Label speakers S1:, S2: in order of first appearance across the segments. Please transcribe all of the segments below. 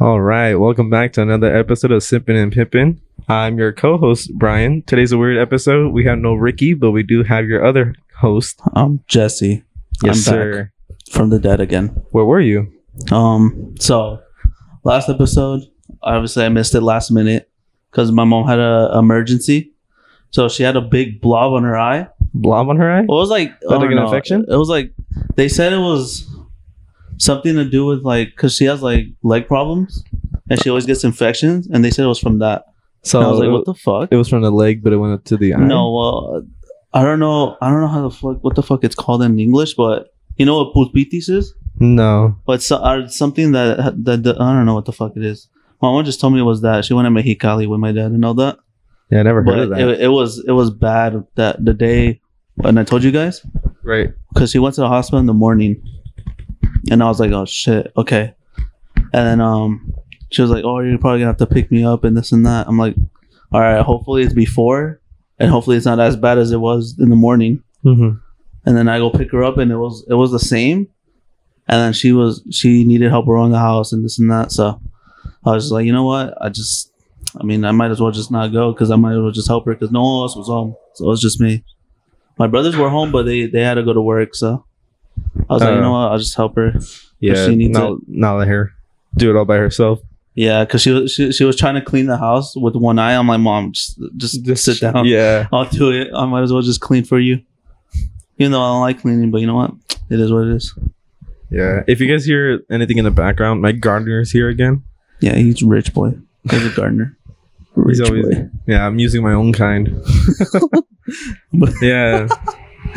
S1: All right, welcome back to another episode of Sippin' and Pippin'. I'm your co-host Brian. Today's a weird episode. We have no Ricky, but we do have your other host.
S2: I'm Jesse
S1: Yes,
S2: I'm back.
S1: sir.
S2: from the dead again.
S1: Where were you?
S2: Um, so last episode, obviously I missed it last minute because my mom had a emergency. So she had a big blob on her eye.
S1: Blob on her eye?
S2: It was like I
S1: Like
S2: don't
S1: an
S2: know.
S1: infection?
S2: It was like they said it was something to do with like because she has like leg problems and she always gets infections and they said it was from that.
S1: So
S2: and I was like,
S1: it,
S2: what the fuck?
S1: it was from the leg, but it went up to the eye.
S2: No, well, I don't know. I don't know how the fuck what the fuck it's called in English, but you know what pulpitis is?
S1: no.
S2: But so, uh, something that, that that I don't know what the fuck it is. My mom just told me it was that she went to Mexicali with my dad and all that.
S1: Yeah, I never heard of
S2: But
S1: that.
S2: it, it was it was bad that the day, and I told you guys
S1: right.
S2: because she went to the hospital in the morning, and I was like, oh shit, okay. And then um, she was like, oh, you're probably gonna have to pick me up and this and that. I'm like, all right, hopefully it's before, and hopefully it's not as bad as it was in the morning
S1: Mm-hmm.
S2: and then I go pick her up, and it was it was the same. And then she was she needed help around the house and this and that. So I was just like, you know what? I just, I mean, I might as well just not go because I might as well just help her because no one else was home, so it was just me. My brothers were home, but they they had to go to work, so I was like,
S1: Uh.
S2: you know what? I'll just help her.
S1: Yeah,
S2: she needs
S1: not, not let her do it all by herself.
S2: Yeah, because she was she, she was trying to clean the house with one eye. I'm like, mom, just just, sit down.
S1: Yeah.
S2: I'll do it. I might as well just clean for you. Even though I don't like cleaning, but you know what? It is what it is.
S1: Yeah. If you guys hear anything in the background, my gardener's here again.
S2: Yeah, he's a rich boy. He's a gardener. Rich
S1: He's always-
S2: boy.
S1: Yeah, I'm using my own kind. yeah.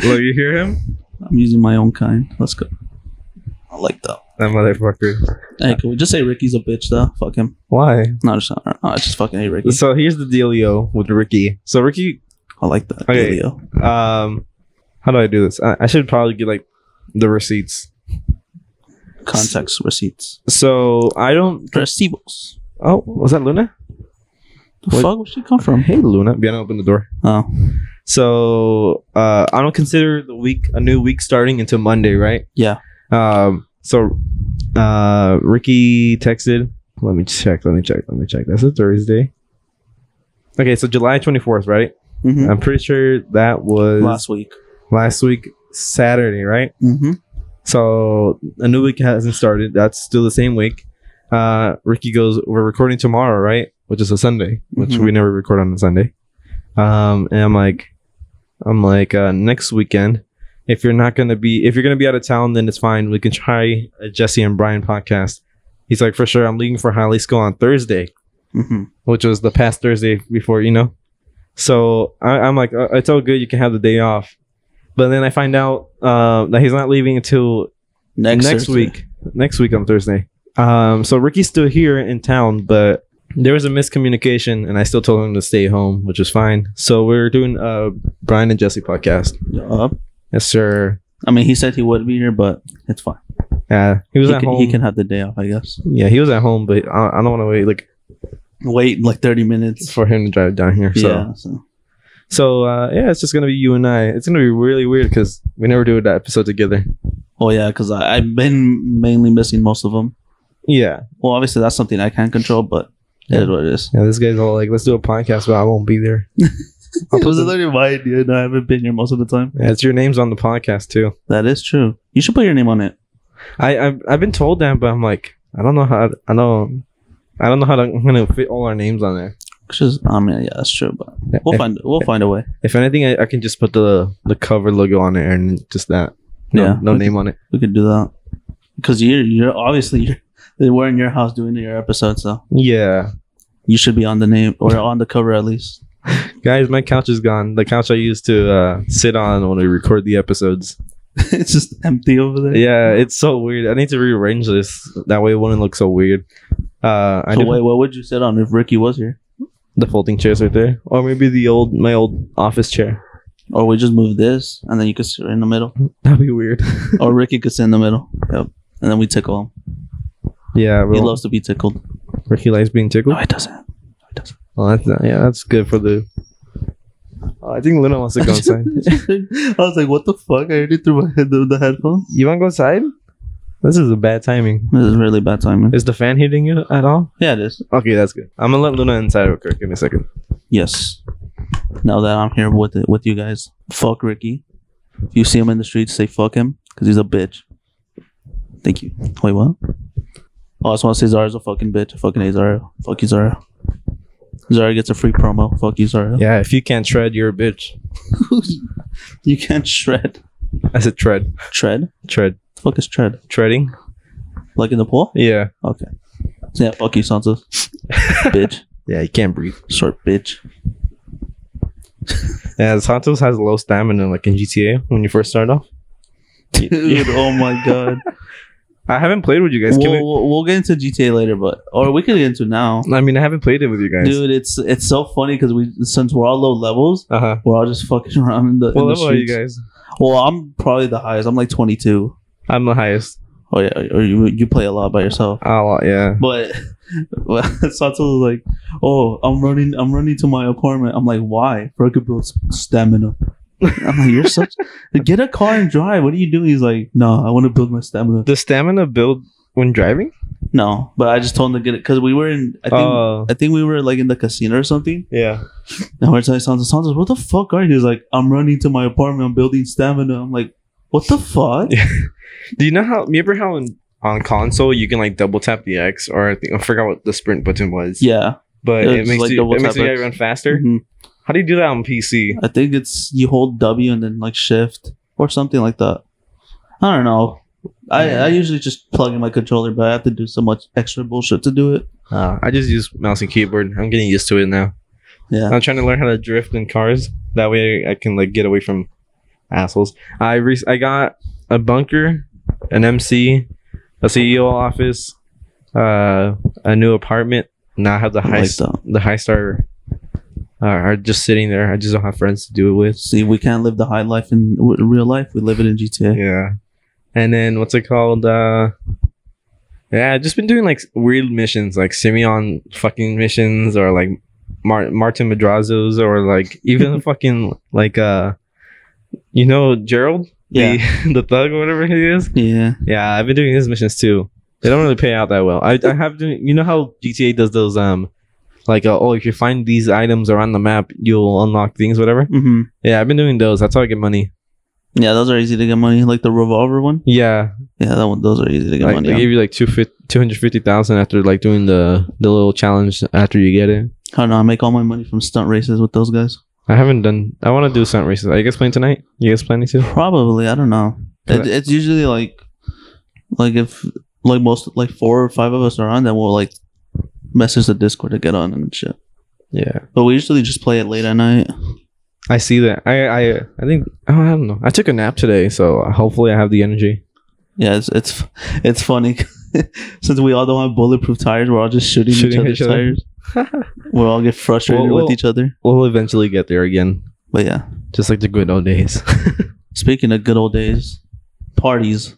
S1: Look, you hear him?
S2: I'm using my own kind. Let's go. I like that.
S1: That motherfucker.
S2: Hey, can we just say Ricky's a bitch though? Fuck him.
S1: Why?
S2: No, just not. I just fucking hate Ricky.
S1: So here's the dealio with Ricky. So Ricky,
S2: I like that.
S1: Okay.
S2: Leo.
S1: um, how do I do this? I, I should probably get like the receipts.
S2: Contacts, receipts,
S1: So I don't.
S2: receivables.
S1: Oh, was that Luna?
S2: The
S1: What-
S2: fuck? Where she come from?
S1: Hey, Luna. Vienna, open the door.
S2: Oh,
S1: So uh, I don't consider the week a new week starting until Monday, right?
S2: Yeah.
S1: Um. So, uh, Ricky texted. Let me check. Let me check. Let me check. That's a Thursday. Okay, so July twenty fourth, right?
S2: Mhm.
S1: I'm pretty sure that was
S2: last week.
S1: last week Saturday, right?
S2: Mm-hmm.
S1: So a new week hasn't started. That's still the same week. Uh, Ricky goes, "We're recording tomorrow, right?" Which is a Sunday, which
S2: Mhm.
S1: we never record on a Sunday. Um, and I'm like, I'm like, uh, next weekend. If you're not gonna be, if you're gonna be out of town, then it's fine. We can try a Jesse and Brian podcast. He's like, for sure. I'm leaving for Jalisco on Thursday,
S2: Mm-hmm.
S1: which was the past Thursday before, you know. So I, I'm like, "Uh, it's all good. You can have the day off. But then I find out uh, that he's not leaving until
S2: Next
S1: next
S2: Thursday.
S1: week next week on thursday um so ricky's still here in town but there was a miscommunication and i still told him to stay home which is fine so we're doing a brian and jesse podcast
S2: Yup.
S1: yes sir
S2: I mean, he said he would be here, but it's fine.
S1: yeah he was
S2: he,
S1: at
S2: can,
S1: home
S2: he can have the day off, I guess.
S1: yeah he was at home but i, I don't want to wait like
S2: Wait like 30 minutes.
S1: for him to drive down here so
S2: Yeah. So.
S1: so uh yeah it's just gonna be you and i it's gonna be really weird because we never do that episode together
S2: Oh yeah, because I've been mainly missing most of them.
S1: yeah
S2: Well, obviously that's something I can't control, but it is what it is.
S1: yeah this guy's all like let's do a podcast but i won't be there I'll
S2: It
S1: put
S2: was
S1: the-
S2: literally my idea, and I haven't been here most of the time.
S1: yeah, it's your name's on the podcast too
S2: That is true. You should put your name on it.
S1: I I've, I've been told that, but I'm like, I don't know how. I know, I don't know how to, I'm gonna fit all our names on there.
S2: It's just, I mean, yeah, that's true, but we'll
S1: if,
S2: find we'll find a way.
S1: if anything, I, I can just put the the cover logo on there and just that. No,
S2: Yeah.
S1: no name on it.
S2: We could do that because you're you're obviously you're, they were in your house doing your episode, so
S1: Yeah,
S2: you should be on the name or on the cover at least.
S1: guys, my couch is gone. The couch I used to uh, sit on when we record the episodes.
S2: it's just empty over there.
S1: Yeah, it's so weird. I need to rearrange this. That way, it wouldn't look so weird. Uh, I
S2: So
S1: did
S2: wait, what would you sit on if Ricky was here?
S1: the folding chairs right there, or maybe the old my old office chair.
S2: Or we just move this, and then you could sit in the middle,
S1: That'd be weird.
S2: or Ricky could sit in the middle. Yep. And then we tickle him.
S1: yeah,
S2: He
S1: well,
S2: loves to be tickled.
S1: Ricky likes being tickled.
S2: No, he doesn't. No, he doesn't.
S1: Well, that's not, yeah, that's good for the. Oh, I think Luna wants to go inside.
S2: I was like, what the fuck? I already threw my head through the headphones.
S1: you want to go inside? This is a bad timing.
S2: This is really bad timing.
S1: Is the fan hitting you at all?
S2: yeah, it is.
S1: Okay, that's good. I'm gonna let Luna inside real quick. Give me a second.
S2: Yes. Now that I'm here with it, with you guys, fuck Ricky. If you see him in the streets, say fuck him because he's a bitch. Thank you. Wait, what? Oh, I just want to say Zara's a fucking bitch. I fucking hate Zara. Fuck you, Zara. Zara gets a free promo. Fuck you, Zara.
S1: Yeah, if you can't tread, you're a bitch.
S2: you can't shred.
S1: I said tread,
S2: Tread?
S1: tread,
S2: The fuck is tread?
S1: treading.
S2: Like in the pool?
S1: Yeah,
S2: Okay. So yeah, fuck you, Sansa. bitch.
S1: yeah, you can't breathe.
S2: Short bitch.
S1: Yeah, Santos has low stamina, like in GTA when you first start off.
S2: Dude, oh my god.
S1: I haven't played with you guys. Can
S2: we'll, we'll, we'll get into GTA later, but or we can get into now.
S1: we- I mean, I haven't played it with you guys.
S2: Dude, it's it's so funny because we since we're all low levels,
S1: Uh huh.
S2: we're all just fucking around in the,
S1: What
S2: in the
S1: level are you guys?
S2: streets. Well, I'm probably the highest. I'm like 22.
S1: I'm the highest.
S2: Oh yeah, or you you play a lot by yourself.
S1: A lot, yeah.
S2: But well, Sato was like, "Oh, I'm running, I'm running to my apartment." I'm like, "Why?" For I could build s- stamina. I'm like, "You're such get a car and drive. What are you doing?" He's like, "No, I want to build my stamina."
S1: The stamina build when driving.
S2: No, but I just told him to get it because we were in. I think
S1: Oh,
S2: I think we were like in the casino or something.
S1: yeah.
S2: And we're telling Santos, Santos, what the fuck are you? He's like, I'm running to my apartment. I'm building stamina. I'm like, what the fuck?
S1: Yeah. Do you know how? You ever how in, on console you can like double tap the X or I, think, I forgot what the sprint button was.
S2: Yeah,
S1: but
S2: Yeah,
S1: it
S2: it's
S1: makes
S2: like
S1: you
S2: double
S1: it makes
S2: tap
S1: you
S2: X.
S1: run faster.
S2: Mhm.
S1: How do you do that on PC?
S2: I think it's you hold W and then like shift or something like that. I don't know. I,
S1: Yeah.
S2: I usually just plug in my controller, but I have to do so much extra bullshit to do it.
S1: Uh, I just use mouse and keyboard. I'm getting used to it now.
S2: Yeah.
S1: I'm trying to learn how to drift in cars. That way I can like get away from assholes. I re- I got a bunker, an MC, a CEO office, uh, a new apartment. Now I have the high
S2: like
S1: s-
S2: that.
S1: the high star uh, are just sitting there. I just don't have friends to do it with.
S2: See, we can't live the high life in w- real life. We live it in GTA.
S1: Yeah. And then what's it called? Uh yeah, I've just been doing like weird missions, like Simeon fucking missions, or like Mar- Martin Madrazo's, or like even the fucking like uh, you know Gerald,
S2: Yeah.
S1: the, the thug or whatever he is.
S2: Yeah.
S1: Yeah, I've been doing his missions too. They don't really pay out that well. I, I have doing, you know how GTA does those um, like uh, oh if you find these items around the map, you'll unlock things, whatever.
S2: hmm
S1: Yeah, I've been doing those. That's how I get money.
S2: Yeah, those are easy to get money. Like the revolver one.
S1: Yeah,
S2: Yeah, that one. Those are easy to get
S1: like,
S2: money.
S1: They
S2: on.
S1: give you like two two hundred fifty thousand after like doing the the little challenge after you get it.
S2: I don't know. I make all my money from stunt races with those guys.
S1: I haven't done. I want to do stunt races. Are you guys playing tonight? You guys planning to?
S2: Probably. I don't know. It,
S1: Correct.
S2: it's usually like, like if like most like four or five of us are on, then we'll like message the Discord to get on and shit.
S1: Yeah,
S2: But we usually just play it late at night.
S1: I see that. I I I think oh, I don't know. I took a nap today, so hopefully I have the energy.
S2: Yeah, it's it's it's funny since we all don't have bulletproof tires, we're all just shooting,
S1: Shooting
S2: each
S1: each other.
S2: other's tires. we all get frustrated
S1: Well, well-
S2: with each other.
S1: We'll eventually get there again,
S2: But yeah,
S1: just like the good old days.
S2: speaking of good old days, parties,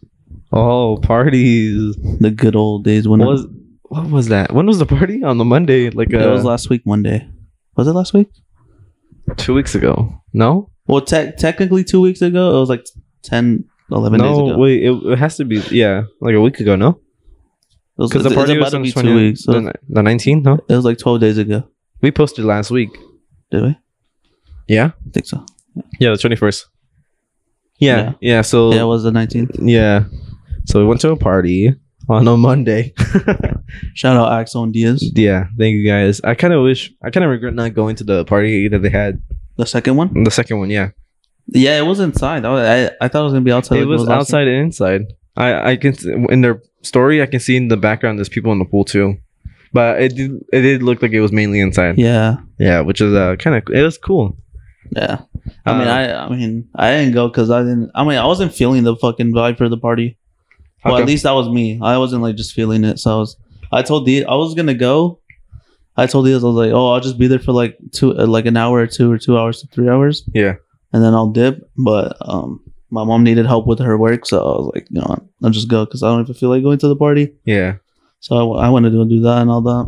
S1: oh, parties!
S2: the good old days when
S1: What was what was that? When was the party on the Monday? Like
S2: it
S1: uh,
S2: was last week Monday. Was it last week?
S1: two weeks ago. No,
S2: Well, te- technically two weeks ago, it was like 10, 11 days
S1: no,
S2: ago.
S1: wait. It, it has to be yeah, like a week ago. No,
S2: It was,
S1: because the
S2: it's- it's
S1: party
S2: about
S1: was
S2: to
S1: on
S2: be
S1: 20
S2: two weeks. so
S1: the ni- the nineteenth. No,
S2: it was like 12 days ago.
S1: we posted last week.
S2: Did we? I
S1: Yeah,
S2: think so.
S1: yeah, the twenty first. Yeah,
S2: Yeah.
S1: yeah, So
S2: Yeah, it
S1: yeah,
S2: was the 19th.
S1: so we went to a party on a Monday.
S2: Shout out Axel and Diaz.
S1: yeah, thank you guys. I kind of wish I kind of regret not going to the party that they had
S2: The second one?
S1: the second one. Yeah,
S2: Yeah, it was inside. I, was- I, I thought it was going to be outside.
S1: it
S2: like
S1: was
S2: last time.
S1: outside and inside. I I can s- in their story I can see in the background there's people in the pool too, but it did it did look like it was mainly inside. Yeah,
S2: Yeah.
S1: which is uh kind of it was cool.
S2: Yeah. I mean,
S1: Uh,
S2: I I mean, I didn't go because I didn't. I mean, I wasn't feeling the fucking vibe for the party.
S1: how
S2: Well,
S1: come?
S2: at least that was me. I wasn't like just feeling it. So I was, I told D, I was gonna go. I told Diaz, I was like, oh, I'll just be there for like two, uh, like an hour or two, or two hours to three hours.
S1: Yeah.
S2: and then I'll dip. But um, my mom needed help with her work, so I was like, you know, what, I'll just go because I don't even feel like going to the party.
S1: yeah.
S2: So I, w- I wanted to do that and all that.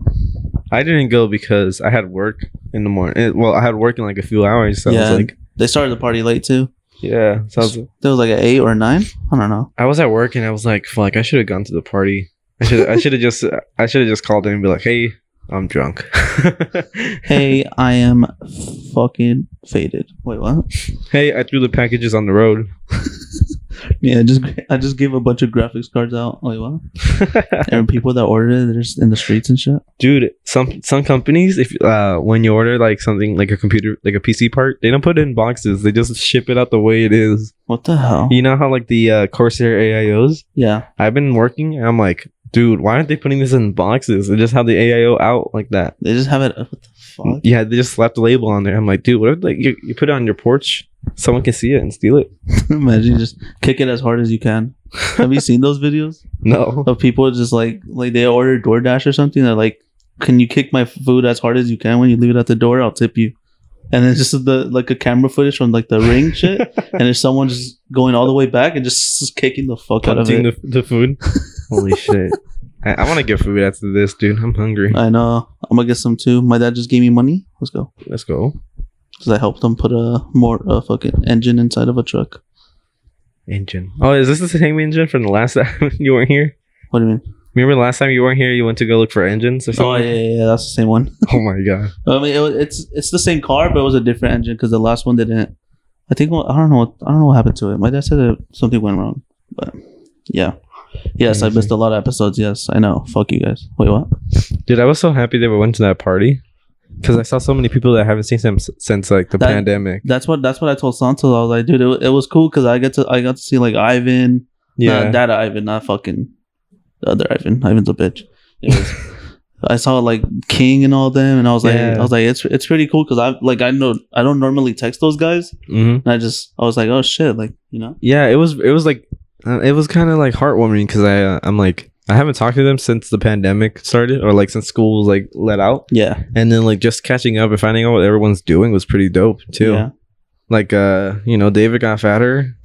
S1: I didn't go because I had work in the morning. Well, I had work in like a few hours, so I
S2: Yeah.
S1: was like,
S2: They started the party late too.
S1: Yeah, sounds.
S2: There was like an eight or a nine. I don't know.
S1: I was at work and I was like, "Fuck! I should have gone to the party. I should. I should have just. I should have just called in and be like, "Hey, I'm drunk.
S2: Hey, I am fucking faded. Wait, what?
S1: hey, I threw the packages on the road.
S2: Yeah, I just I just gave a bunch of graphics cards out. Oh, Wait, what? And people that ordered it, they're just in the streets and shit.
S1: Dude, some some companies, if uh, when you order like something like a computer, like a PC part, they don't put it in boxes. They just ship it out the way it is.
S2: What the hell?
S1: You know how like the uh, Corsair AIOs?
S2: Yeah,
S1: I've been working and I'm like, dude, why aren't they putting this in boxes? They just have the AIO out like that.
S2: they just have it. uh, What the fuck?
S1: Yeah, they just slapped a label on there. I'm like, dude, what if like you, you put it on your porch? Someone can see it and steal it.
S2: Imagine you just kick it as hard as you can. Have you seen those videos
S1: No.
S2: of people just like like they order DoorDash or something? They're like, "Can you kick my food as hard as you can? When you leave it at the door, I'll tip you." And then just the like a camera footage from like the ring shit, and there's someone just going all the way back and just, just kicking the fuck out of
S1: Punting
S2: it.
S1: the, the food. Holy shit. I, I want to get food after this, dude. I'm hungry.
S2: I know. I'm gonna get some too. My dad just gave me money. Let's go.
S1: Let's go.
S2: Cause I helped him put a more a fucking engine inside of a truck.
S1: Engine. Oh, is this the same engine from the last time you weren't here?
S2: What do you mean?
S1: Remember last time you weren't here, you went to go look for engines or
S2: Oh
S1: something?
S2: yeah, yeah, yeah, that's the same one.
S1: Oh my god.
S2: I mean, it, was- it's it's the same car, but it was a different engine because the last one didn't. I think I don't know. What, I don't know what happened to it. My dad said that something went wrong, but yeah, yes, I missed a lot of episodes. Yes, I know. Fuck you guys. Wait, what?
S1: Dude, I was so happy that we went to that party because I saw so many people that I haven't seen since, since like the
S2: That-
S1: pandemic.
S2: That's what that's what I told Santos. I was like, dude, it, wa- it was cool because I get to I got to see like Ivan,
S1: Yeah.
S2: Not that Ivan, not fucking the other Ivan. Ivan's a bitch. Anyways, I saw like King and all them, and I was like,
S1: Yeah.
S2: I was like, it's it's pretty cool because I like I know I don't normally text those guys,
S1: hmm
S2: and I just I was like, oh shit, like you know,
S1: Yeah, it was, it was like, uh, it was kind of like heartwarming because I, uh, I'm like, I haven't talked to them since the pandemic started or like since school was like let out.
S2: yeah,
S1: And then like just catching up and finding out what everyone's doing was pretty dope too.
S2: yeah.
S1: Like, uh, you know, David got fatter.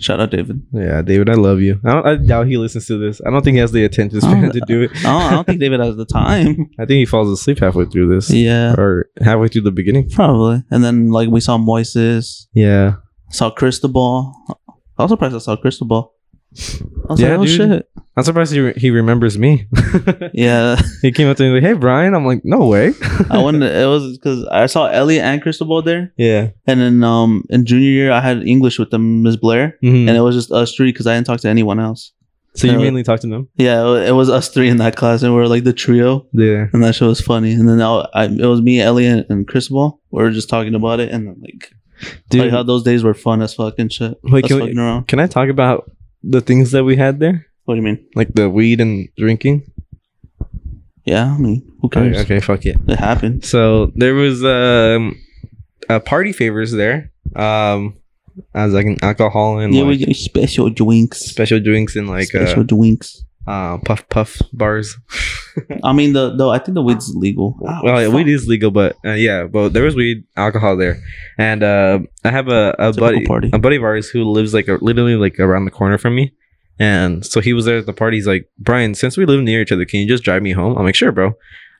S2: Shout out David.
S1: Yeah, David, I love you. I, don't, I doubt he listens to this. I don't think he has the attention
S2: I
S1: span
S2: don't-
S1: to do it.
S2: I don't, I don't think David has the time.
S1: I think he falls asleep halfway through this
S2: Yeah,
S1: or halfway through the beginning.
S2: probably. And then like we saw Moises,
S1: Yeah.
S2: saw Cristobal. I was surprised I saw Cristobal. I was
S1: Yeah,
S2: like, oh
S1: dude.
S2: shit,
S1: I'm surprised he, re- he remembers me.
S2: yeah.
S1: he came up to me like, hey, Brian. I'm like, no way.
S2: I wonder it was because I saw Elliot and Cristobal there.
S1: yeah.
S2: And then um in junior year, I had English with them, Ms. Blair,
S1: Mhm.
S2: and it was just us three because I didn't talk to anyone else.
S1: so you
S2: uh,
S1: mainly talk to them?
S2: Yeah, it wa- it was us three in that class, and we were like the trio,
S1: Yeah.
S2: and that shit was funny. And then I, I it was me, Elliot, and Cristobal. We were just talking about it, and like, like
S1: Dude,
S2: how those days were fun as fuck and shit.
S1: wait,
S2: Us
S1: can,
S2: fucking
S1: we,
S2: around.
S1: can I talk about the things that we had there?
S2: What do you mean?
S1: Like the weed and drinking?
S2: Oh, Yeah, I mean, who cares?
S1: Okay, okay, fuck it.
S2: It happened.
S1: So there was um, a party favors there. Um, as like an alcohol and
S2: yeah, we
S1: like,
S2: get special drinks.
S1: special drinks and like
S2: special drinks.
S1: uh, uh, puff puff bars.
S2: I mean, the though I think the weed's legal. Oh,
S1: well, yeah,
S2: fuck.
S1: weed is legal, but uh, yeah, but there was weed, alcohol there, and uh, I have a, a
S2: Typical
S1: buddy,
S2: party.
S1: a buddy of ours who lives like a, literally like around the corner from me, and so he was there at the party. He's like, Brian, since we live near each other, can you just drive me home? I'm like, sure, bro.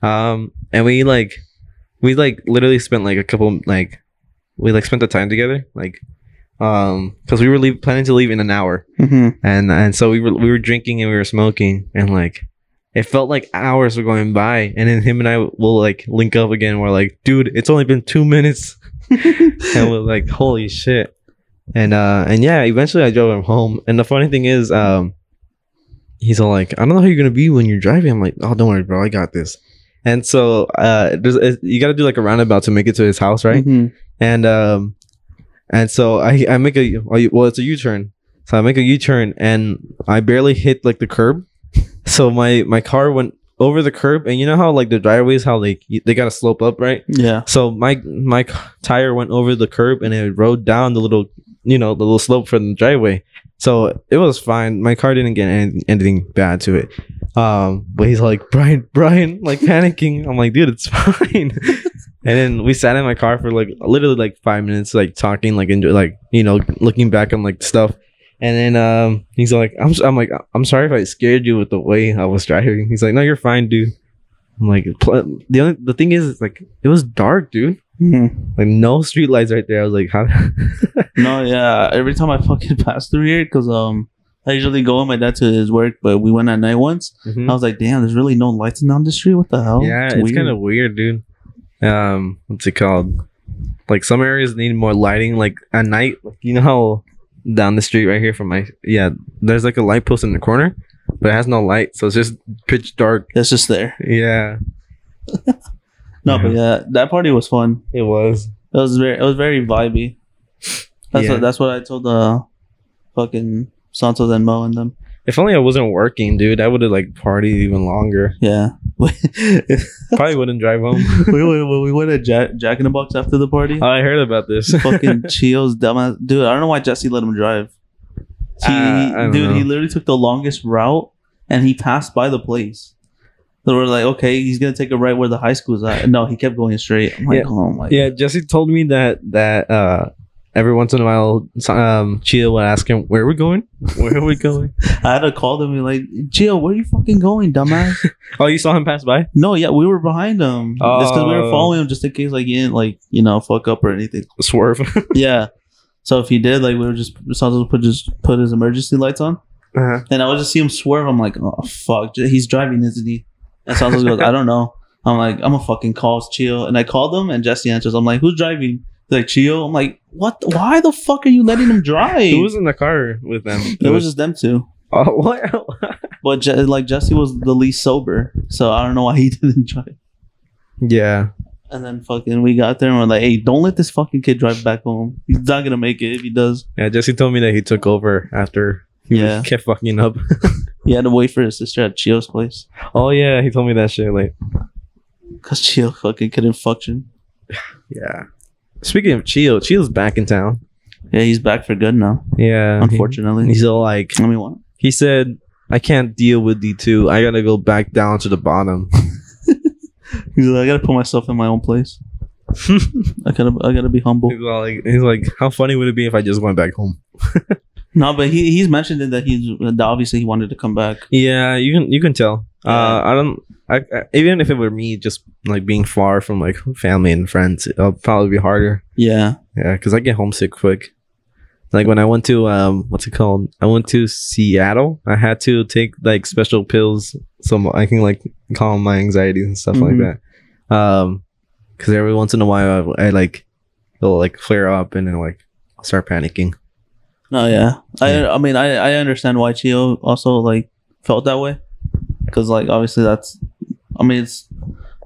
S1: Um, and we like, we like literally spent like a couple like, we like spent the time together, like, um, because we were leave, planning to leave in an hour,
S2: Mhm.
S1: and and so we were we were drinking and we were smoking and like it felt like hours were going by and then him and I will like link up again we're like dude it's only been 2 minutes and we're like holy shit and uh and yeah eventually I drove him home and the funny thing is um he's all like I don't know how you're going to be when you're driving I'm like oh don't worry bro I got this and so uh there's uh, you got to do like a roundabout to make it to his house right
S2: Mhm.
S1: and um and so i i make a well it's a u-turn so i make a u-turn and i barely hit like the curb so my my car went over the curb and you know how like the driveways how like y- they gotta slope up right
S2: Yeah.
S1: so my my c- tire went over the curb and it rode down the little you know the little slope from the driveway so it was fine my car didn't get any, anything bad to it um but he's like brian brian like panicking i'm like dude it's fine and then we sat in my car for like literally like five minutes like talking like enjoy like you know looking back on like stuff and then um he's like i'm, s- I'm like i'm sorry if i scared you with the way i was driving he's like no you're fine dude I'm like, pl- the only, the thing is, it's like it was dark, dude.
S2: Mhm.
S1: Like no streetlights right there. I was like, how?
S2: No, yeah. Every time I fucking pass through here, because um, I usually go with my dad to his work, but we went at night once.
S1: Mhm.
S2: I was like, damn, there's really no lights down the street. What the hell?
S1: yeah, it's kind of weird, dude. Um, what's it called? Like some areas need more lighting. Like at night, like you know how down the street right here from my yeah, there's like a light post in the corner, but it has no light, so it's just pitch dark.
S2: It's just there.
S1: Yeah,
S2: No, but yeah, that party was fun.
S1: it was.
S2: It was very, it was very vibey. That's
S1: Yeah.
S2: what that's what I told the fucking Santos and Mo and them.
S1: If only I wasn't working, dude, I would have like partied even longer.
S2: Yeah, we
S1: Probably wouldn't drive home. Oh,
S2: went we went to Jack, Jack in the Box after the party.
S1: I heard about this.
S2: fucking chills, dumbass dude. I don't know why Jesse let him drive.
S1: Uh,
S2: He,
S1: I don't
S2: dude, he
S1: know.
S2: literally took the longest route, and he passed by the place. They were like, okay, he's gonna take a right where the high school's at. No, he kept going straight. I'm like,
S1: Yeah.
S2: oh my.
S1: Yeah, Jesse told me that that uh every once in a while um Chia would ask him, Where are we going? Where are we going?
S2: I had to call them and be like, Gio, where you fucking going, dumbass?
S1: oh, you saw him pass by?
S2: no, yeah, we were behind him. It's because we were
S1: Oh.
S2: following him just in case like he didn't like you know fuck up or anything.
S1: Swerve.
S2: yeah. So if he did, like we were just Santos put just put his emergency lights on.
S1: Uh-huh.
S2: And I would just see him swerve. I'm like, oh fuck, j- he's driving, isn't he? And Santos goes, I don't know. I'm like, I'm a fucking call, it's Chio. And I called him, and Jesse answers. I'm like, who's driving? He's like, Chio. I'm like, what? the- Why the fuck are you letting him drive?
S1: He was in the car with them.
S2: it was just them two.
S1: oh, what?
S2: But Je- like Jesse was the least sober, so I don't know why he didn't drive.
S1: yeah.
S2: And then fucking we got there and we're like, hey, don't let this fucking kid drive back home. He's not gonna make it if he does.
S1: Yeah, Jesse told me that he took over after he
S2: Yeah.
S1: kept fucking up.
S2: He had to wait for his sister at Chio's place
S1: Oh yeah, he told me that shit like
S2: because Chio fucking couldn't function.
S1: Yeah. Speaking of Chio, Chio's back in town.
S2: Yeah, he's back for good now.
S1: Yeah.
S2: Unfortunately,
S1: He, he's all like
S2: I mean, what?
S1: He said, I can't deal with D2. I gotta go back down to the bottom.
S2: He's like, I gotta put myself in my own place. I gotta, I gotta be humble.
S1: He's all like, he's like, how funny would it be if I just went back home?
S2: No, but he, he's mentioned it that he's that obviously he wanted to come back.
S1: Yeah, you can you can tell. Uh,
S2: Yeah.
S1: I don't. I, I even if it were me, just like being far from like family and friends, it'll probably be harder.
S2: Yeah,
S1: Yeah, because I get homesick quick. Like when I went to um, what's it called? I went to Seattle. I had to take like special pills so I can like calm my anxieties and stuff like
S2: Mhm.
S1: that. Um, because every once in a while I, I like it'll like flare up and then like I'll start panicking.
S2: no, yeah.
S1: Yeah.
S2: I, I mean, I, I understand why Chio also like felt that way, because like obviously that's, I mean, it's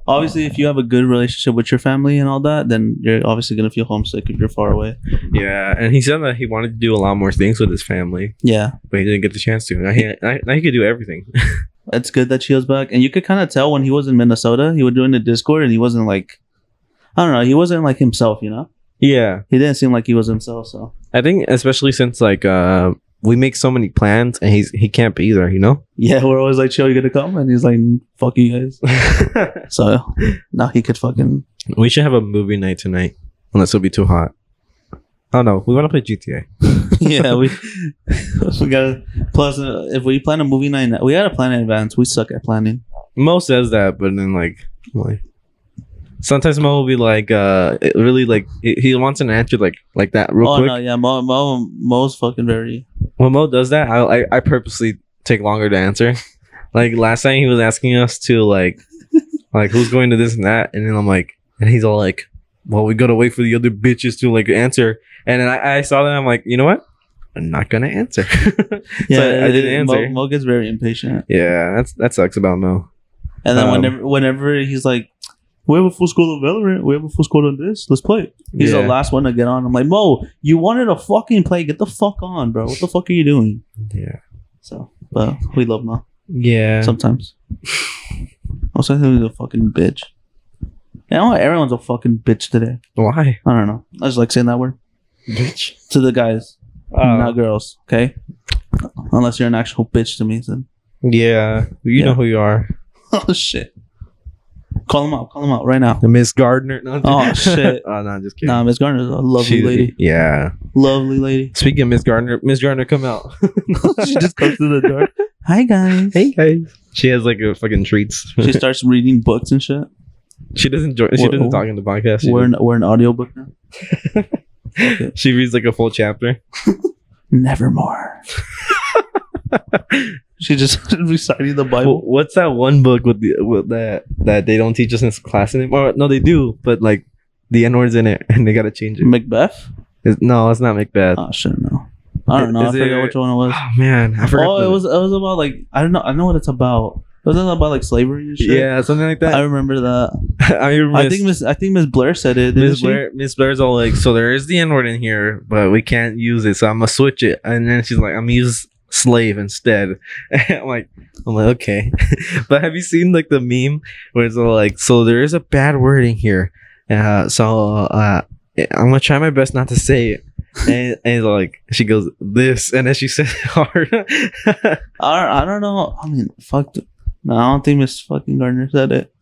S2: obviously if you have a good relationship with your family and all that, then you're obviously gonna feel homesick if you're far away.
S1: Yeah, and he said that he wanted to do a lot more things with his family,
S2: Yeah,
S1: but he didn't get the chance to. Now he now now he could do everything.
S2: it's good that Chio's back, and you could kind of tell when he was in Minnesota, he would join the Discord, and he wasn't like, I don't know, he wasn't like himself, you know.
S1: yeah,
S2: He didn't seem like he was himself, so.
S1: I think especially since like uh we make so many plans and he's he can't be there, you know?
S2: Yeah, we're always like, "Chill, you gonna come?" And he's like, "Fuck you guys." So now he could fucking.
S1: we should have a movie night tonight. Unless it'll be too hot. Oh no, we wanna play GTA.
S2: Yeah, we we gotta. Plus, uh, if we plan a movie night, we gotta plan in advance. We suck at planning.
S1: Mo says that, but then like I'm like sometimes Mo will be like uh it really like he he wants an answer like like that real
S2: oh
S1: quick.
S2: no, yeah, Mo, Mo Mo's fucking very.
S1: When Mo does that, I, I I purposely take longer to answer. Like last time he was asking us to like like who's going to this and that, and then I'm like, and he's all like, well, we gotta wait for the other bitches to like answer, and then I, I saw that I'm like, you know what? I'm not gonna answer.
S2: Yeah,
S1: I didn't
S2: Mo,
S1: answer.
S2: Mo gets very impatient,
S1: yeah, that's that sucks about Mo.
S2: and then
S1: Um,
S2: whenever whenever he's like, "We have a full squad of Valorant. We have a full squad on this. Let's play." it." He's
S1: yeah.
S2: the last one to get on. I'm like, Mo, you wanted to fucking play. Get the fuck on, bro. What the fuck are you doing?
S1: Yeah.
S2: So, but we love Mo.
S1: Yeah.
S2: sometimes. Also, he's a fucking bitch. You know what? Everyone's a fucking bitch today.
S1: Why?
S2: I don't know. I just like saying that word
S1: Bitch.
S2: to the guys,
S1: Uh,
S2: not girls. Okay, unless you're an actual bitch to me, then
S1: yeah. You know
S2: Yeah.
S1: who you are.
S2: oh shit. Call him out. Call him out right now.
S1: Miss Gardner. No, I'm
S2: Oh,
S1: just-
S2: shit.
S1: oh no, I'm just kidding.
S2: Nah, Miss Garner's a lovely
S1: She-
S2: lady.
S1: Yeah.
S2: Lovely lady.
S1: Speaking of Miss Gardner, Miss Gardner, come out.
S2: she just comes through the door. Hi guys.
S1: guys. She has like a fucking treats.
S2: She starts reading books and shit.
S1: She doesn't join. She
S2: We're-
S1: doesn't talk in the podcast. She,
S2: We're an, we're an audiobook now.
S1: just- she reads like a full chapter.
S2: Nevermore. she just reciting the
S1: Well,
S2: Bible.
S1: what's that one book with the with that that they don't teach us in class anymore? No, they do, but like the N word's in it, and they gotta change it.
S2: Macbeth.
S1: It's- no, it's not Macbeth.
S2: Oh, I shouldn't know. I don't know.
S1: Is
S2: I forgot
S1: it-
S2: which one it was.
S1: Oh man, I forgot.
S2: Oh, it
S1: the-
S2: was it was about like I don't know. I know what it's about. Wasn't it about like slavery and shit?
S1: yeah, something like
S2: I
S1: that.
S2: remember that.
S1: I, remember
S2: I think Miss I think Miss Blair said it. didn't
S1: Miss
S2: she?
S1: Blair, Miss Blair's all like, so there is the N word in here, but we can't use it, so I'm gonna switch it. And then she's like, I'm gonna use slave instead. I'm like, I'm like, okay. but have you seen like the meme where it's all like, so there is a bad word in here, uh, so uh, I'm gonna try my best not to say it. and, and it's like she goes this, and then she said it hard.
S2: I, don't- I don't know. I mean, fuck. th- No, I don't think Miss fucking Gardner said it.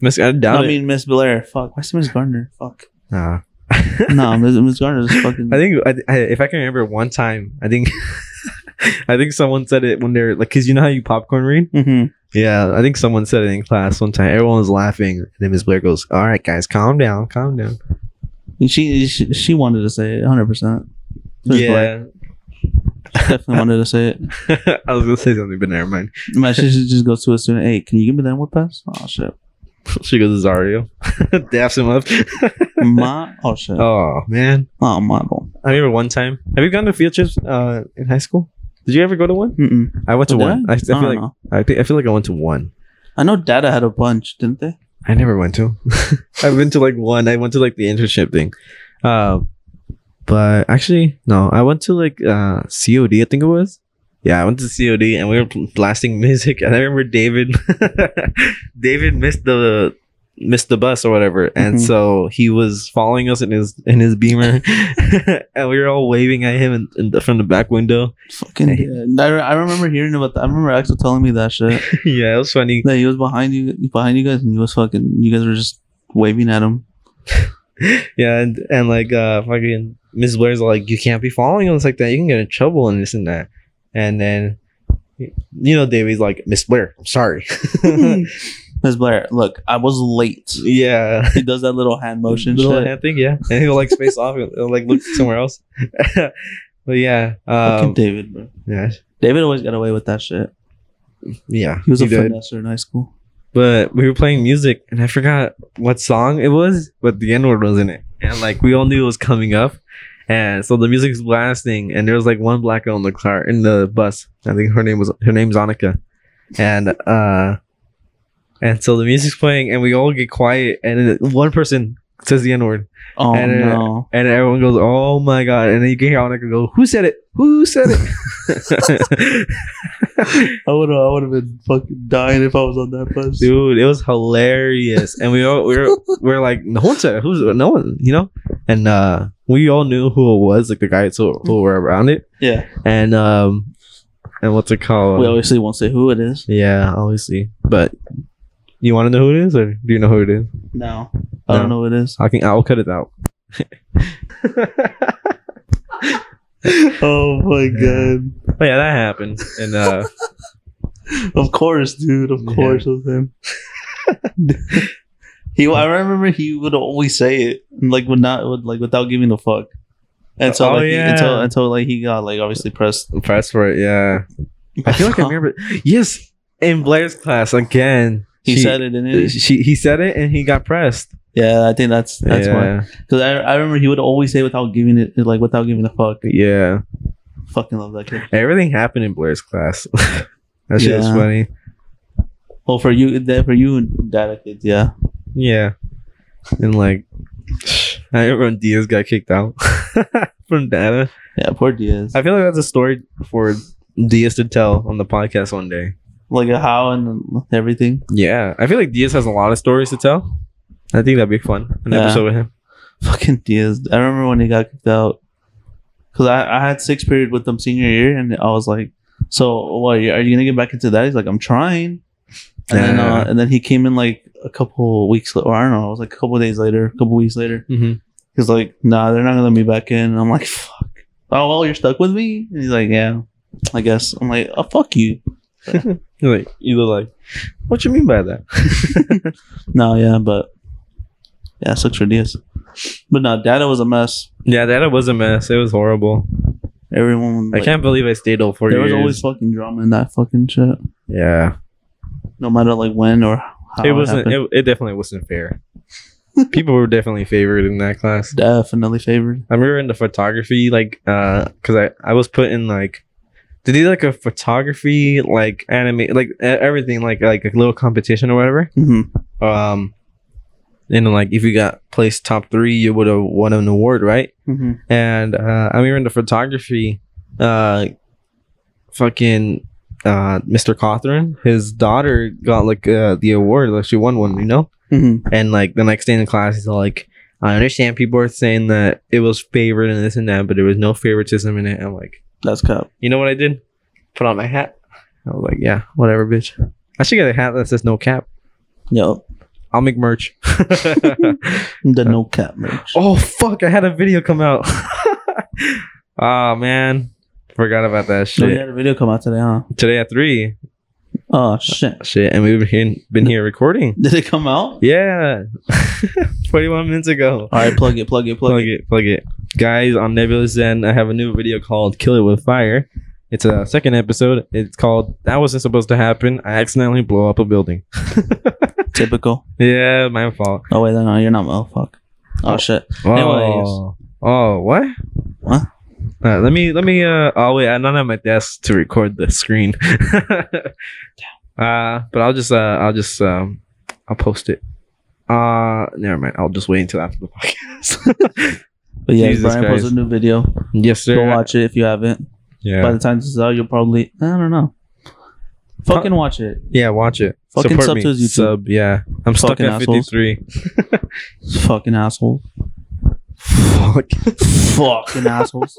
S1: Miss, I doubt
S2: I
S1: it.
S2: mean, Miss Blair. Fuck. Why's Miss Gardner? Fuck.
S1: Nah.
S2: no, Miss, Miss Gardner's fucking.
S1: I think I, I, if I can remember one time, I think I think someone said it when they're like, cause you know how you popcorn read.
S2: hmm
S1: Yeah, I think someone said it in class one time. Everyone was laughing, and then Miss Blair goes, "All right, guys, calm down, calm down."
S2: She, she she wanted to say it 100. percent definitely wanted to say it.
S1: I was gonna say something, but never mind.
S2: Man, she should just go to a student. Hey, can you give me that word pass? Oh shit.
S1: She goes, "Zario," daps him up.
S2: My oh shit.
S1: oh
S2: Oh,
S1: man,
S2: my ball.
S1: I remember one time. Have you gone to field trips uh, in high school? Did you ever go to one?
S2: Mm-mm.
S1: I went to
S2: Did
S1: one. I, I feel
S2: don't
S1: like
S2: know.
S1: I, thi- I feel like I went to one.
S2: I know Dada had a bunch, didn't they?
S1: I never went to. I've been to like one. I went to like the internship thing. Um, but actually, no, I went to like uh COD. I think it was. Yeah, I went to COD and we were pl- blasting music. And I remember David. David missed the missed the bus or whatever, and
S2: Mhm.
S1: so he was following us in his in his Beamer, and we were all waving at him in, in the, from the back window.
S2: Fucking. I, re- I remember hearing about that. I remember Axel telling me that shit.
S1: yeah, it was funny.
S2: that he was behind you, behind you guys, and he was fucking. You guys were just waving at him.
S1: yeah, and, and like uh fucking Miss Blair's like, you can't be following us like that. You can get in trouble and this and that. And then you know, Davy's like, Miss Blair, I'm sorry.
S2: Miss Blair, look, I was late.
S1: yeah.
S2: He does that little hand motion
S1: Little
S2: shit.
S1: hand thing, yeah. And he'll like space off and he'll, like look somewhere else. but yeah.
S2: Fucking
S1: Um
S2: David, bro.
S1: yeah.
S2: David always got away with that shit.
S1: Yeah.
S2: He was
S1: he
S2: a
S1: did.
S2: finesser in high school.
S1: But we were playing music and I forgot what song it was, but the N-word was in it. And like we all knew it was coming up. And so the music's blasting and there was like one black girl in the car in the bus. I think her name was her name's Annika. And uh and so the music's playing and we all get quiet and then one person says the N-word
S2: Oh
S1: And, uh,
S2: no!
S1: and everyone goes, Oh my god. And then you can hear Annika go, Who said it? Who said it?
S2: I would I would have been fucking dying if I was on that bus.
S1: dude it was hilarious and we all we were, we were like no one said it. who's no one you know and uh we all knew who it was like the guys who, who were around it
S2: Yeah,
S1: and um and what's it called
S2: we obviously won't say who it is.
S1: yeah obviously but you want to know who it is or do you know who it is
S2: No, I don't know who it is.
S1: i can i'll cut it out
S2: Oh my
S1: Yeah. but yeah that happened and uh
S2: god! Of course, dude. Of
S1: Yeah.
S2: course, it was him. he, I remember he would always say it, like would not, would like without giving a fuck. And so,
S1: Oh,
S2: like, he-
S1: yeah.
S2: until until like he got like obviously pressed.
S1: press for it yeah i feel like i remember yes in blair's class again
S2: he
S1: she-
S2: said it, didn't he?
S1: she he said it and he got pressed
S2: Yeah, I think that's that's why.
S1: yeah.
S2: Because I, I remember he would always say without giving it like without giving a fuck.
S1: yeah
S2: Fucking love that kid.
S1: everything happened in blair's class that shit was
S2: Yeah.
S1: funny
S2: Well, for you, that for you and data kids, yeah.
S1: yeah and like i remember when diaz got kicked out from data
S2: Yeah, poor Diaz.
S1: i feel like that's a story for diaz to tell on the podcast one day
S2: Like a how and everything.
S1: yeah i feel like diaz has a lot of stories to tell i think that'd be fun an
S2: Yeah.
S1: episode with him
S2: Fucking Diaz. I remember when he got kicked out. Cause I, I had sixth period with them senior year, and I was like, "So what? Are you, are you gonna get back into that?" He's like, "I'm trying." And then uh,
S1: Yeah.
S2: and then he came in like a couple weeks, la- or I don't know, it was like a couple days later, a couple weeks later.
S1: mm-hmm.
S2: He's like, "Nah, they're not gonna let me back in." And I'm like, "Fuck." Oh well, you're stuck with me. And he's like, "Yeah, I guess." I'm like, "Oh fuck you."
S1: You're like you look like, what you mean by that?
S2: No, yeah, but yeah, sucks for Diaz. But no, data was a mess.
S1: Yeah, that was a mess. It was horrible.
S2: Everyone, like,
S1: I can't believe I stayed all four
S2: There
S1: years.
S2: was always fucking drama in that fucking shit.
S1: yeah,
S2: No matter like when or how
S1: it
S2: it
S1: wasn't.
S2: happened.
S1: It, it definitely wasn't fair. People were definitely favored in that class.
S2: definitely favored.
S1: I remember in the photography, like, uh, cause I, I was put in like, they did like a photography, like anime, like e- everything, like, like a little competition or whatever.
S2: hmm
S1: Um, and like, if you got placed top three, you would have won an award, right?
S2: hmm
S1: And, uh, I remember in the photography, uh, fucking, uh, Mr. Cawthorn, his daughter got like, uh, the award, like she won one, you know?
S2: hmm
S1: And like the next day in class, he's all like, I understand people are saying that it was favored and this and that, but there was no favoritism in it. I'm like,
S2: That's cup.
S1: you know what I did? Put on my hat. I was like, yeah, whatever, bitch. I should get a hat that says no cap.
S2: Yo,
S1: I'll make merch.
S2: the no cap merch.
S1: oh, fuck. I had a video come out. oh, man. Forgot about that
S2: No,
S1: shit.
S2: we had a video come out today, huh?
S1: Today at three.
S2: Oh shit!
S1: Shit. And we've been here, been here recording.
S2: Did it come out?
S1: Yeah. 41 minutes ago.
S2: All right, plug it, plug it, plug,
S1: plug
S2: it.
S1: it, plug it. Guys, on Nebula Zen, I have a new video called Kill It With Fire. It's a second episode. It's called That Wasn't Supposed to Happen. I accidentally blow up a building.
S2: Typical.
S1: Yeah, my fault.
S2: Oh wait, no, you're not. Oh fuck. Oh shit. Anyways.
S1: Oh, oh what?
S2: What?
S1: Uh, let me, let me, uh, oh wait, I'm not at my desk to record the screen. uh, but I'll just, uh, I'll just, um, I'll post it. Uh, never mind. I'll just wait until after the podcast.
S2: But yeah,
S1: Jesus
S2: Brian posted
S1: Christ.
S2: a new video.
S1: yes, sir.
S2: Go watch it if you haven't.
S1: Yeah.
S2: By the time this is out, you'll probably I don't know. Fucking watch it.
S1: Yeah, watch it.
S2: Fucking sub to his YouTube.
S1: Sub, yeah. I'm stuck
S2: Fucking
S1: at
S2: assholes.
S1: 53.
S2: Fucking asshole.
S1: Fuck.
S2: Fucking assholes.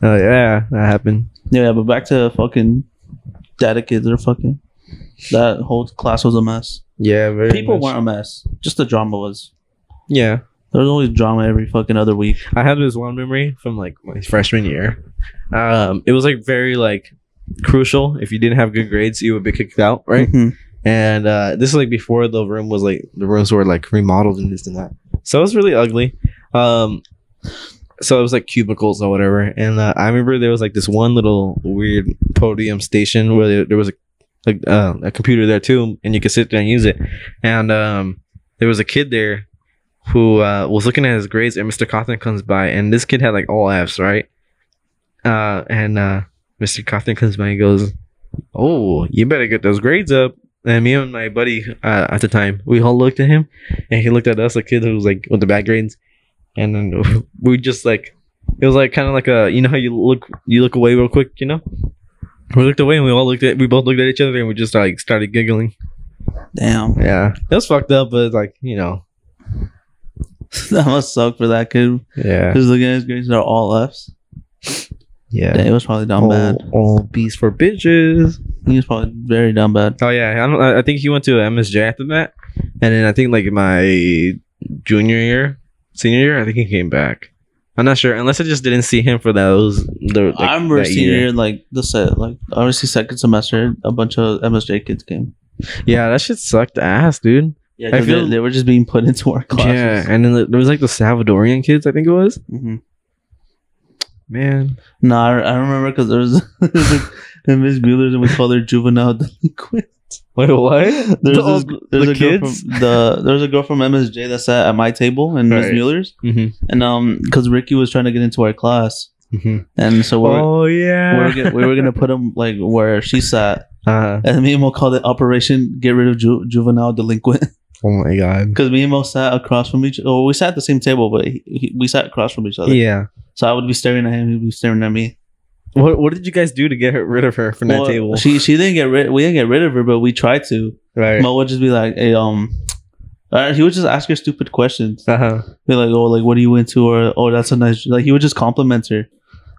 S1: Oh yeah, that happened.
S2: Yeah, yeah, but back to fucking data kids. They're fucking. That whole class was a mess.
S1: Yeah, very.
S2: People
S1: much.
S2: weren't a mess. Just the drama was.
S1: Yeah,
S2: There was always drama every fucking other week.
S1: I have this one memory from like my freshman year. Um, it was like very like crucial. If you didn't have good grades, you would be kicked out, right?
S2: Mhm.
S1: And uh, this is like before the room was like the rooms were like remodeled and this and that. So it was really ugly. Um, so it was like cubicles or whatever. And uh, I remember there was like this one little weird podium station where there, there was a like uh, a computer there too, and you could sit there and use it. And um, there was a kid there who uh, was looking at his grades, and Mr. Cawthon comes by, and this kid had like all Fs, right? Uh, and uh, Mr. Cawthon comes by and goes, "Oh, you better get those grades up." And me and my buddy uh, at the time, we all looked at him, and he looked at us, a kid who was like with the bad grades, and then we just like, it was like kind of like a, you know how you look, you look away real quick, you know. We looked away and we all looked at, we both looked at each other and we just like started giggling.
S2: Damn.
S1: Yeah, it was fucked up, but like you know,
S2: that must suck for that kid.
S1: yeah,
S2: Because the guy's grades are all Fs.
S1: yeah.
S2: Yeah, he was probably dumb
S1: all,
S2: bad.
S1: all bees for bitches.
S2: He was probably very dumb bad.
S1: Oh yeah, I don't. I I think he went to MSJ after that, and then I think like my junior year, senior year, I think he came back. I'm not sure, unless I just didn't see him for those. The, like,
S2: I remember
S1: that
S2: senior
S1: year.
S2: year, like the set, like obviously second semester, a bunch of MSJ kids came.
S1: Yeah, that shit sucked ass, dude.
S2: Yeah,
S1: I
S2: 'cause they-
S1: feel-
S2: they, were just being put into our
S1: Yeah,
S2: classes.
S1: and then there was like the Salvadorian kids, I think it was.
S2: hmm
S1: Man,
S2: No, I, I remember because there was and Miss Bueller's, and we called her juvenile delinquent.
S1: wait, what?
S2: There's
S1: The
S2: this,
S1: old-
S2: there's
S1: the
S2: a girl
S1: kids?
S2: from the there's a girl from MSJ that sat at my table and Miss
S1: Right.
S2: Mueller's,
S1: hmm
S2: and um, because Ricky was trying to get into our class,
S1: hmm
S2: and so we were,
S1: Oh
S2: we, were
S1: yeah.
S2: gonna, we were gonna put him like where she sat,
S1: uh,
S2: and me and Mo called it Operation Get Rid of Ju- Juvenile Delinquent.
S1: oh my god.
S2: Because me and Mo sat across from each. Oh, we sat at the same table, but he, he, we sat across from each other.
S1: Yeah.
S2: So I would be staring at him. He'd be staring at me.
S1: What What did you guys do to get her, rid of her from
S2: Well,
S1: that table?
S2: She she didn't get rid. We didn't get rid of her, but we tried to.
S1: right.
S2: Mo would just be like, "Hey, um," uh, he would just ask her stupid questions.
S1: Uh huh.
S2: Be like, "Oh, like what are you into?" Or "Oh, that's a nice." Like he would just compliment her.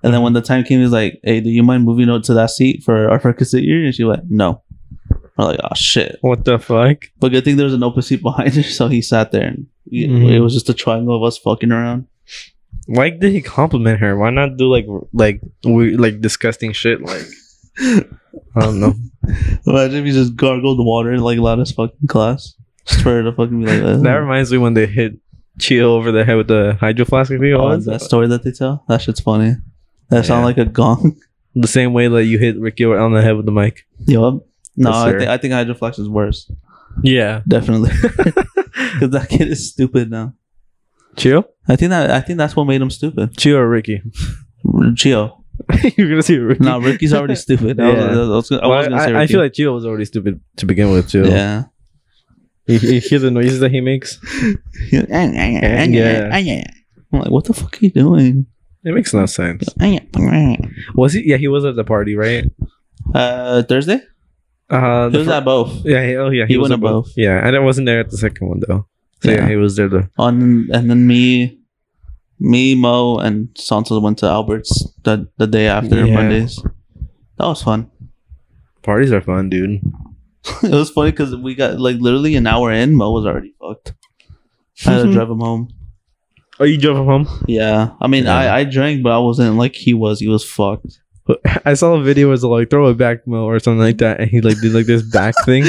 S2: And then when the time came, he's like, "Hey, do you mind moving out to that seat for our first sit here?" And she went, "No." I'm like, "Oh shit!"
S1: What the fuck?
S2: But good thing there was an open seat behind her, so he sat there, and we-
S1: Mhm.
S2: it was just a triangle of us fucking around.
S1: Why did he compliment her? Why not do like like we like disgusting shit? Like I don't know.
S2: Imagine if you just gargled water like loud as fucking class. Just for her to fucking be like, uh, "Ugh."
S1: That reminds me when they hit Chill over the head with the hydro flask. I think it
S2: Oh,
S1: was.
S2: that story that they tell. That shit's funny. That sound
S1: Yeah.
S2: like a gong.
S1: the same way that you hit Ricky on the head with the mic.
S2: Yo, no,
S1: Yes,
S2: I
S1: sir.
S2: think I think hydroflex is worse.
S1: Yeah.
S2: Definitely, because that kid is stupid now.
S1: Chill?
S2: I think that I think that's what made him stupid.
S1: Chill or Ricky?
S2: Gio.
S1: You're going to see Ricky.
S2: No, Ricky's already stupid. I was-
S1: Yeah.
S2: I was, I was gonna- I
S1: Well,
S2: was gonna say
S1: I, I
S2: Ricky.
S1: feel like Chill was already stupid to begin with, too.
S2: yeah.
S1: You, you hear the noises that he makes?
S2: yeah. I'm like, what the fuck are you doing?
S1: It makes no sense. Was he? Yeah, he was at the party, right?
S2: Uh, Thursday?
S1: Uh, the
S2: Who's
S1: fir-
S2: that both?
S1: Yeah, he- oh yeah,
S2: He
S1: was at
S2: went to both.
S1: Yeah, and I wasn't there at the second one though. So yeah,
S2: Yeah.
S1: he was there though.
S2: On and then me, me, Mo, and Santos went to Albert's the the day after
S1: Yeah.
S2: Mondays. That was fun.
S1: Parties are fun, dude.
S2: it was funny because we got like literally an hour in, Mo was already fucked. I had to drive him home.
S1: Oh, you drove him home?
S2: Yeah, I mean, I I drank, but I wasn't like he was. He was fucked.
S1: I saw a video where it's like throw it back mo or something like that, and he like did like this back thing.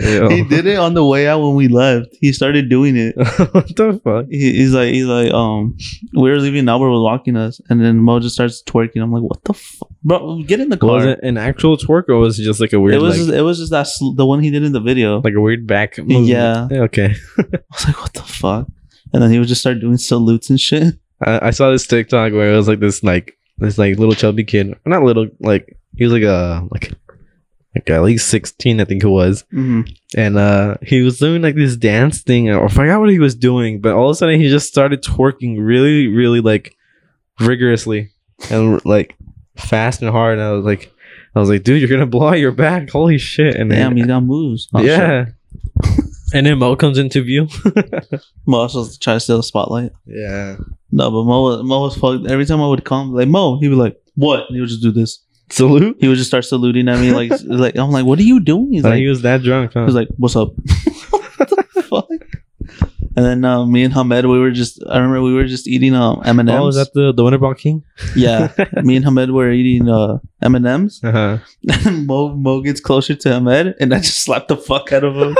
S1: Yo.
S2: he did it on the way out when we left. He started doing it.
S1: what the fuck?
S2: He, he's like, he's like, um, we were leaving. Albert was walking us, and then Mo just starts twerking. I'm like, what the fuck, bro? Get in the car.
S1: Was it an actual twerk or was it just like a weird
S2: it was
S1: like,
S2: just, it was just that sl- the one he did in the video.
S1: like a weird back? Movement?
S2: Yeah.
S1: Okay.
S2: I was like, what the fuck? And then he would just start doing salutes and shit.
S1: I, I saw this TikTok where it was like this like this like little chubby kid, not little like he was like a like like at least sixteen I think it was,
S2: Mm-hmm.
S1: and uh he was doing like this dance thing or I forgot what he was doing, but all of a sudden he just started twerking really really like rigorously and like fast and hard, and I was like. I was like, dude, you're gonna blow out your back. Holy shit. And
S2: Damn,
S1: then,
S2: he got moves. Oh, shit.
S1: yeah. and then Mo comes into view.
S2: Mo also tried to steal the spotlight.
S1: Yeah.
S2: No, but Mo was, Mo was fucked. Every time I would come, like Mo, he'd be like, "What?" And he would just do this.
S1: Salute.
S2: He would just start saluting at me, like, like I'm like, "What are you doing?" He's
S1: Oh,
S2: like,
S1: he
S2: he
S1: was that drunk, huh?
S2: was like, "What's up?" what the fuck? And then uh, me and Hamed, we were just, I remember we were just eating um M and
S1: oh, is
S2: M's.
S1: that the, the Winterbound King?
S2: Yeah, me and Hamed were eating uh M and M's.
S1: Uh-huh.
S2: And Mo Mo gets closer to Hamed, and I just slapped the fuck out of him.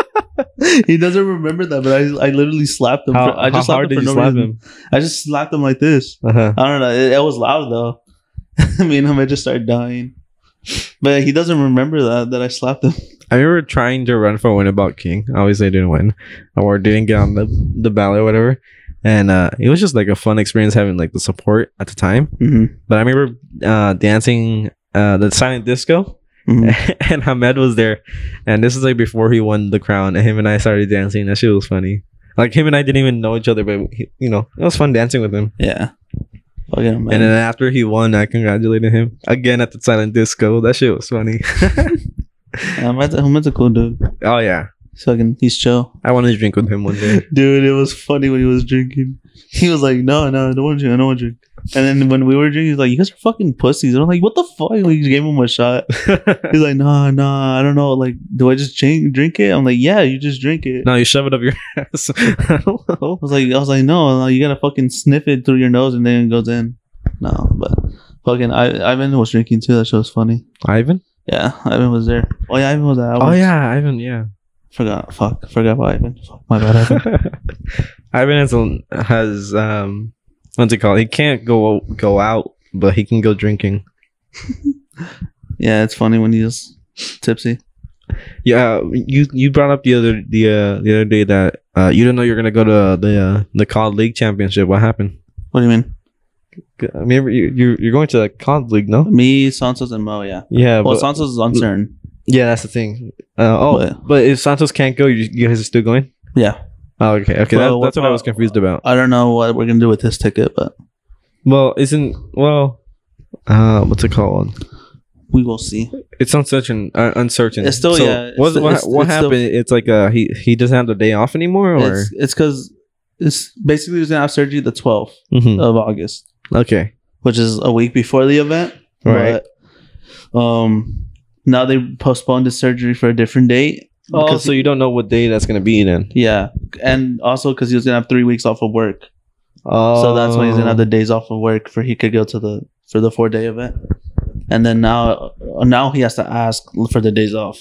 S2: he doesn't remember that, but I, I literally slapped him.
S1: How,
S2: for- I just
S1: how
S2: slapped
S1: hard
S2: him
S1: did
S2: for
S1: you
S2: no
S1: slap
S2: reason.
S1: him?
S2: I just slapped him like this.
S1: Uh-huh.
S2: I don't know. It, it was loud though. Me and him had just started dying. But he doesn't remember that that I slapped him.
S1: I remember trying to run for Winterbound King. Obviously, I didn't win or didn't get on the, the ballot or whatever. And uh, it was just like a fun experience having like the support at the time. But I remember uh, dancing uh, the silent disco and Hamed was there. And this is like before he won the crown. And him and I started dancing. That shit was funny. Like him and I didn't even know each other, but he, you know, it was fun dancing with him.
S2: Yeah. Fucking man.
S1: And then after he won, I congratulated him again at the silent disco. That shit was funny.
S2: I'm at the, I'm at the cool dude.
S1: oh, yeah.
S2: He's fucking he's chill.
S1: I wanted to drink with him one day.
S2: Dude, it was funny when he was drinking. He was like, No, no, I don't want to drink, I don't want to drink. And then when we were drinking, he's like, You guys are fucking pussies. And I'm like, What the fuck? We just gave him a shot. He's like, Nah, nah, I don't know. Like, do I just drink drink it? I'm like, Yeah, you just drink it.
S1: No, you shove it up your ass. I don't know.
S2: I was like, I was like, no, no, you gotta fucking sniff it through your nose and then it goes in. No, but fucking I, Ivan was drinking too. That show was funny.
S1: Ivan?
S2: Yeah, Ivan was there. Oh yeah, Ivan was there.
S1: Oh yeah, Ivan. Yeah,
S2: forgot. Fuck, forgot about Ivan. Fuck, my bad, Ivan.
S1: Ivan has a- has um, what's it called? He can't go go out, but he can go drinking.
S2: yeah, it's funny when he's tipsy.
S1: Yeah, you you brought up the other the uh, the other day that uh, you didn't know you're gonna go to the uh, the COD League Championship. What happened?
S2: What do you mean?
S1: Remember, you you're, you're going to the COD League, no?
S2: Me, Santos, and Mo. Yeah.
S1: Yeah,
S2: Well,
S1: but,
S2: Santos is uncertain.
S1: yeah, that's the thing. Uh, oh,
S2: What?
S1: but if Santos can't go, you, you guys are still going?
S2: Yeah,
S1: Oh, okay, okay, that,
S2: Well, what
S1: that's what I was
S2: about-
S1: confused about.
S2: I don't know what we're gonna do with this ticket, but
S1: Well, isn't well, uh, what's it called?
S2: we will see.
S1: It's uncertain. Uh, uncertain.
S2: It's still- yeah, it's
S1: What,
S2: still-
S1: what,
S2: it's-
S1: what
S2: it's still-
S1: happened? it's like uh, he he doesn't have the day off anymore, or
S2: It's it's because it's basically he's gonna have surgery the 12th
S1: Mhm.
S2: of August.
S1: okay,
S2: which is a week before the event.
S1: Right.
S2: But, um, now they postponed the surgery for a different date.
S1: oh,
S2: because
S1: so
S2: he-
S1: you don't know what day that's gonna be then.
S2: yeah, and also because he was gonna have three weeks off of work,
S1: Oh,
S2: so that's why he's gonna have the days off of work for he could go to the for the four day event. and then now now he has to ask for the days off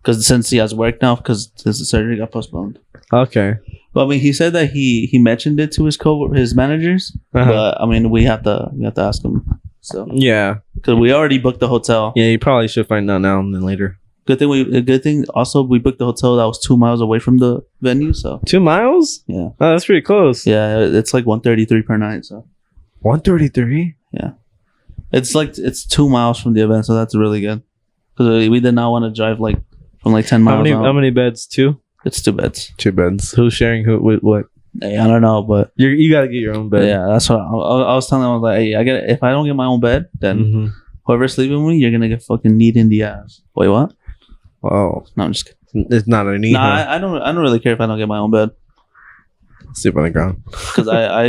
S2: because since he has work now because his surgery got postponed.
S1: Okay.
S2: But I mean, he said that he he mentioned it to his co his managers,
S1: Uh-huh.
S2: but I mean, we have to we have to ask him. So
S1: Yeah.
S2: because we already booked the hotel.
S1: Yeah, you probably should find out now and then later.
S2: Good thing we a good thing also we booked the hotel that was two miles away from the venue. So
S1: Two miles?
S2: Yeah.
S1: Oh, that's pretty close.
S2: yeah, it's like one thirty three per night. So
S1: One thirty three?
S2: it's like it's two miles from the event. So that's really good because we did not want to drive like from like ten miles.
S1: How many
S2: out.
S1: how many beds? Two?
S2: it's two beds.
S1: Two beds. Who's sharing who with what?
S2: Hey, I don't know, but
S1: You you gotta get your own bed.
S2: yeah, that's what I, I- I was telling him. I was like, hey, I get if I don't get my own bed, then
S1: hmm
S2: whoever's sleeping with me, you're gonna get fucking kneed in the ass. Wait, what?
S1: Oh.
S2: No, I'm just kidding.
S1: It's not a knee.
S2: Nah,
S1: huh?
S2: I, I don't. I don't really care if I don't get my own bed
S1: Sleep on the ground.
S2: because I, I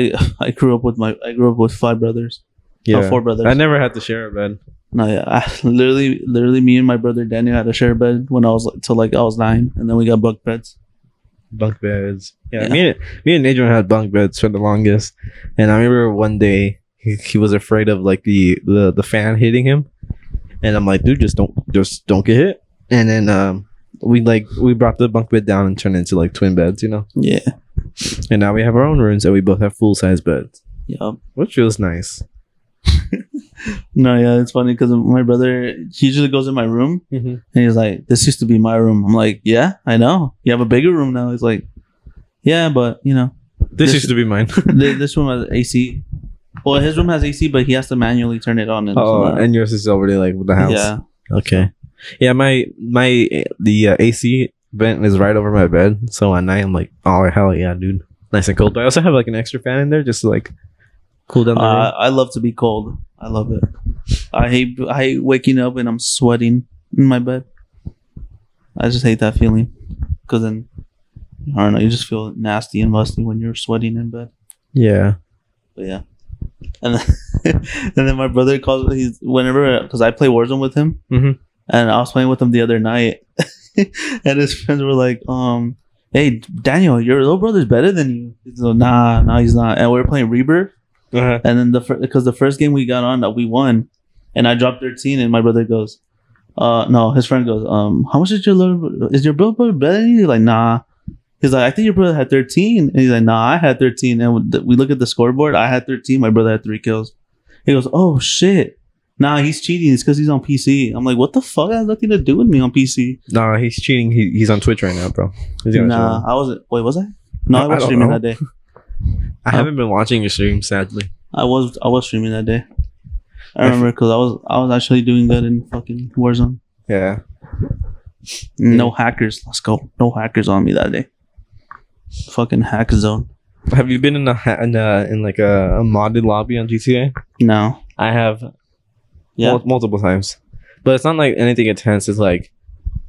S2: I grew up with my I grew up with five brothers,
S1: Yeah.
S2: oh, four brothers.
S1: I never had to share a bed.
S2: No, yeah, I, literally, literally, me and my brother Daniel had to share a bed when I was like till like I was nine, and then we got bunk beds.
S1: bunk beds. Yeah,
S2: Yeah.
S1: me and me and Adrian had bunk beds for the longest, and I remember one day he, he was afraid of like the, the the fan hitting him, and I'm like, dude, just don't just don't get hit. And then um, we like we brought the bunk bed down and turned it into like twin beds, you know.
S2: Yeah,
S1: And now we have our own rooms and we both have full size beds,
S2: yeah.
S1: which feels nice.
S2: No, yeah, it's funny because my brother he usually goes in my room
S1: Mm-hmm.
S2: and he's like, "This used to be my room." I'm like, "Yeah, I know. You have a bigger room now." He's like, "Yeah, but you know,
S1: This,
S2: This-
S1: used to be mine.
S2: th- this room has AC. Well, his room has AC, but he has to manually turn it on." And
S1: oh, and yours is already like with the house.
S2: yeah,
S1: Okay. Yeah, my my the uh, AC vent is right over my bed, so at night I'm like, oh hell yeah, dude, nice and cold. But I also have like an extra fan in there just to like cool down the
S2: uh, I love to be cold. I love it. I hate I hate waking up and I'm sweating in my bed. I just hate that feeling because then I don't know. You just feel nasty and musty when you're sweating in bed.
S1: room. Yeah.
S2: But yeah, and then, and then my brother calls. He's whenever because I play Warzone with him,
S1: Mhm.
S2: and I was playing with him the other night, and his friends were like, "Um, hey Daniel, your little brother's better than you." He's like, "Nah, nah, he's not." And we were playing Rebirth.
S1: Uh-huh.
S2: And then the because the first game we got on that we won, and I dropped thirteen, and my brother goes, "Uh, no." His friend goes, "Um, how much is your little bro- is your little brother better than you?" He's like, "Nah." He's like, "I think your brother had 13. and he's like, "Nah, I had 13. And we- we look at the scoreboard. I had thirteen. My brother had three kills. He goes, "Oh shit." Nah, he's cheating. It's because he's on PC. I'm like, what the fuck? That has nothing to do with me on PC.
S1: Nah, he's cheating. He, he's on Twitch right now, bro. He's gonna
S2: Nah,
S1: chill.
S2: I wasn't. Wait, was I? No, I
S1: I
S2: was
S1: don't
S2: streaming
S1: know.
S2: that day.
S1: I haven't been watching your stream sadly.
S2: I was I was streaming that day. I
S1: I f-
S2: remember because I was I was actually doing good in fucking Warzone.
S1: Yeah.
S2: No hackers. Let's go. No hackers on me that day. Fucking hack zone.
S1: Have you been in a ha- in, a, in like a, a modded lobby on GTA?
S2: No.
S1: I have
S2: Yeah.
S1: mul- multiple times, but it's not like anything intense. It's like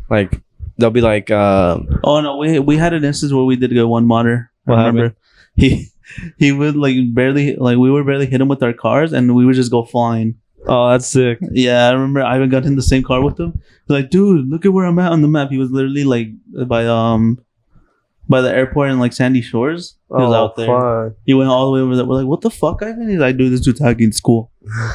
S1: like they'll be like uh,
S2: oh no, we we had an instance where we did get one modder. I
S1: What
S2: He he would like barely like we would barely hit him with our cars and we would just go flying.
S1: oh that's sick.
S2: Yeah, I remember I even got in the same car with him. He's like, dude, look at where I'm at on the map. He was literally like by um by the airport in like Sandy Shores. He was out there.
S1: Oh, Fuck.
S2: He went all the way over there. We're like, what the fuck, Ivan? He's like, dude, this dude's hacking school.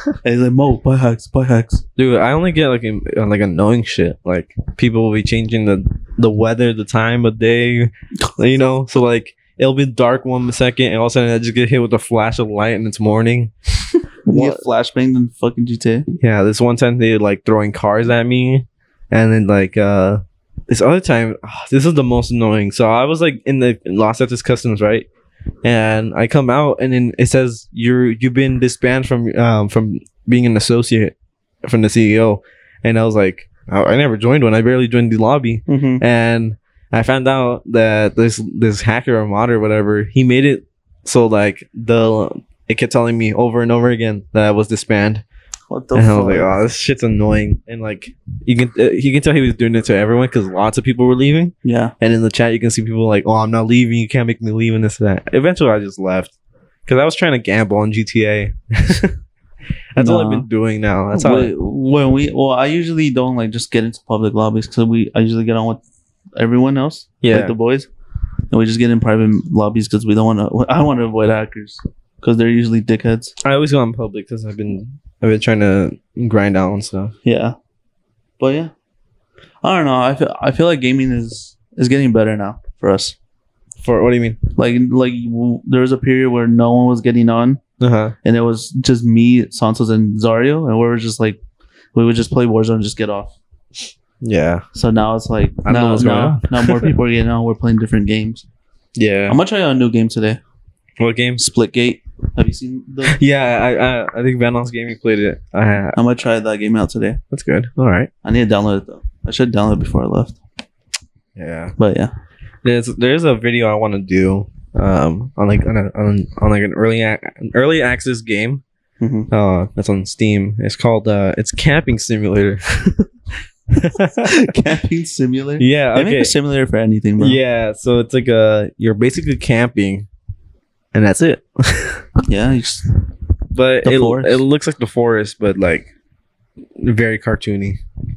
S2: and he's like, Mo, buy hacks, buy hacks.
S1: Dude, I only get like im- uh, like annoying shit. Like people will be changing the the weather, the time of day, you know. So like it'll be dark one second, and all of a sudden I just get hit with a flash of light, and it's morning.
S2: You
S1: What?
S2: get flashbanged in fucking GTA.
S1: Yeah, this one time they were like throwing cars at me, and then like uh this other time, ah, this is the most annoying. So I was like in the in Los Angeles customs, right? And I come out, and then it says you're you've been disbanded from um from being an associate from the CEO, and I was like, I, I never joined one. I barely joined the lobby,
S2: Mm-hmm.
S1: and I found out that this this hacker or mod or whatever he made it so like the it kept telling me over and over again that I was disbanded
S2: What the
S1: and I
S2: fuck?
S1: was like, oh, this shit's annoying. And like, you can uh, you can tell he was doing it to everyone because lots of people were leaving.
S2: yeah.
S1: And in the chat, you can see people like, oh, I'm not leaving. You can't make me leave and this and that. Eventually, I just left because I was trying to gamble on GTA. That's all I've
S2: Nah.
S1: been doing now. That's how. I,
S2: Wh- when we, well, I usually don't like just get into public lobbies because we, I usually get on with everyone else,
S1: Yeah.
S2: like the boys, and we just get in private lobbies because we don't want to. I want to avoid hackers because they're usually dickheads.
S1: I always go in public because I've been I've been trying to grind out on stuff.
S2: Yeah, but yeah, I don't know. I feel I feel like gaming is is getting better now for us.
S1: For what do you mean?
S2: Like like w- there was a period where no one was getting on,
S1: Uh huh.
S2: and it was just me, Santos, and Zario, and we were just like we would just play Warzone and just get off.
S1: Yeah.
S2: So now it's like
S1: I don't know
S2: now,
S1: what's going
S2: now,
S1: on.
S2: now more people are getting on. We're playing different games.
S1: Yeah.
S2: I'm gonna try out a new game today.
S1: What games?
S2: Splitgate. Have you seen? The,
S1: Yeah, I I, I think Vanoss Gaming played it. I,
S2: I'm gonna try that game out today.
S1: that's good. All right.
S2: I need to download it though. I should download it before I left.
S1: Yeah.
S2: But yeah,
S1: There's there's a video I want to do um on like on a, on, on like an early ac- an early access game
S2: Mhm.
S1: uh that's on Steam. It's called uh it's Camping Simulator.
S2: camping simulator.
S1: yeah.
S2: They make
S1: Okay.
S2: a simulator for anything, bro.
S1: Yeah. So it's like uh you're basically camping, and that's it.
S2: yeah. you just-
S1: But
S2: The
S1: it
S2: forest.
S1: it looks like the forest, but like very cartoony.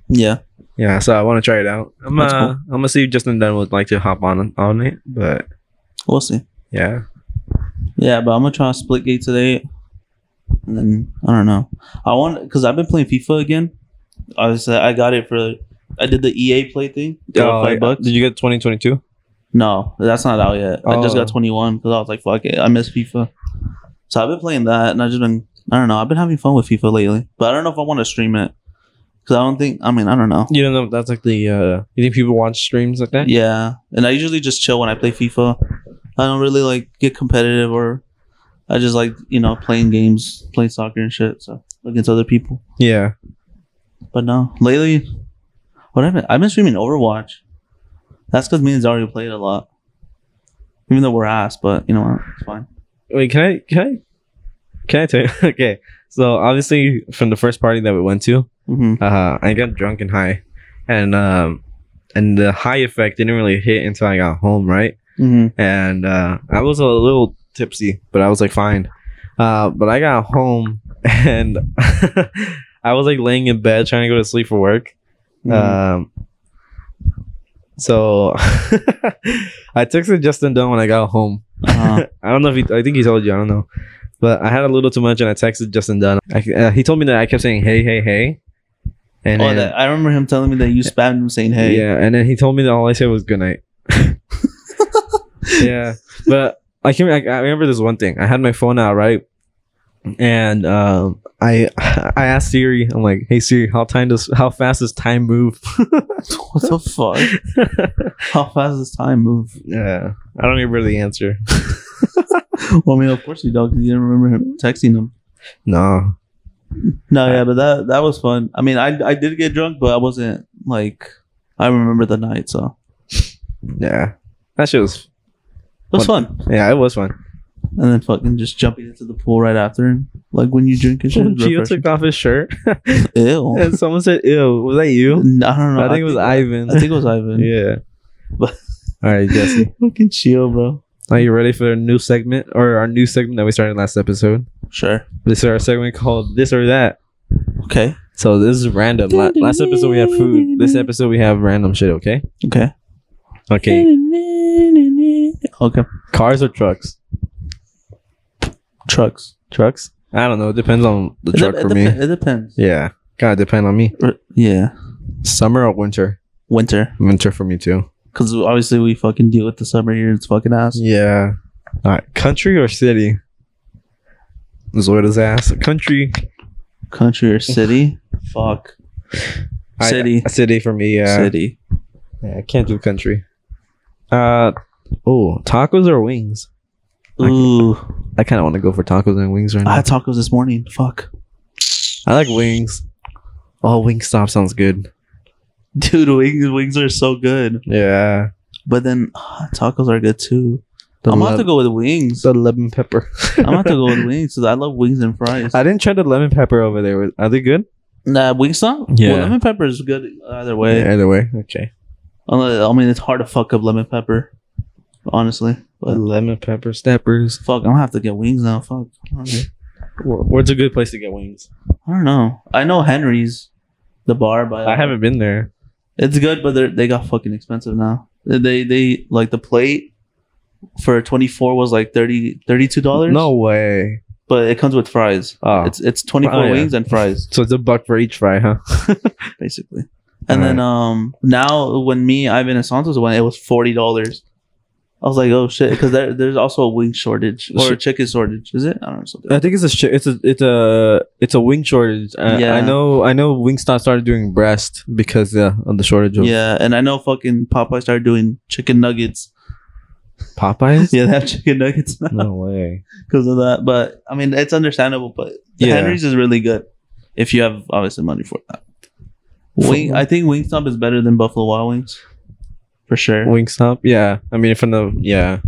S2: yeah.
S1: Yeah, so I want to try it out. I'm
S2: That's
S1: uh,
S2: cool.
S1: I'm gonna see if Justin Dunn would like to hop on on it, but
S2: We'll see.
S1: yeah,
S2: Yeah, but I'm gonna try Splitgate today, and then I don't know. I want because I've been playing FIFA again. I was I got it for I did the EA play thing. for five bucks.
S1: Oh, Did you get 2022?
S2: No, that's not out yet. I just got
S1: Oh.
S2: 21 because I was like, fuck it, I miss FIFA. So I've been playing that, and I just been, I don't know, I've been having fun with FIFA lately, but I don't know if I want to stream it because I don't think, I mean, I don't know.
S1: You don't know that's like the uh, you think people watch streams like that?
S2: Yeah, and I usually just chill when I play FIFA. I don't really like get competitive or I just like you know playing games, playing soccer and shit. So against other people,
S1: yeah.
S2: but no, lately, what I've been, I've been streaming Overwatch. That's because me and Zario played a lot, even though we're ass. But you know what, it's fine.
S1: Wait, can I can I can I tell you? okay, so obviously from the first party that we went to,
S2: hmm
S1: uh, I got drunk and high, and um, and the high effect didn't really hit until I got home, right?
S2: hmm
S1: and uh, I was a little tipsy, but I was like fine. Uh, but I got home and I was like laying in bed trying to go to sleep for work.
S2: Mm-hmm.
S1: Um, so I texted Justin Dunn when I got home.
S2: Uh-huh.
S1: I don't know if he, I think he told you. I don't know, but I had a little too much and I texted Justin Dunn. I, uh, he told me that I kept saying hey hey hey, and
S2: oh,
S1: then-
S2: that, I remember him telling me that you spammed him saying, "Hey,
S1: yeah, and then he told me that all I said was good night. yeah, but I can I, I remember this one thing. I had my phone out right, and um, I I asked Siri. I'm like, "Hey Siri, how time does how fast does time move?"
S2: what the fuck? How fast does time move?"
S1: yeah, I don't remember the answer.
S2: well, I mean, of course you don't, because you didn't remember him texting him.
S1: No.
S2: No, yeah, but that that was fun. I mean, I I did get drunk, but I wasn't like I remember the night, so
S1: Yeah, that shit was
S2: it was fun.
S1: yeah, it was fun.
S2: And then fucking just jumping into the pool right after, and, like when you drink and shit. it's
S1: Gio
S2: refreshing.
S1: took off his shirt,
S2: Ew.
S1: and someone said, "Ew, was that
S2: I
S1: you?"
S2: don't know.
S1: I think it was Ivan.
S2: I think it was Ivan.
S1: yeah.
S2: But-
S1: All right, Jesse.
S2: fucking chill, bro.
S1: Are you ready for a new segment or our new segment that we started last episode?
S2: Sure.
S1: This is our segment called This or That.
S2: Okay.
S1: So this is random. La- last episode we had food. This episode we have random shit, okay?
S2: Okay.
S1: Okay.
S2: Okay.
S1: Cars or trucks?
S2: Trucks.
S1: Trucks? I don't know. It depends on the
S2: It
S1: truck
S2: dep-
S1: for
S2: it,
S1: me.
S2: dep- it depends.
S1: Yeah. Gotta depend on me.
S2: R- Yeah.
S1: Summer or winter?
S2: Winter,
S1: Winter for me too.
S2: because obviously we fucking deal with the summer here. It's fucking ass.
S1: Yeah. All right. Country or city? Zoida's ass. Country.
S2: Country or city? Fuck.
S1: I-
S2: City.
S1: city for me. Yeah.
S2: City.
S1: Yeah, I can't do country. Uh oh, tacos or wings? I-
S2: Ooh,
S1: I kind of want to go for tacos and wings right now.
S2: I
S1: I,
S2: had tacos this morning. Fuck,
S1: like wings. Oh, Wingstop sounds good.
S2: dude, wings wings are so good.
S1: Yeah,
S2: But then ah, tacos are good too.
S1: the
S2: I'm
S1: lem-
S2: about to go with wings.
S1: the lemon pepper.
S2: I'm about to go with wings because I love wings and fries.
S1: I didn't try the lemon pepper over there. Are they good?
S2: Nah, Wingstop.
S1: Yeah.
S2: well, lemon pepper is good either way.
S1: Yeah, either way, okay.
S2: Unless, I mean, it's hard to fuck up lemon pepper, honestly. But
S1: lemon pepper steppers.
S2: fuck, I'm gonna have to get wings now. Fuck, I'm hungry.
S1: Where's a good place to get wings?
S2: I don't know. I know Henry's, the bar, but
S1: I haven't been there.
S2: It's good, but they they got fucking expensive now. They they like the plate for twenty four was like 30 32 dollars.
S1: No way.
S2: but it comes with fries.
S1: Ah.
S3: Oh,
S2: It's it's twenty four
S3: Oh, yeah.
S2: wings and fries
S3: so it's a buck for each fry, huh?
S2: basically. And then um now when me Ivan and Santos went, it was forty dollars. I was like, oh shit, because there, there's also a wing shortage or a
S3: Shit.
S2: chicken shortage, is it? I don't know something.
S1: I think it's a sh- it's a it's a it's a wing shortage. I,
S2: Yeah.
S1: I know I know Wingstop started doing breast because yeah, of the shortage of
S2: Yeah, and I know fucking Popeye started doing chicken nuggets.
S1: Popeyes.
S2: Yeah, they have chicken nuggets now
S1: No way.
S2: because of that. But I mean, it's understandable. But the
S1: Yeah.
S2: Henry's is really good if you have obviously money for that. Wing, I think Wingstop is better than Buffalo Wild Wings for sure.
S1: Wingstop. Yeah. I mean, from the yeah.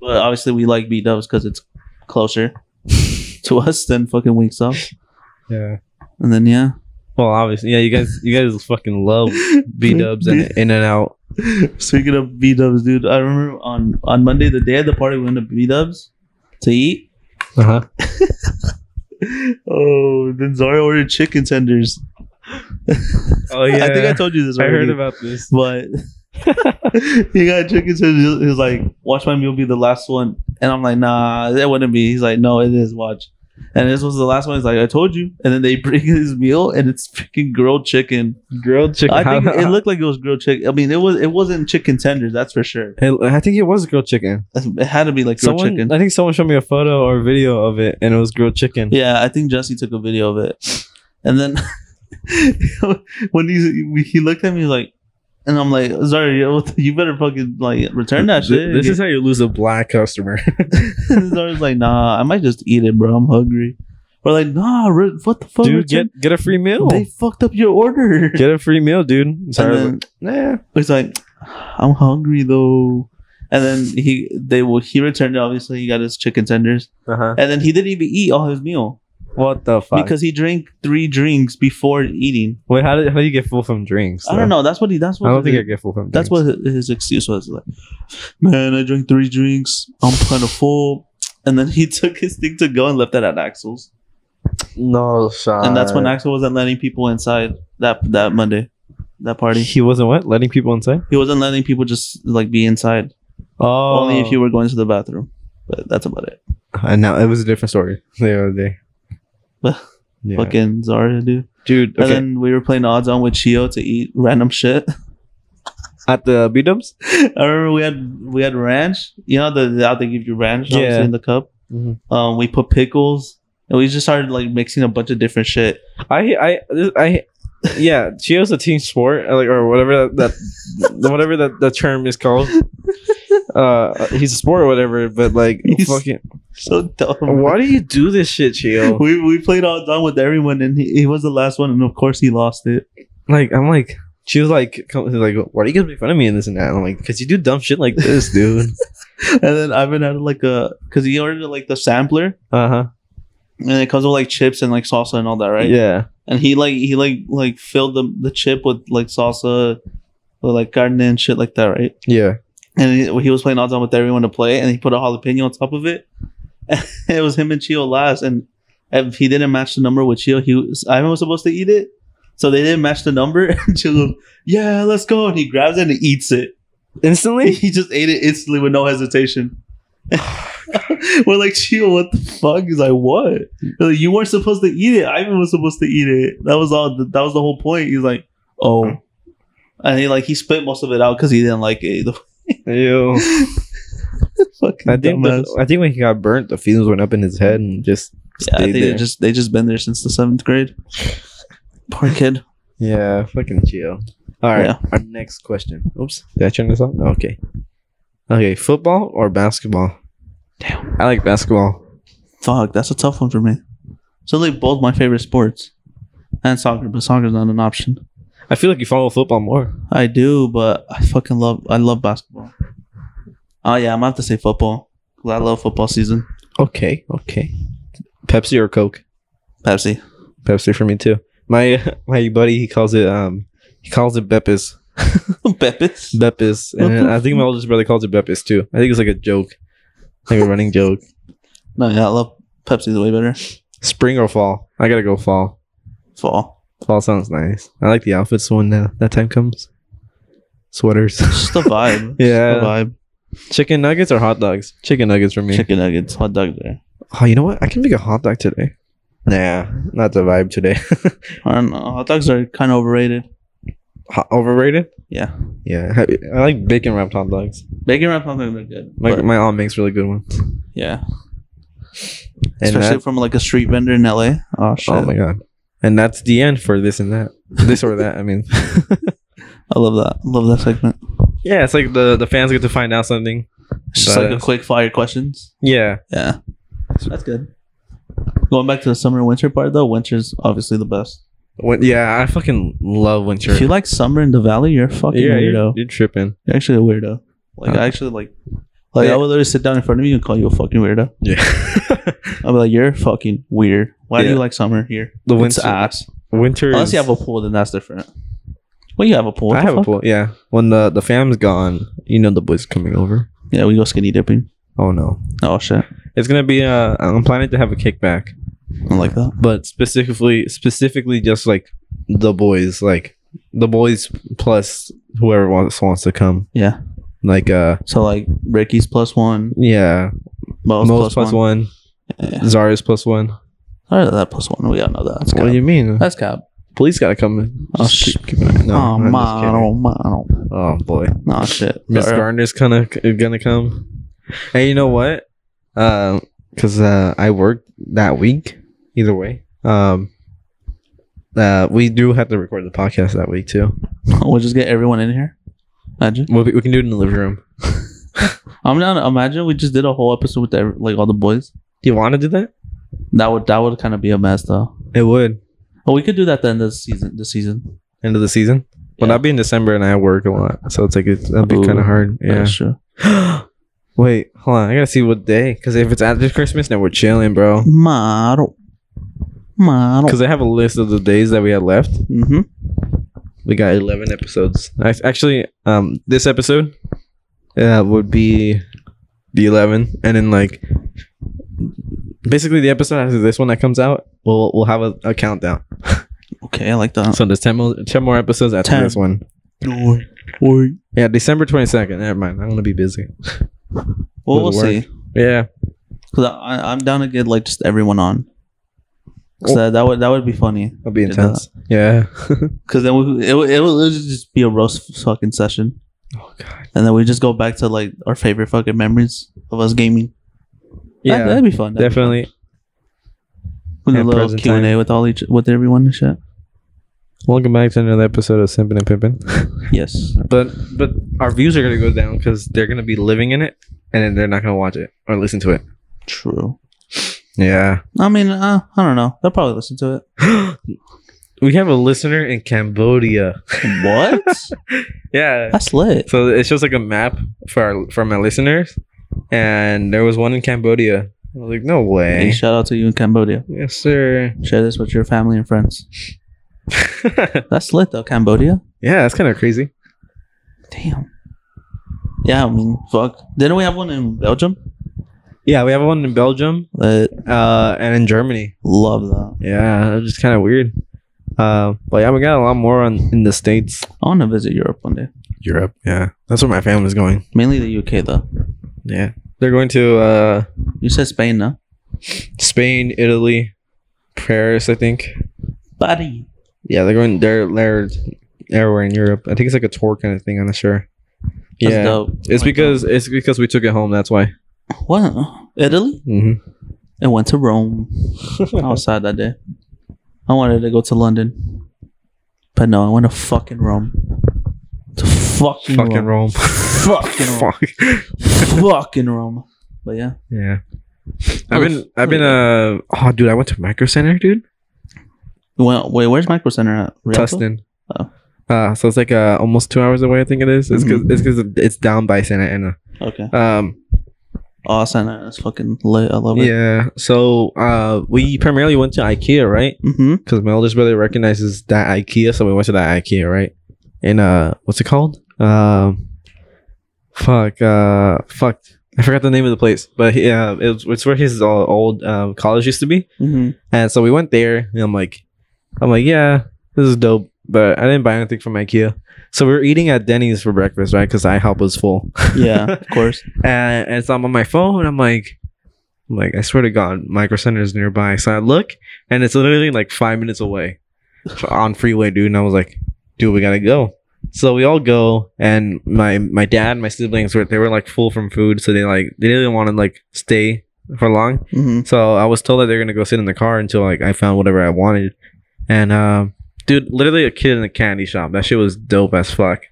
S2: But obviously, we like B Dubs because it's closer to us than fucking Wingstop.
S3: Yeah.
S2: And then yeah,
S1: Well, obviously, yeah. You guys, you guys fucking love B Dubs and In and Out.
S2: Speaking of B Dubs, dude, I remember on on Monday, the day of the party, we went to B Dubs to eat.
S1: Uh huh.
S2: Oh, then Zara ordered chicken tenders.
S3: Oh
S2: I think I told you this.
S3: I
S2: Already,
S3: heard about this.
S2: but he got chicken tenders. He's like, "Watch my meal be the last one," and I'm like, "Nah, that wouldn't be." He's like, "No, it is. Watch." And this was the last one. He's like, "I told you." And then they bring his meal, and it's freaking grilled chicken.
S3: Grilled chicken.
S2: I think it looked like it was grilled chicken. I mean, it was. It wasn't chicken tenders, that's for sure.
S1: I think it was grilled chicken.
S2: It had to be like grilled
S1: Someone,
S2: chicken.
S1: I think someone showed me a photo or video of it, and it was grilled chicken.
S2: Yeah, I think Jesse took a video of it, and then when he he looked at me like, and I'm like, sorry, you better fucking like return that shit.
S3: This is how you lose a black customer.
S2: and Zara's like, nah, I might just eat it, bro. I'm hungry. We're like, nah, Ri- what the fuck?
S1: Dude,
S2: Richard?
S1: get get a free meal.
S2: they fucked up your order.
S1: Get a free meal, dude. Sorry.
S2: and then
S1: nah.
S2: he's like, I'm hungry though. And then he they will he returned it. Obviously, he got his chicken tenders,
S1: Uh huh.
S2: and then he didn't even eat all his meal
S1: What the fuck?
S2: because he drank three drinks before eating.
S1: Wait, how do, how do you get full from drinks?
S2: I don't know. That's what he. That's what.
S1: I don't think
S2: the-
S1: I get full from
S2: that's
S1: drinks.
S2: what hi- his excuse was. Like, man, I drank three drinks. I'm kind of full. And then he took his thing to go and left it at Axel's.
S1: no shot.
S2: and that's when Axel wasn't letting people inside that that Monday, that party.
S1: he wasn't what letting people inside.
S2: He wasn't letting people just like be inside.
S1: Oh,
S2: Only if you were going to the bathroom. But that's about it.
S1: And now it was a different story the other day. Yeah.
S2: Fucking Zara, dude.
S1: Dude,
S2: And
S1: okay.
S2: then we were playing odds on with Chio to eat random shit.
S1: at the B Dubs,
S2: I remember we had we had ranch. You know the, the out they give you ranch obviously,
S1: Yeah.
S2: in the cup.
S1: Mhm.
S2: Um, we put pickles and we just started like mixing a bunch of different shit.
S1: I I this- I yeah, Chio's a team sport, uh, like or whatever that, that whatever that the term is called. Uh, he's a sport or whatever, but like
S2: He's-
S1: fucking,
S2: So dumb.
S1: why do you do this shit, Chio?
S2: We we played odds on with everyone and he, he was the last one and of course he lost it.
S1: Like I'm like. She was like, come, like, why do you guys make fun of me and this and that? I'm like, because you do dumb shit like this, dude.
S2: and then Ivan had like a because he ordered like the sampler
S1: Uh huh.
S2: and it comes with like chips and like salsa and all that, right?
S1: Yeah.
S2: And he like he like like filled the the chip with like salsa, with, like carne and shit like that, right?
S1: Yeah.
S2: And he, he was playing all the time with everyone to play, and he put a jalapeno on top of it. it was him and Chio last, and if he didn't match the number with Chio, he was, Ivan was supposed to eat it. So they didn't match the number, and Chio goes, "Yeah, let's go!" And he grabs it and eats it.
S1: Instantly?
S2: He just ate it instantly with no hesitation. We're like, Chio, what the fuck? He's like, what? We're like, you weren't supposed to eat it. Ivan was supposed to eat it. That was all. That was the whole point. He's like, oh, and he like he spit most of it out because he didn't like it. The
S1: Ew.
S2: fucking
S1: I think
S2: dumbass.
S1: the, I think when he got burnt, the fumes went up in his head and just
S2: yeah, I
S1: stayed
S2: think they
S1: there.
S2: just they just been there since the seventh grade. Poor kid.
S1: yeah, fucking chill. All right,
S2: Yeah.
S1: our next question. Oops, did I turn this on? No, Okay, okay, football or basketball? Damn, I like basketball.
S2: Fuck, that's a tough one for me. So like both my favorite sports, and soccer, but soccer's not an option.
S1: I feel like you follow football more.
S2: I do, but I fucking love I love basketball. Oh yeah, I'm gonna have to say football. 'cause I love football season.
S1: Okay, okay. Pepsi or Coke?
S2: Pepsi.
S1: Pepsi for me too. My my buddy he calls it um he calls it Beppis
S2: Pepsi.
S1: Beppis,
S2: What
S1: and
S2: the
S1: I think my oldest brother calls it Beppis too. I think it's like a joke, like a running joke.
S2: No, yeah, I love Pepsi's way better.
S1: Spring or fall? I gotta go fall.
S2: Fall.
S1: Fall sounds nice. I like the outfits when that, that time comes. Sweaters.
S2: It's just a vibe. It's just a
S1: Yeah.
S2: vibe.
S1: Chicken nuggets or hot dogs? Chicken nuggets for me.
S2: Chicken nuggets, hot dog there.
S1: oh, you know what? I can make a hot dog today. Nah, not the vibe today.
S2: I don't know. Hot dogs are kind of overrated.
S1: Hot- Overrated?
S2: Yeah.
S1: Yeah. I, I like bacon wrapped hot dogs.
S2: Bacon wrap hot dogs are good.
S1: My,
S2: but,
S1: my aunt makes really good ones.
S2: yeah.
S1: And
S2: Especially
S1: that-
S2: from like a street vendor in LA. Oh shit.
S1: oh my god. And that's the end for this and that. This or that, I mean.
S2: I love that. I love that segment.
S1: Yeah, it's like the, the fans get to find out something.
S2: It's just
S1: But-
S2: like a quick fire questions.
S1: Yeah.
S2: Yeah. That's good. Going back to the summer winter part though, winter's obviously the best.
S1: When, yeah, I fucking love winter.
S2: If you like summer in the valley, you're a fucking
S1: yeah,
S2: weirdo.
S1: you're, you're tripping.
S2: You're actually a weirdo. Like
S1: Huh.
S2: I actually like like
S1: Yeah.
S2: I would literally sit down in front of you and call you a fucking weirdo.
S1: Yeah.
S2: I'd be like, You're fucking weird. Why do
S1: Yeah.
S2: you like summer here?
S1: The
S2: It's
S1: winter.
S2: ass.
S1: winter.
S2: Unless you
S1: is-
S2: have a pool, then that's different. Well you have a pool. what
S1: I
S2: the
S1: have a
S2: fuck?
S1: pool. Yeah. When the the fam's gone, you know the boys coming over.
S2: Yeah, we go skinny dipping.
S1: Oh no.
S2: Oh shit.
S1: It's gonna be uh I'm planning to have a kickback.
S2: I like that.
S1: But specifically specifically just like the boys, like the boys plus whoever wants wants to come.
S2: Yeah.
S1: Like uh
S2: So like Ricky's plus one,
S1: yeah.
S2: Mo's,
S1: Most plus one.
S2: one. Yeah.
S1: Zara's plus one.
S2: Or that plus one. We all know that. That's
S1: What do
S2: cap.
S1: you mean?
S2: That's cap.
S1: Police gotta come in.
S2: Oh,
S1: Just
S2: sh-
S1: keep, keep an eye. No,
S2: oh
S1: I'm just
S2: man,
S1: kidding.
S2: oh man, oh man.
S1: Oh boy.
S2: Nah, shit.
S1: Miss
S2: Sorry.
S1: Garner's kinda gonna come. And you know what? Um, cause uh, I worked that week. Either way, um, uh, we do have to record the podcast that week too.
S2: We'll just get everyone in here. Imagine.
S1: We'll be, we can do it in the living room.
S2: I'm down. Imagine we just did a whole episode with every, like all the boys.
S1: Do you want to do that?
S2: That would that would kind of be a mess though.
S1: It would
S2: But we could do that then this season. This season.
S1: end of the season. Well,
S2: Yeah.
S1: that'd be in December, and I work a lot, so it's like it's, that'd be
S2: Ooh.
S1: kind of hard. Yeah.
S2: That's true.
S1: Wait, hold on. I gotta see what day, because if it's after Christmas, then we're chilling, bro.
S2: Model. Model.
S1: Because I have a list of the days that we had left.
S2: Mm-hmm.
S1: We got 11 episodes. Ac- Actually, um, this episode uh, would be the 11. And then, like, basically, the episode after this one that comes out, we'll, we'll have a, a countdown.
S2: Okay, I like that.
S1: So there's 10 more, 10 more episodes after
S2: 10.
S1: this one.
S2: Oi, oi.
S1: Yeah, December 22nd. Never mind. I'm going to be busy.
S2: Well,
S1: Does
S2: we'll
S1: it
S2: see.
S1: Yeah.
S2: Cause I, I- I'm down to get like just everyone on. So that, that would that would be funny.
S1: I'll be
S2: Did
S1: intense. Yeah.
S2: Cause then we, it would- it would literally just be a roast fucking session.
S1: oh, God.
S2: and then we just go back to like our favorite fucking memories of us gaming.
S1: Yeah.
S2: Yeah, that'd, that'd be fun. That'd be
S1: Definitely.
S2: fun.
S1: yeah,
S2: With a little
S1: present
S2: Q and A with all each with everyone and shit.
S1: Welcome back to another episode of Simpin' and Pimpin'.
S2: Yes,
S1: But but our views are gonna go down because they're gonna be living in it, and then they're not gonna watch it or listen to it.
S2: true.
S1: Yeah,
S2: I mean, uh, I don't know. They'll probably listen to it.
S1: we have a listener in Cambodia.
S2: What?
S1: Yeah,
S2: That's lit.
S1: so it shows like a map for our for my listeners, and there was one in Cambodia. I was like, no
S2: Hey,
S1: way.
S2: shout out to you in Cambodia.
S1: Yes, sir.
S2: Share this with your family and friends.
S1: yeah,
S2: That's lit though, Cambodia.
S1: that's kind of crazy.
S2: Damn. Yeah, I mean, fuck. Didn't we have one in Belgium?
S1: Yeah, we have one in Belgium
S2: Lit.
S1: uh, and in Germany.
S2: Love that.
S1: Yeah, it's just kind of weird. Uh, but yeah, we got a lot more on in the states.
S2: I want to visit Europe one day.
S1: Europe. Yeah, that's where my family's going.
S2: Mainly the UK though.
S1: Yeah. They're going to uh
S2: You said Spain, no?
S1: Spain, Italy, Paris, I think.
S2: Buddy.
S1: Yeah, they're going they're they're everywhere in Europe. I think it's like a tour kind of thing, I'm not sure.
S2: That's
S1: yeah.
S2: dope.
S1: It's
S2: Like, uh,
S1: because it's because we took it home, that's why.
S2: What? Italy?
S1: hmm
S2: I went to Rome. I was sad that day. I wanted to go to London. But no, I went to fucking Rome. To fucking,
S1: Fucking
S2: Rome.
S1: Rome.
S2: Fucking Rome.
S1: Fuck.
S2: fucking Rome. But yeah.
S1: Yeah. I've been I've been uh oh dude, I went to Micro Center, dude.
S2: Well, wait, where's Micro Center at? Rialto?
S1: Tustin.
S2: Oh.
S1: Uh, so it's like uh, almost two hours away. I think it is. It's because it's because it's down by Santa Ana.
S2: Okay.
S1: Um,
S2: Oh, Santa Ana's fucking lit. I love it.
S1: yeah. So uh, we primarily went to IKEA, right?
S2: Mm-hmm.
S1: because my eldest brother recognizes that IKEA, so we went to that IKEA, right? And uh, what's it called? Um, fuck, uh, fuck, I forgot the name of the place, but he, uh, it was, it's where his uh, old um, college used to be,
S2: Mm-hmm.
S1: and so we went there, and I'm like, I'm like, yeah, this is dope, but I didn't buy anything from IKEA. So we were eating at Denny's for breakfast, right? Because IHOP was full,
S2: Yeah, of course.
S1: and, and so I'm on my phone, and I'm like, I'm like, I swear to God, Micro Center is nearby. So I look, and it's literally like five minutes away on freeway, dude. And I was like, dude, we gotta go. So we all go, and my my dad, my siblings were they were like full from food, so they like they didn't want to like stay for long.
S2: Mm-hmm.
S1: So I was told that they're gonna go sit in the car until like I found whatever I wanted. And um, dude, literally a kid in a candy shop. That shit was dope as fuck.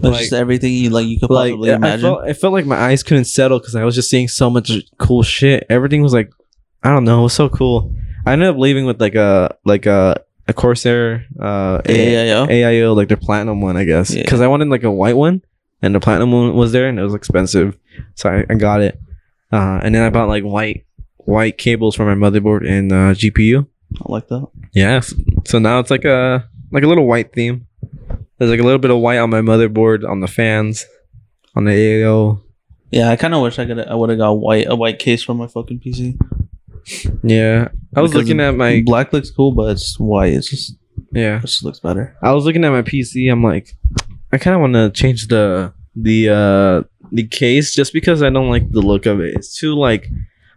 S1: Like-
S2: just everything you like you could
S1: Like
S2: possibly
S1: I
S2: imagine.
S1: felt, I felt like my eyes couldn't settle because I was just seeing so much cool shit. Everything was like, I don't know, it was so cool. I ended up leaving with like a like a a Corsair uh,
S2: yeah, yeah, yeah.
S1: AIO, like their platinum one, I guess.
S2: Yeah.
S1: Because I wanted like a white one, and the platinum one was there, and it was expensive, so I, I got it. Uh, and then I bought like white white cables for my motherboard and uh, GPU.
S2: I like that.
S1: Yeah. s- So now it's like a like a little white theme. There's like a little bit of white on my motherboard, on the fans, on the AIO.
S2: Yeah, I kind of wish I could. I would have got white a white case for my fucking PC.
S1: Yeah. I was
S2: Because
S1: looking at my
S2: black looks cool, but it's just white. It's just
S1: yeah.
S2: it just looks better.
S1: I was looking at my PC. I'm like, I kind of want to change the the uh the case just because I don't like the look of it. It's too like,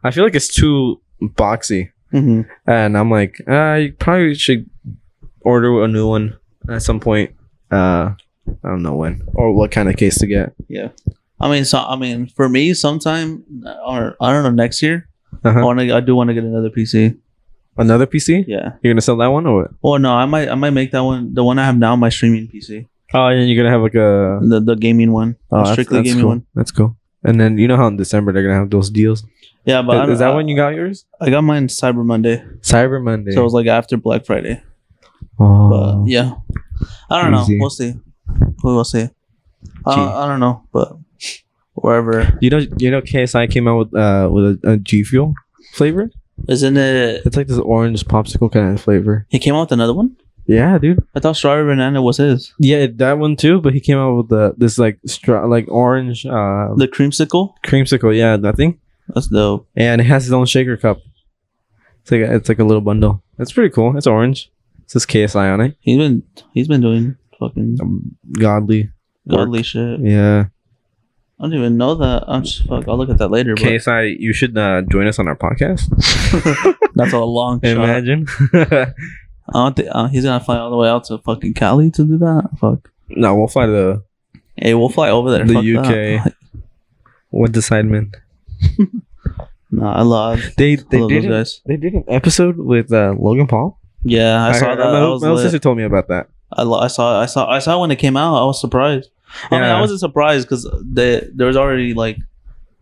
S1: I feel like it's too boxy,
S2: Mm-hmm.
S1: and I'm like, I probably should order a new one at some point. Uh, I don't know when or what kind of case to get.
S2: I mean, so I mean, for me, sometime or I don't know, next year, I
S1: Uh-huh.
S2: want to. I do want to get another PC.
S1: Another PC?
S2: Yeah.
S1: You're gonna sell that one or what?
S2: Well, no, I might. I might make that one. The one I have now, my streaming PC,
S1: Oh, and you're gonna have like a
S2: the the gaming one,
S1: oh,
S2: the
S1: that's-
S2: strictly
S1: that's
S2: gaming
S1: cool.
S2: one.
S1: That's cool. And then you know how in December they're gonna have those deals.
S2: Yeah, but I don't-
S1: is that
S2: I,
S1: when you got yours?
S2: I got mine Cyber Monday,
S1: Cyber Monday.
S2: so it was like after Black Friday.
S1: oh.
S2: But yeah, I don't
S1: Easy.
S2: know. We'll see. We will see.
S1: Gee.
S2: Uh, I don't know, but wherever
S1: You know, you know, KSI came out with uh with a, a G Fuel flavor.
S2: isn't it?
S1: It's like this orange popsicle kind of flavor.
S2: He came out with another one.
S1: Yeah, dude.
S2: I thought strawberry banana was his.
S1: Yeah, that one too. But he came out with the this like stra- like orange uh
S2: The creamsicle.
S1: creamsicle. Yeah, that thing.
S2: That's dope.
S1: And it has its own shaker cup. It's like a, it's like a little bundle. It's pretty cool. It's orange. It says KSI on it.
S2: He's been he's been doing fucking
S1: Um, godly.
S2: godly shit.
S1: Yeah.
S2: I don't even know that. I'm just fuck. I'll look at that later. But
S1: KSI, you should uh, join us on our podcast.
S2: that's a long shot.
S1: Imagine.
S2: I don't think uh, he's gonna fly all the way out to fucking Cali to do that. Fuck.
S1: no, we'll uh, fly to
S2: Hey, we'll fly over there.
S1: The
S2: fuck
S1: UK.
S2: that.
S1: what the Sidemen.
S2: No, I love.
S1: They
S2: I
S1: they
S2: love
S1: did
S2: those
S1: it.
S2: guys.
S1: They did an episode with uh, Logan Paul.
S2: Yeah, I, saw
S1: heard- uh,
S2: that.
S1: My,
S2: I, was
S1: my
S2: lit.
S1: sister told me about that.
S2: I, lo- I saw. I saw. I saw when it came out. I was surprised. I mean,
S1: Yeah.
S2: I wasn't surprised because there was already like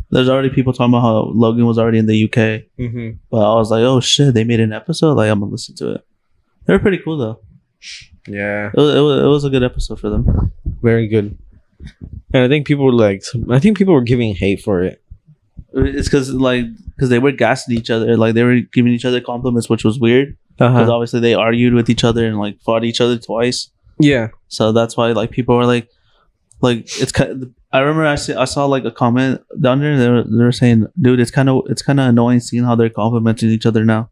S2: there's already people talking about how Logan was already in the UK.
S1: Mm-hmm.
S2: But I was like, oh shit, they made an episode. Like I'm gonna listen to it. They were pretty cool though.
S1: Yeah,
S2: It was, it was, it was a good episode for them.
S1: very good. And I think people were like, I think people were giving hate for it.
S2: It's because like because they were gassing each other. Like they were giving each other compliments, which was weird because
S1: Uh-huh.
S2: obviously they argued with each other and like fought each other twice.
S1: Yeah,
S2: So that's why like people were like, like it's kind. Of, I remember I, see, I saw like a comment down there. They were, they were saying, "Dude, it's kind of it's kind of annoying seeing how they're complimenting each other now."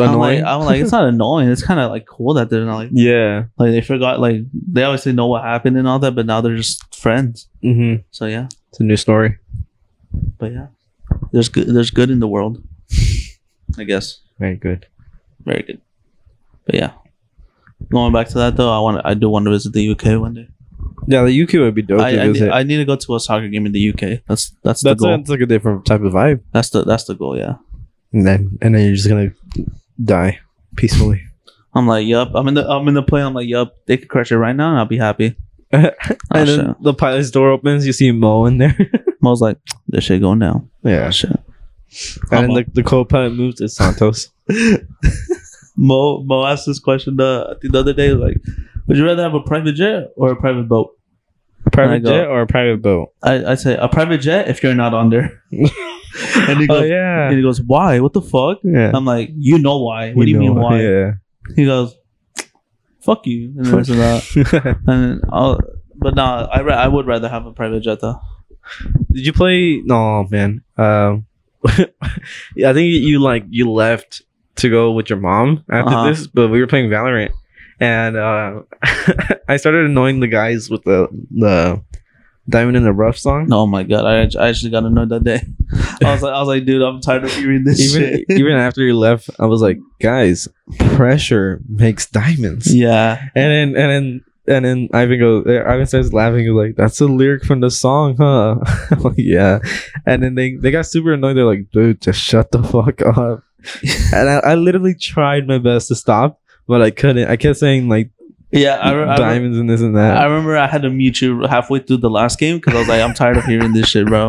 S1: annoying.
S2: I'm like, I'm like it's not annoying. It's kind of like cool that they're not like
S1: yeah.
S2: like they forgot like they obviously know what happened and all that, but now they're just friends.
S1: Mm-hmm.
S2: So yeah,
S1: It's a new story.
S2: but yeah, there's good there's good in the world, I guess.
S1: Very good.
S2: Very good. But yeah, going back to that though, I want I do want to visit the UK one day.
S1: Yeah, the UK would be dope
S2: I,
S1: to
S2: I, need,
S1: visit.
S2: I need to go to a soccer game in the UK. That's that's, the
S1: that's,
S2: goal.
S1: a, that's like a different type of vibe.
S2: That's the that's the goal. Yeah.
S1: And then and then you're just gonna die peacefully.
S2: I'm like, yup. I'm in the I'm in the plane. I'm like, yup. They could crash it right now, and I'll be happy.
S1: and
S2: Oh,
S1: then
S2: shit.
S1: the pilot's door opens. You see Mo in there.
S2: I was like, this shit going down.
S1: yeah.
S2: Shit.
S1: And then the, the co-pilot moves. It's Santos.
S2: Mo Mo asked this question the I think the other day like, would you rather have a private jet or a private boat?
S1: private
S2: go-
S1: jet or a private boat?
S2: I I say a private jet if you're not on there. and he goes,
S1: Oh yeah.
S2: and he goes, why? What the fuck?
S1: Yeah.
S2: I'm like, you know why? What do you
S1: know,
S2: mean why?
S1: Yeah.
S2: He goes, fuck you. And this and that.
S1: Did
S2: And I'll, but no, I ra- I would rather have a private jet though.
S1: you play? No, man. Um, yeah, I think you like you left to go with your mom after
S2: Uh-huh.
S1: this, but we were playing Valorant, and uh, I started annoying the guys with the the Diamond in the Rough song.
S2: Oh my god, I, act- I actually got annoyed that day. I was like, I was like, dude, I'm tired of hearing this
S1: Even
S2: shit.
S1: even after you left, I was like, guys, pressure makes diamonds.
S2: yeah,
S1: And then and then and then Ivan goes Ivan starts laughing, he's like, That's a lyric from the song, huh? I'm like, yeah. And then they, they got super annoyed. They're like, dude, just shut the fuck up. and I, I literally tried my best to stop, but I couldn't. I kept saying like
S2: yeah. I, re- I, re-
S1: diamonds and this and that.
S2: I remember I had to mute you halfway through the last game because I was like, I'm tired of hearing this shit, bro.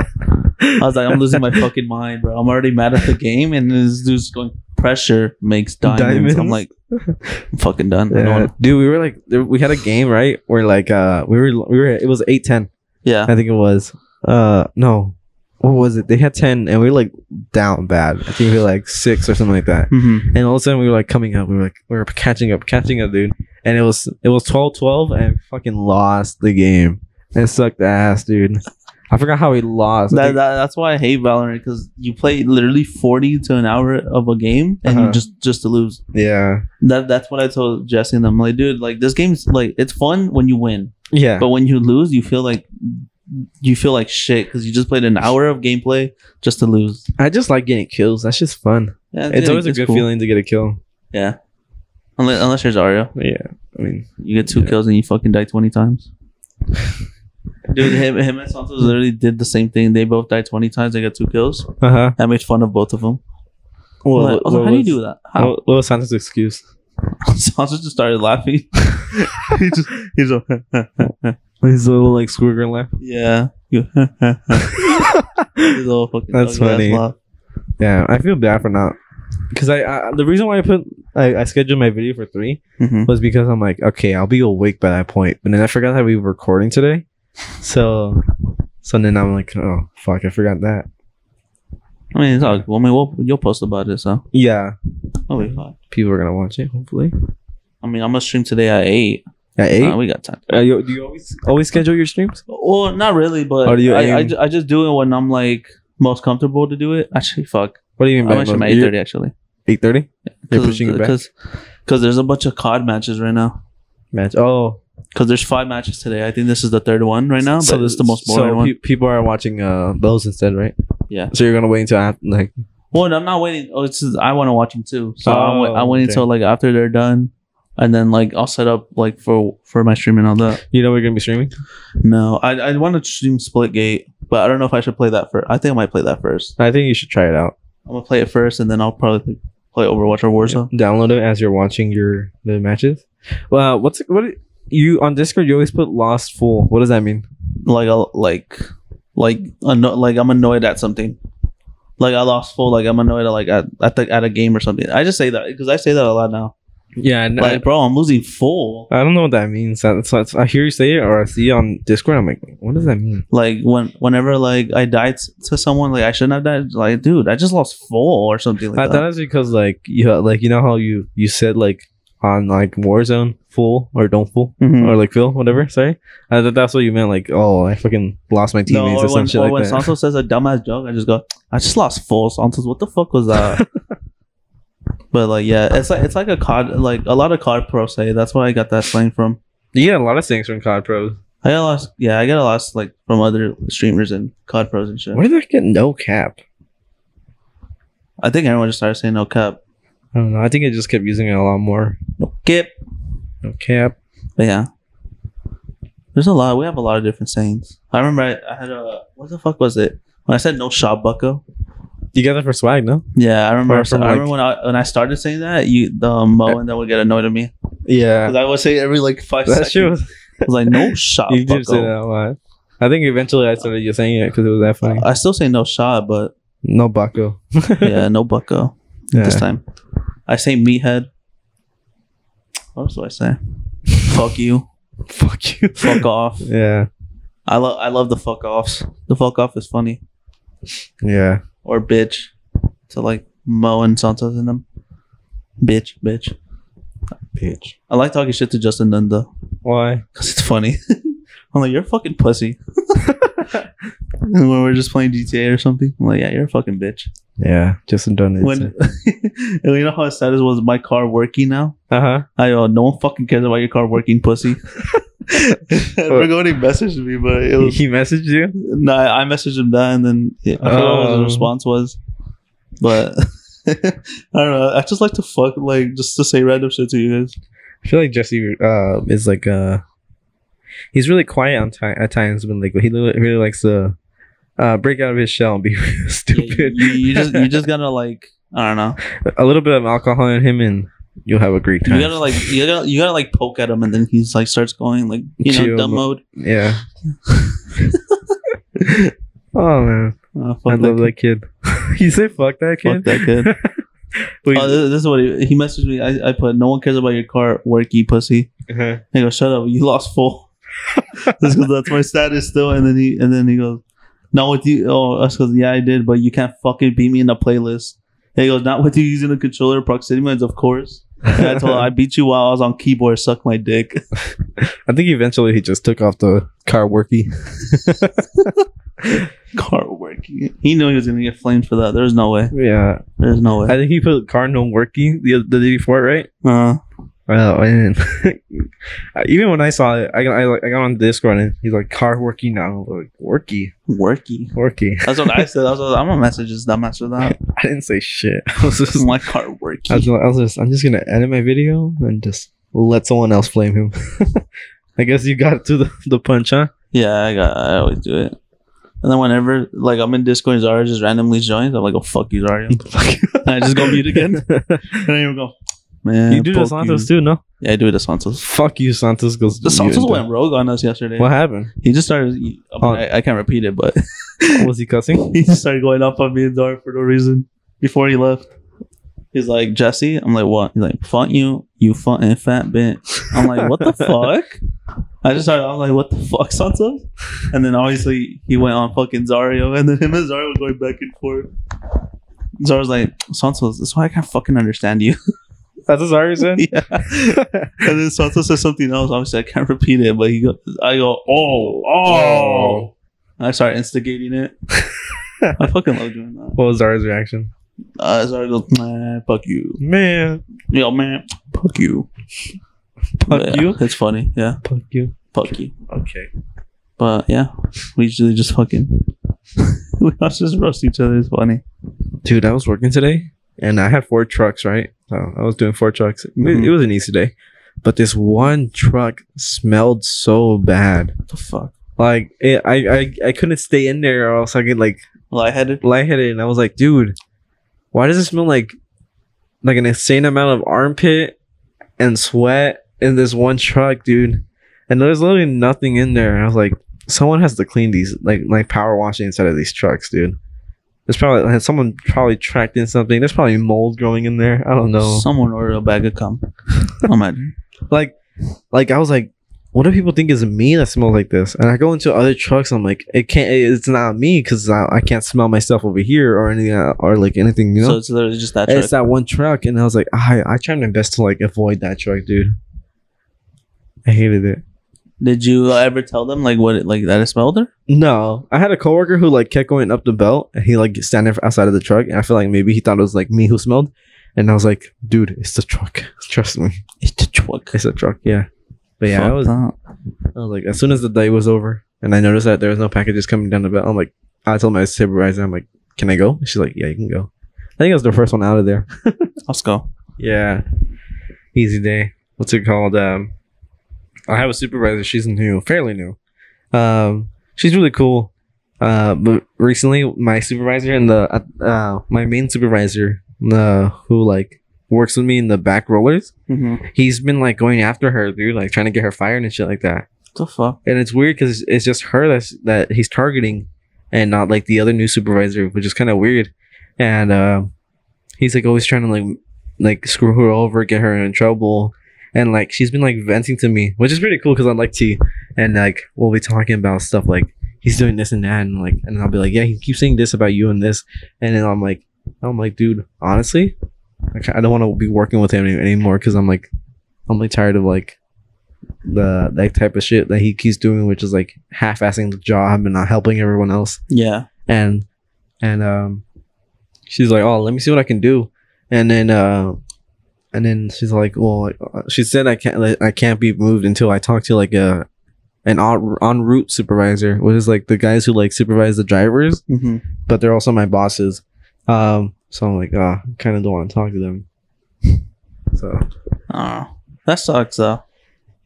S2: I was like, I'm losing my fucking mind, bro. I'm already mad at the game, and this dude's going. Pressure makes diamonds. I'm
S1: Diamonds.
S2: like, I'm fucking done. I don't
S1: yeah,
S2: wanna-
S1: dude, we were like, there- we had a game right where like uh we were we were it was eight ten
S2: yeah.
S1: I think it was. Uh, no, what was it? They had ten, and we were like down bad. I think we were like six or something like that.
S2: Mhm.
S1: And all of a sudden, we were like coming up. We were like we were catching up, catching up, dude. And it was it was 12-12 and fucking lost the game. It sucked ass, dude. I forgot how we lost. I
S2: That,
S1: think-
S2: that, that's why I hate Valorant because you play literally forty to an hour of a game and
S1: Uh-huh.
S2: you just just to lose.
S1: yeah,
S2: That that's what I told Jesse and them. Like, dude, like this game's like it's fun when you win,
S1: yeah,
S2: but when you lose, you feel like you feel like shit because you just played an hour of gameplay just to lose.
S1: I just like getting kills. That's just fun.
S2: Yeah,
S1: It's
S2: yeah,
S1: always a good
S2: cool.
S1: feeling to get a kill.
S2: Yeah, unless unless there's Ario,
S1: Yeah, I mean,
S2: you get two kills and you fucking die twenty times. Dude, him, him and Santos literally did the same thing. They both died twenty times. They got two kills.
S1: uh huh.
S2: I made fun of both of them. Like, I was like, Uh-huh. how do you do that? How?
S1: What, what was Santa's excuse?
S2: Sausage just started laughing. he just, he's like,
S1: His little like squiggle laugh.
S2: yeah. He goes, His little fucking
S1: That's
S2: ugly ass
S1: funny.
S2: laugh.
S1: Yeah, I feel bad for not. Because I, I the reason why I put I, I scheduled my video for three
S2: Mhm.
S1: was because I'm like, okay, I'll be awake by that point. But then I forgot that we were recording today, so so then I'm like, oh fuck, I forgot that.
S2: I mean, it's all. Well, I mean, we'll, you'll post about it, so
S1: Yeah,
S2: I'll
S1: Mm-hmm.
S2: be fine.
S1: people are gonna watch it hopefully.
S2: I mean, I'm gonna stream today at eight.
S1: At
S2: Uh,
S1: eight,
S2: we got time.
S1: Are you, do you always always schedule your streams?
S2: Well, not really, but
S1: Or do you
S2: I, I,
S1: aim-
S2: ju- I just do it when I'm like most comfortable to do it. Actually, fuck.
S1: What do you mean?
S2: I'm actually at eight thirty actually.
S1: Eight thirty. You're
S2: Because
S1: pushing it back.
S2: because there's a bunch of COD matches right now.
S1: Match. Oh,
S2: Because there's five matches today. I think this is the third one right now, but this is the most
S1: so
S2: boring one.
S1: pe- people are watching uh those instead, right?
S2: Yeah.
S1: So you're gonna wait until after, like
S2: Well, I'm not waiting. Oh, it's just, I want to watch them too. So I'm, wait-
S1: Oh,
S2: I'm waiting
S1: okay.
S2: until like after they're done, and then like I'll set up like for for my stream and all that.
S1: you know we're gonna be streaming.
S2: No, I I want to stream Splitgate, but I don't know if I should play that first. I think I might play that first.
S1: I think you should try it out.
S2: I'm gonna play it first, and then I'll probably play Overwatch or Warzone.
S1: download it as you're watching your the matches. Well, what's what it- you on Discord? You always put lost full. What does that mean?
S2: Like I'll like like anno- like I'm annoyed at something. Like I lost full. Like I'm annoyed at like at at, the, at a game or something. I just say that because I say that a lot now.
S1: Yeah, no,
S2: Like bro, I'm losing full.
S1: I, I don't know what that means. That's, that's I hear you say it or I see it on Discord. I'm like, what does that mean?
S2: like when whenever like I died s- to someone like I shouldn't have died like dude I just lost full or something
S1: I
S2: like
S1: thought
S2: that.
S1: it's because like you like you know how you you said like on like Warzone full or don't full
S2: Mhm.
S1: or like Phil whatever. Sorry, I thought that's what you meant. Like, oh, I fucking lost my
S2: No, oh,
S1: teammates or
S2: or when,
S1: some shit
S2: or
S1: like
S2: when
S1: that.
S2: Santos says a dumbass joke, I just go, I just lost full Santos. What the fuck was that? but like, yeah, it's like it's like a cod, like a lot of cod pros say. That's where I got that slang from.
S1: you get a lot of things from COD Pros.
S2: I got lost. Yeah, I got a lot like from other streamers and cod pros and shit.
S1: Where did I get no cap?
S2: I think everyone just started saying no cap,
S1: I don't know. I think I just kept using it a lot more.
S2: no cap.
S1: No cap.
S2: But yeah. There's a lot. We have a lot of different sayings. I remember I, I had a what the fuck was it? When I said no shop bucko.
S1: You got that for swag, no?
S2: Yeah, I remember.
S1: Or from,
S2: I remember
S1: like-
S2: when I when I started saying that, you the um, Mo and then would get annoyed at me
S1: Yeah.
S2: because I would say every like five
S1: That
S2: seconds.
S1: shit was.
S2: I was like no shop
S1: You did say that
S2: bucko.
S1: a lot. I think eventually I started just saying it because it was that funny.
S2: I still say no shop, but
S1: No bucko.
S2: yeah, no bucko this
S1: Yeah.
S2: time. I say meathead. What else do I say? fuck you.
S1: Fuck you.
S2: Fuck off.
S1: Yeah.
S2: I love I love the fuck offs. The fuck off is funny.
S1: Yeah.
S2: or bitch to like Mo and Santos in them. Bitch, bitch.
S1: Bitch.
S2: I like talking shit to Justin Dunn though,
S1: Why?
S2: because it's funny. I'm like, you're a fucking pussy. and when we're just playing GTA or something, I'm like, yeah, you're a fucking bitch.
S1: Yeah. Justin Dunn.
S2: When and you know how sad it was my car working now?
S1: uh huh.
S2: I go, no one fucking cares about your car working, pussy. Bergoni messaged me, but it was
S1: he messaged you.
S2: no. I messaged him that, and then yeah, I forgot what
S1: Oh.
S2: his response was. But I don't know. I just like to fuck, like just to say random shit to you guys.
S1: I feel like Jesse uh, is like uh, he's really quiet on ti- at times, but like he li- really likes to uh, break out of his shell and be stupid.
S2: You, you just you just gotta like I don't know.
S1: a little bit of alcohol in him, and you'll have a great time.
S2: You gotta like you gotta you gotta like poke at him, and then he's like starts going like you know
S1: Chill.
S2: dumb mode.
S1: yeah. oh man,
S2: Oh, fuck
S1: I
S2: that
S1: love that kid. you say fuck that
S2: kid. Fuck
S1: kid.
S2: that kid.
S1: Wait,
S2: Oh, this, this is what he, he messaged me. I, I put, no one cares about your car, work, you pussy.
S1: uh-huh.
S2: He goes, shut up, you lost four. This goes, that's my status still. And then he and then he goes, not with you. Oh, us goes, yeah, I did, but you can't fucking beat me in the playlist. And he goes, not with you using a controller, proximity mines, of course. And I told him, I beat you while I was on keyboard, suck my dick.
S1: I think eventually he just took off the car worky.
S2: car working. He knew he was gonna get flamed for that. There's no way.
S1: Yeah,
S2: There's
S1: I
S2: no way.
S1: think he put Cardinal worky the, the day before, right?
S2: Uh,
S1: Well, and even when I saw it, I got, I, like, I got on Discord and he's like, car worky now. I'm like, worky,
S2: worky.
S1: worky.
S2: That's what I said. I was, I'm gonna message this dumbass for that.
S1: I didn't say shit. I was just,
S2: My car working.
S1: I was, I was just, I'm just gonna edit my video and just let someone else flame him. I guess you got to the, the punch, huh?
S2: Yeah, I got. I always do it. And then whenever like I'm in Discord, and Zara just randomly joins. I'm like, oh fuck you, Zarya. and I just go mute again. And I even go, man.
S1: you do the
S2: fuck
S1: Santos
S2: you."
S1: too, no?
S2: Yeah, I do it to Santos.
S1: Fuck you, Santos goes.
S2: The Santos went rogue on us yesterday.
S1: What happened?
S2: He just started. I, mean,
S1: Oh.
S2: I, I can't repeat it, but
S1: Was he cussing?
S2: he just started going off on me and Zara for no reason before he left. He's like Jesse. I'm like what? He's like fuck you, you fucking fat bitch. I'm like what the fuck? I just started. I'm like what the fuck, Santos? And then obviously he went on fucking Zario, and then him and Zario were going back and forth. Zario's like Santos. That's why I can't fucking understand you.
S1: That's what Zarya said?
S2: yeah. And then Santos says something else. Obviously I can't repeat it, but he go. I go oh oh. I start instigating it. I fucking love doing that.
S1: What was Zarya's reaction?
S2: Uh, so I go, man, fuck you.
S1: Man,
S2: Yo, man, fuck you.
S1: fuck
S2: Yeah,
S1: you.
S2: It's funny. Yeah,
S1: Fuck you.
S2: fuck you.
S1: Okay.
S2: But yeah, we usually just fucking. we all just roast each other. It's funny.
S1: dude i was working today and i had four trucks right so i was doing four trucks It- it,
S2: Mhm.
S1: was an easy day but this one truck smelled so bad
S2: What the fuck?
S1: like it, I, I i couldn't stay in there or else i get like
S2: Lightheaded?
S1: lightheaded and i was like dude why does it smell like like an insane amount of armpit and sweat in this one truck dude and there's literally nothing in there and i was like someone has to clean these like like power washing inside of these trucks dude there's probably like, someone probably tracked in something there's probably mold growing in there i don't know
S2: Someone ordered a bag of cum. Imagine.
S1: like like i was like what do people think is me that smells like this and i go into other trucks i'm like it can't it's not me because I, I can't smell myself over here or anything uh, or like anything you know
S2: So it's literally just that
S1: And
S2: truck.
S1: it's that one truck and i was like i i tried my best to like avoid that truck dude i hated it
S2: Did you ever tell them like what it like that it smelled her?
S1: no i had a coworker who like kept going up the belt and he like standing outside of the truck and i feel like maybe he thought it was like me who smelled and i was like dude it's the truck trust me
S2: It's the truck.
S1: it's the truck yeah but yeah i
S2: Fuck
S1: was
S2: that.
S1: I was like, as soon as the day was over, and I noticed that there was no packages coming down the belt, I'm like, I told my supervisor, I'm like, can I go? And she's like, yeah, you can go. I think I was the first one out of there.
S2: Let's go.
S1: Yeah, easy day. What's it called? Um, I have a supervisor. She's new, fairly new. Um, she's really cool. Uh, but recently, my supervisor and the uh, uh my main supervisor, uh, who like works with me in the back rollers,
S2: hmm
S1: he's been like going after her, dude, like trying to get her fired and shit like that
S2: the fuck?
S1: and it's weird because it's just her that's that he's targeting and not like the other new supervisor which is kind of weird and uh, he's like always trying to like like screw her over get her in trouble and like she's been like venting to me which is pretty cool because i like tea and like we'll be talking about stuff like he's doing this and that and like and i'll be like yeah he keeps saying this about you and this and then i'm like i'm like dude honestly i ki- I don't want to be working with him any- anymore because i'm like i'm like tired of like the that type of shit that he keeps doing, which is like half-assing the job and not helping everyone else.
S2: Yeah.
S1: And and um, she's like, "Oh, let me see what I can do." And then uh, and then she's like, "Well, uh, she said I can't like, I can't be moved until I talk to like a an en en route supervisor, which is like the guys who like supervise the drivers,
S2: Mm-hmm.
S1: but they're also my bosses. Um, so I'm like, ah, kind of don't want to talk to them. So
S2: Oh, that sucks though.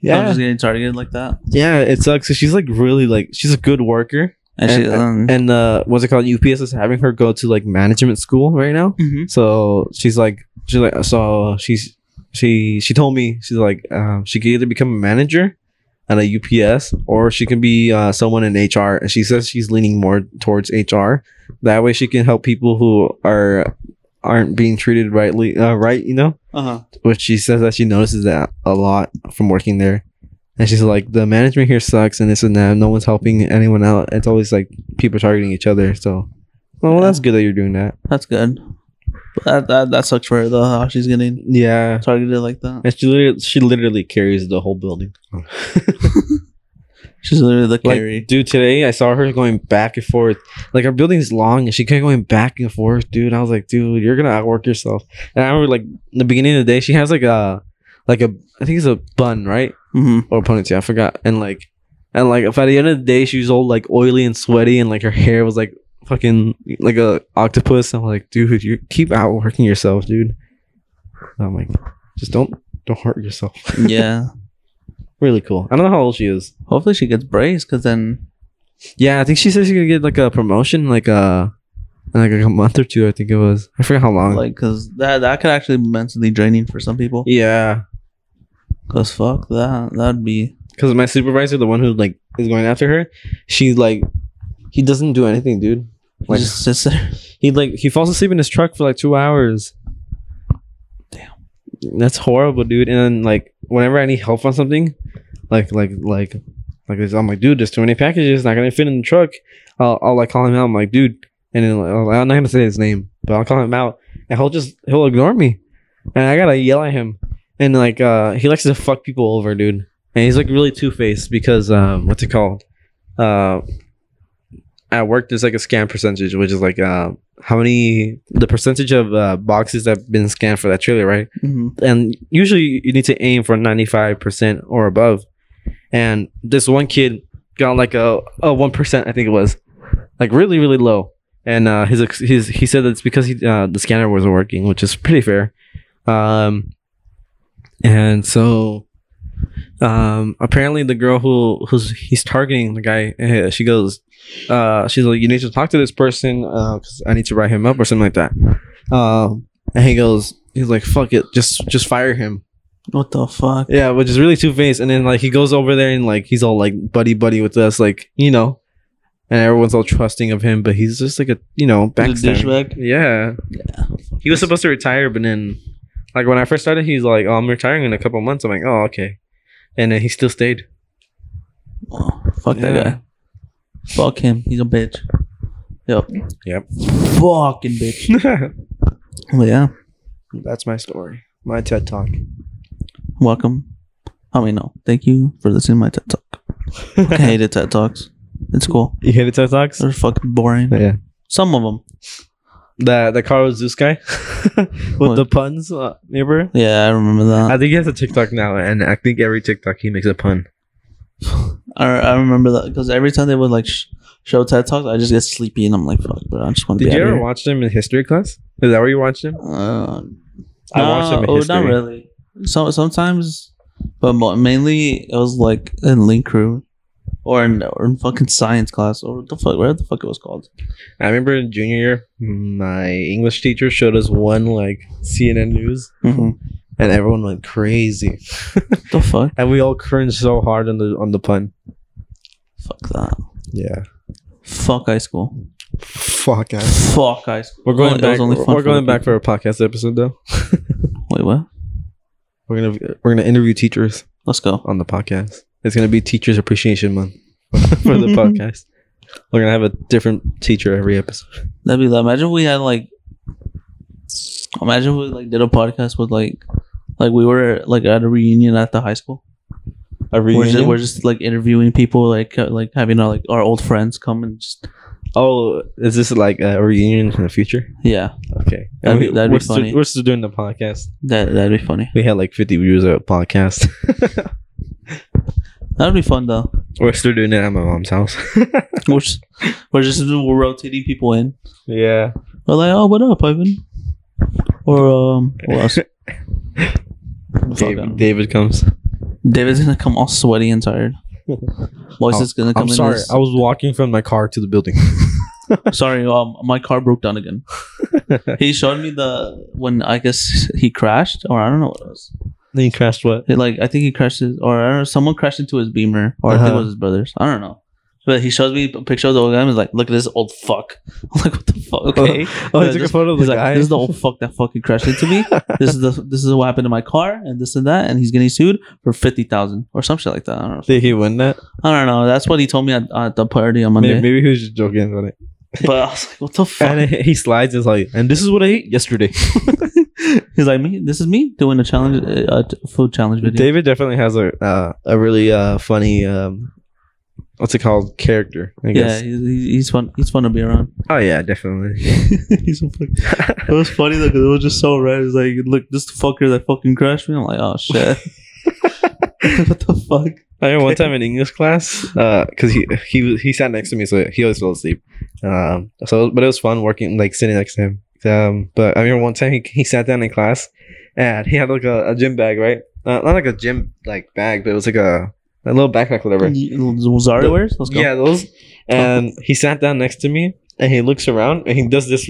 S2: I'm just getting targeted like that.
S1: um, yeah, it sucks. 'cause she's like really like she's a good worker,
S2: And, she,
S1: And-
S2: um,
S1: and uh, what's it called? UPS is having her go to like management school right now.
S2: mhm.
S1: So she's like, she's like, so she's she she told me she's like, um, she can either become a manager at a UPS or she can be uh, someone in HR. And she says she's leaning more towards HR. That way, she can help people who are aren't being treated rightly, uh, right? You know,
S2: uh-huh.
S1: which she says that she notices that a lot from working there. And she's like, the management here sucks, and this and that. No one's helping anyone out. It's always like people targeting each other. So, well, that's good that you're doing that.
S2: That's good. But that, that that sucks for her though. How she's getting
S1: Yeah.
S2: targeted like that.
S1: And she literally, she literally carries the whole building.
S2: She's literally the
S1: Like,
S2: carry.
S1: dude, today I saw her going back and forth. Like our building's long, and she kept going back and forth, dude. And I was like, dude, you're gonna outwork yourself. And I remember, like, in the beginning of the day, she has like a, like a, I think it's a bun, right,
S2: hmm
S1: or ponytail. I forgot. And like, and like, if at the end of the day she was all like oily and sweaty, and like her hair was like fucking like a octopus. I'm like, dude, you keep outworking yourself, dude. And I'm like, just don't don't hurt yourself.
S2: yeah.
S1: Really cool. I don't know how old she is.
S2: Hopefully she gets braced because then
S1: Yeah, I think she said she's gonna get like a promotion, like a in, like a month or two. I think it was. I forget how long.
S2: like because that that could actually be mentally draining for some people.
S1: Um, yeah,
S2: Cause fuck that that'd be
S1: because my supervisor, the one who like is going after her, she's like, he doesn't do anything, dude. Like
S2: just sits there.
S1: he like he falls asleep in his truck for like two hours.
S2: Damn.
S1: that's horrible, dude. And then like whenever I need help on something, like like like like this, I'm like, dude, there's too many packages, not gonna fit in the truck. I'll, I'll like call him out. I'm like, dude, and then like, I'll- I'm not gonna say his name, but I'll call him out, and he'll just he'll ignore me, and I gotta yell at him. And like uh he likes to fuck people over, dude. And he's like really two faced because um what's it called? Uh at work there's like a scan percentage which is like uh how many the percentage of uh, boxes that have been scanned for that trailer right
S2: hmm
S1: and usually you need to aim for 95% or above and this one kid got like a, a 1% i think it was like really really low and uh his ex- his he said that it's because he, uh, the scanner wasn't working which is pretty fair um and so um apparently the girl who who's he's targeting the guy eh, she goes uh she's like you need to talk to this person uh 'cause i need to write him up or something like that um and he goes he's like fuck it just just fire him
S2: What the fuck?
S1: yeah which is really two-faced and then like he goes over there and like he's all like buddy buddy with us like you know and everyone's all trusting of him but he's just like a you know
S2: He's a
S1: backstabbing
S2: douchebag.
S1: yeah. He was supposed to retire, but then, like, when I first started, he's like, oh, I'm retiring in a couple months. I'm like, oh, okay. And then he still stayed.
S2: Oh, fuck
S1: Yeah.
S2: that guy. Fuck him. He's a bitch. Yep.
S1: Yep.
S2: Fucking bitch. But yeah.
S1: That's my story. My TED Talk.
S2: welcome. I mean, no, thank you for listening to my TED Talk. I hated TED Talks. It's cool.
S1: You hated TED Talks?
S2: They're fucking boring.
S1: Yeah.
S2: Some of them.
S1: The, the Carlos Zeus guy with
S2: What?
S1: the puns, uh, neighbor.
S2: Yeah, I remember
S1: I
S2: that.
S1: think he has a TikTok now, and I think every TikTok he makes a pun.
S2: I, I remember that because every time they would like sh- show TED Talks, I just get sleepy and I'm like, fuck, bro, I just want to be
S1: Did you
S2: out
S1: ever
S2: here.
S1: watch them in history class? Is that where you watched them?
S2: Uh,
S1: I watched
S2: no,
S1: them in
S2: oh,
S1: history.
S2: not really. So sometimes, but mo- mainly it was like in link crew, or in or in fucking science class, or what the fuck, whatever the fuck it was called.
S1: I remember in junior year, my English teacher showed us one, like, CNN News. and everyone went crazy.
S2: The fuck,
S1: And we all cringed so hard on the on the pun.
S2: fuck that.
S1: Yeah.
S2: Fuck high school.
S1: Fuck guys.
S2: Fuck high school.
S1: We're going
S2: Only- Oh, that
S1: back.
S2: was only
S1: We're,
S2: fun for
S1: going
S2: the
S1: back for a podcast episode though.
S2: Wait, what?
S1: We're gonna we're gonna interview teachers
S2: Let's go.
S1: on the podcast. It's gonna be Teachers Appreciation Month for the podcast. We're gonna have a different teacher every episode.
S2: That'd be that. Imagine we had like, imagine we like did a podcast with like, like we were like at a reunion at the high school.
S1: A
S2: We're just,
S1: reunion?
S2: we're just like interviewing people, like uh, like having our like our old friends come and just
S1: oh, is this like a reunion in the future?
S2: yeah,
S1: Okay,
S2: That'd be-
S1: And
S2: that'd be
S1: we're still-
S2: funny.
S1: we're still doing the podcast.
S2: that that'd be funny.
S1: We had like 50 views of a podcast.
S2: That'd be fun though.
S1: We're still doing it at my mom's house.
S2: We're just, we're just we're rotating people in.
S1: yeah.
S2: We're like, oh, what up, Ivan? Or um, what else? Fuck, I don't know.
S1: David, David comes.
S2: David's gonna come all sweaty and tired. Moises is gonna come
S1: I'm
S2: in.
S1: sorry.
S2: as-
S1: I was walking from my car to the building.
S2: sorry, um, my car broke down again. he showed me the when I guess he crashed, or I don't know what it was.
S4: Then you crashed what?
S2: It, like I think he crashed his, or I don't know, someone crashed into his Beamer, or I think it
S4: Uh-huh.
S2: was his brother's. I don't know. But he shows me a picture of the old guy and is like, look at this old fuck. I'm like, what the fuck? Okay.
S4: Oh,
S2: Yeah,
S4: he took a
S2: this-
S4: photo of the
S2: He's like,
S4: guy.
S2: this is the old fuck that fucking crashed into me. this is the this is what happened to my car and this and that, and he's getting sued for fifty thousand or some shit like that. I don't know.
S4: Did he win that?
S2: I don't know. That's what he told me at, at the party on Monday.
S1: Maybe, maybe he was just joking about it.
S2: But I was like, what the fuck?
S1: And it- he slides. It's like, and this is what I ate yesterday.
S2: He's like, me. This is me doing a challenge, uh, a t- food challenge video.
S1: David definitely has a uh, a really uh, funny um, what's it called character. I
S2: yeah,
S1: guess.
S2: he's, he's fun. He's fun to be around.
S1: Oh yeah, definitely.
S2: he's so fucking. It was funny though, 'cause it was just so red. It's like, look, this fucker that fucking crashed me. I'm like, oh shit. what the fuck?
S4: I remember one time in English class.
S1: because uh, he he was- he sat next to me, so he always fell asleep. Um, so but it was fun working like sitting next to him. Um, but I remember one time he, he sat down in class, and he had like a, a gym bag, right? Uh, not like a gym like bag, but it was like a a little backpack, whatever.
S2: Zarya wears. Mm-hmm. Let's go.
S1: Yeah, those. And he sat down next to me, and he looks around, and he does this.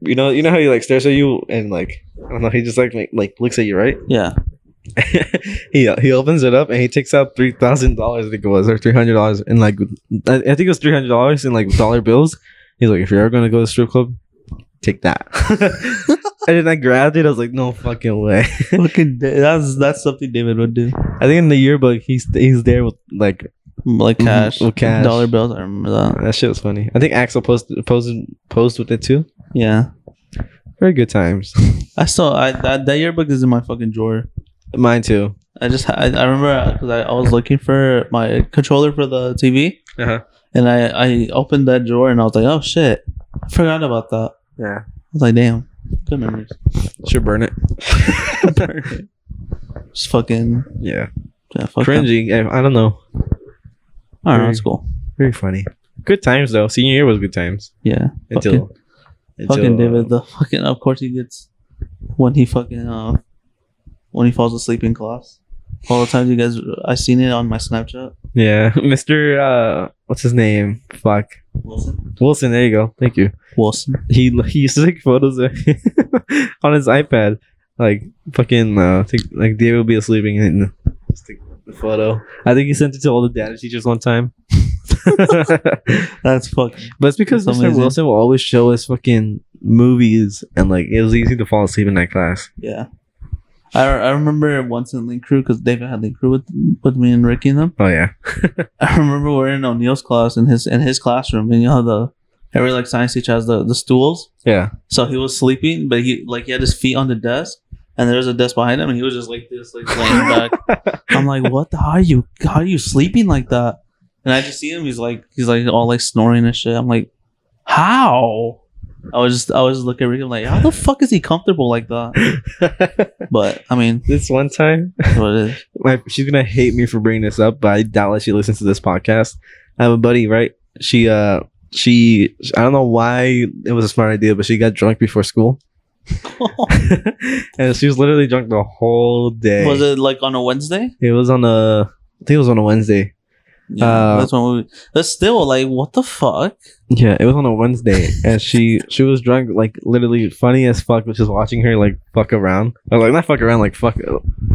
S1: You know, you know how he like stares at you, and like I don't know, he just like like, like looks at you, right?
S2: Yeah.
S1: he he opens it up and he takes out three thousand dollars. I think it was or three hundred dollars in like I, I think it was three hundred dollars in like dollar bills. He's like, if you're ever gonna go to the strip club, take that. and then I grabbed it. I was like, no fucking way.
S2: Fucking da- that's that's something David would do.
S1: I think in the yearbook he's he's there with like
S2: Mm, Like
S1: Mhm,
S2: cash,
S1: with cash.
S2: dollar bills. I remember that.
S1: that shit was funny. I think Axel posted posted posed with it too.
S2: Yeah,
S1: Very good times.
S2: I still I that, that yearbook is in my fucking drawer.
S1: Mine too.
S2: I just ha- I, I remember because I, I was looking for my controller for the TV,
S1: Uh-huh.
S2: and I I opened that drawer and I was like, oh shit, I forgot about that.
S1: Yeah.
S2: I was like, damn, good memories.
S1: Should burn it.
S2: just fucking
S1: Yeah.
S2: yeah, fuck that.
S1: Cringy. I I don't know.
S2: I don't know, it's cool.
S1: Very funny. Good times though. Senior year was good times.
S2: Yeah,
S1: Until
S2: Fucking-
S1: until,
S2: fucking
S1: uh,
S2: David. The fucking of course he gets when he fucking uh, when he falls asleep in class. All the times you guys, I seen it on my Snapchat.
S1: Yeah, Mr. Uh, what's his name? Fuck
S2: Wilson.
S1: Wilson. There you go. Thank you.
S2: Wilson.
S1: He he used to take photos of on his iPad. Like fucking uh, take, like David will be sleeping and just take the photo. I think he sent it to all the data teachers one time. but
S2: That's fucking.
S1: it's because
S2: That's
S1: Mr.
S2: amazing.
S1: Wilson will always show us fucking movies and like it was easy to fall asleep in that class.
S2: Yeah. I, I remember once in Link Crew because David had Link Crew with with me and Ricky and them.
S1: Oh yeah,
S2: I remember we're in O'Neill's class in his in his classroom and you know how the every like science teacher has the, the stools.
S1: yeah.
S2: So he was sleeping, but he like he had his feet on the desk and there was a desk behind him and he was just like this, like laying back. I'm like, what? The, how are you? How are you sleeping like that? And I just see him. He's like, he's like all like snoring and shit. I'm like, how? I was just, I was just looking at Ricky. I'm like, how the fuck is he comfortable like that? But I mean,
S1: this one time,
S2: that's what it is.
S1: my she's gonna hate me for bringing this up, but I doubt that she listens to this podcast. I have a buddy, right? She uh she I don't know why it was a smart idea, but she got drunk before school, and she was literally drunk the whole day.
S2: was it like on a Wednesday?
S1: It was on a I think it was on a Wednesday.
S2: Yeah,
S1: Uh,
S2: that's when we. That's still like, what the fuck?
S1: Yeah, it was on a Wednesday, and she she was drunk like literally funny as fuck, which is watching her like fuck around. I was like not fuck around, like fuck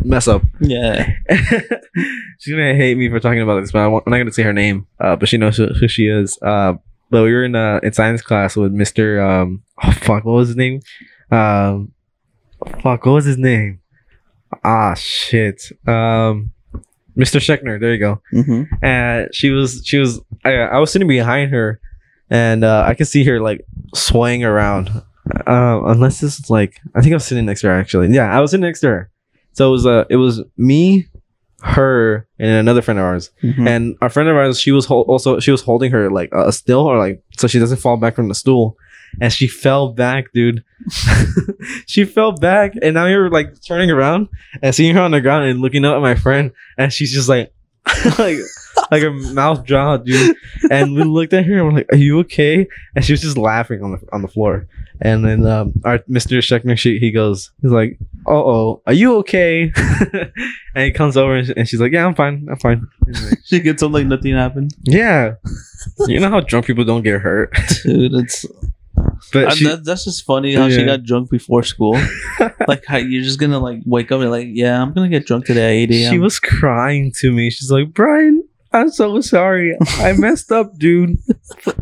S1: mess up.
S2: Yeah,
S1: She's gonna hate me for talking about this, but I am not gonna say her name. Uh, but she knows who, who she is. Uh, but we were in uh in science class with Mister um oh, fuck what was his name um fuck what was his name ah shit um Mister Schechner there you go
S2: hmm
S1: and she was she was I, I was sitting behind her and uh, i could see her like swaying around uh, unless this is like i think i was sitting next to her actually yeah i was sitting next to her so it was uh it was me her and another friend of ours
S2: Mm-hmm.
S1: and our friend of ours she was hol- also she was holding her like a still or like so she doesn't fall back from the stool and she fell back dude she fell back and now you're like turning around and seeing her on the ground and looking up at my friend and she's just like like like a mouth jaw, dude. And we looked at her and we're like, "Are you okay?" And she was just laughing on the on the floor. And then um, our Mr. Schechner, she, he goes, he's like, "Uh oh, are you okay?" and he comes over and, she- and she's like, "Yeah, I'm fine, I'm fine." And he's like,
S2: She gets up like nothing happened,
S1: yeah, you know how drunk people don't get hurt,
S2: dude. It's
S1: but
S2: and
S1: she,
S2: that, that's just funny how she
S1: Yeah.
S2: got drunk before school. like how you're just gonna like wake up and like, yeah, I'm gonna get drunk today at 8 a.m.
S1: she was crying to me. She's like, "Brian." I'm so sorry. I messed up, dude.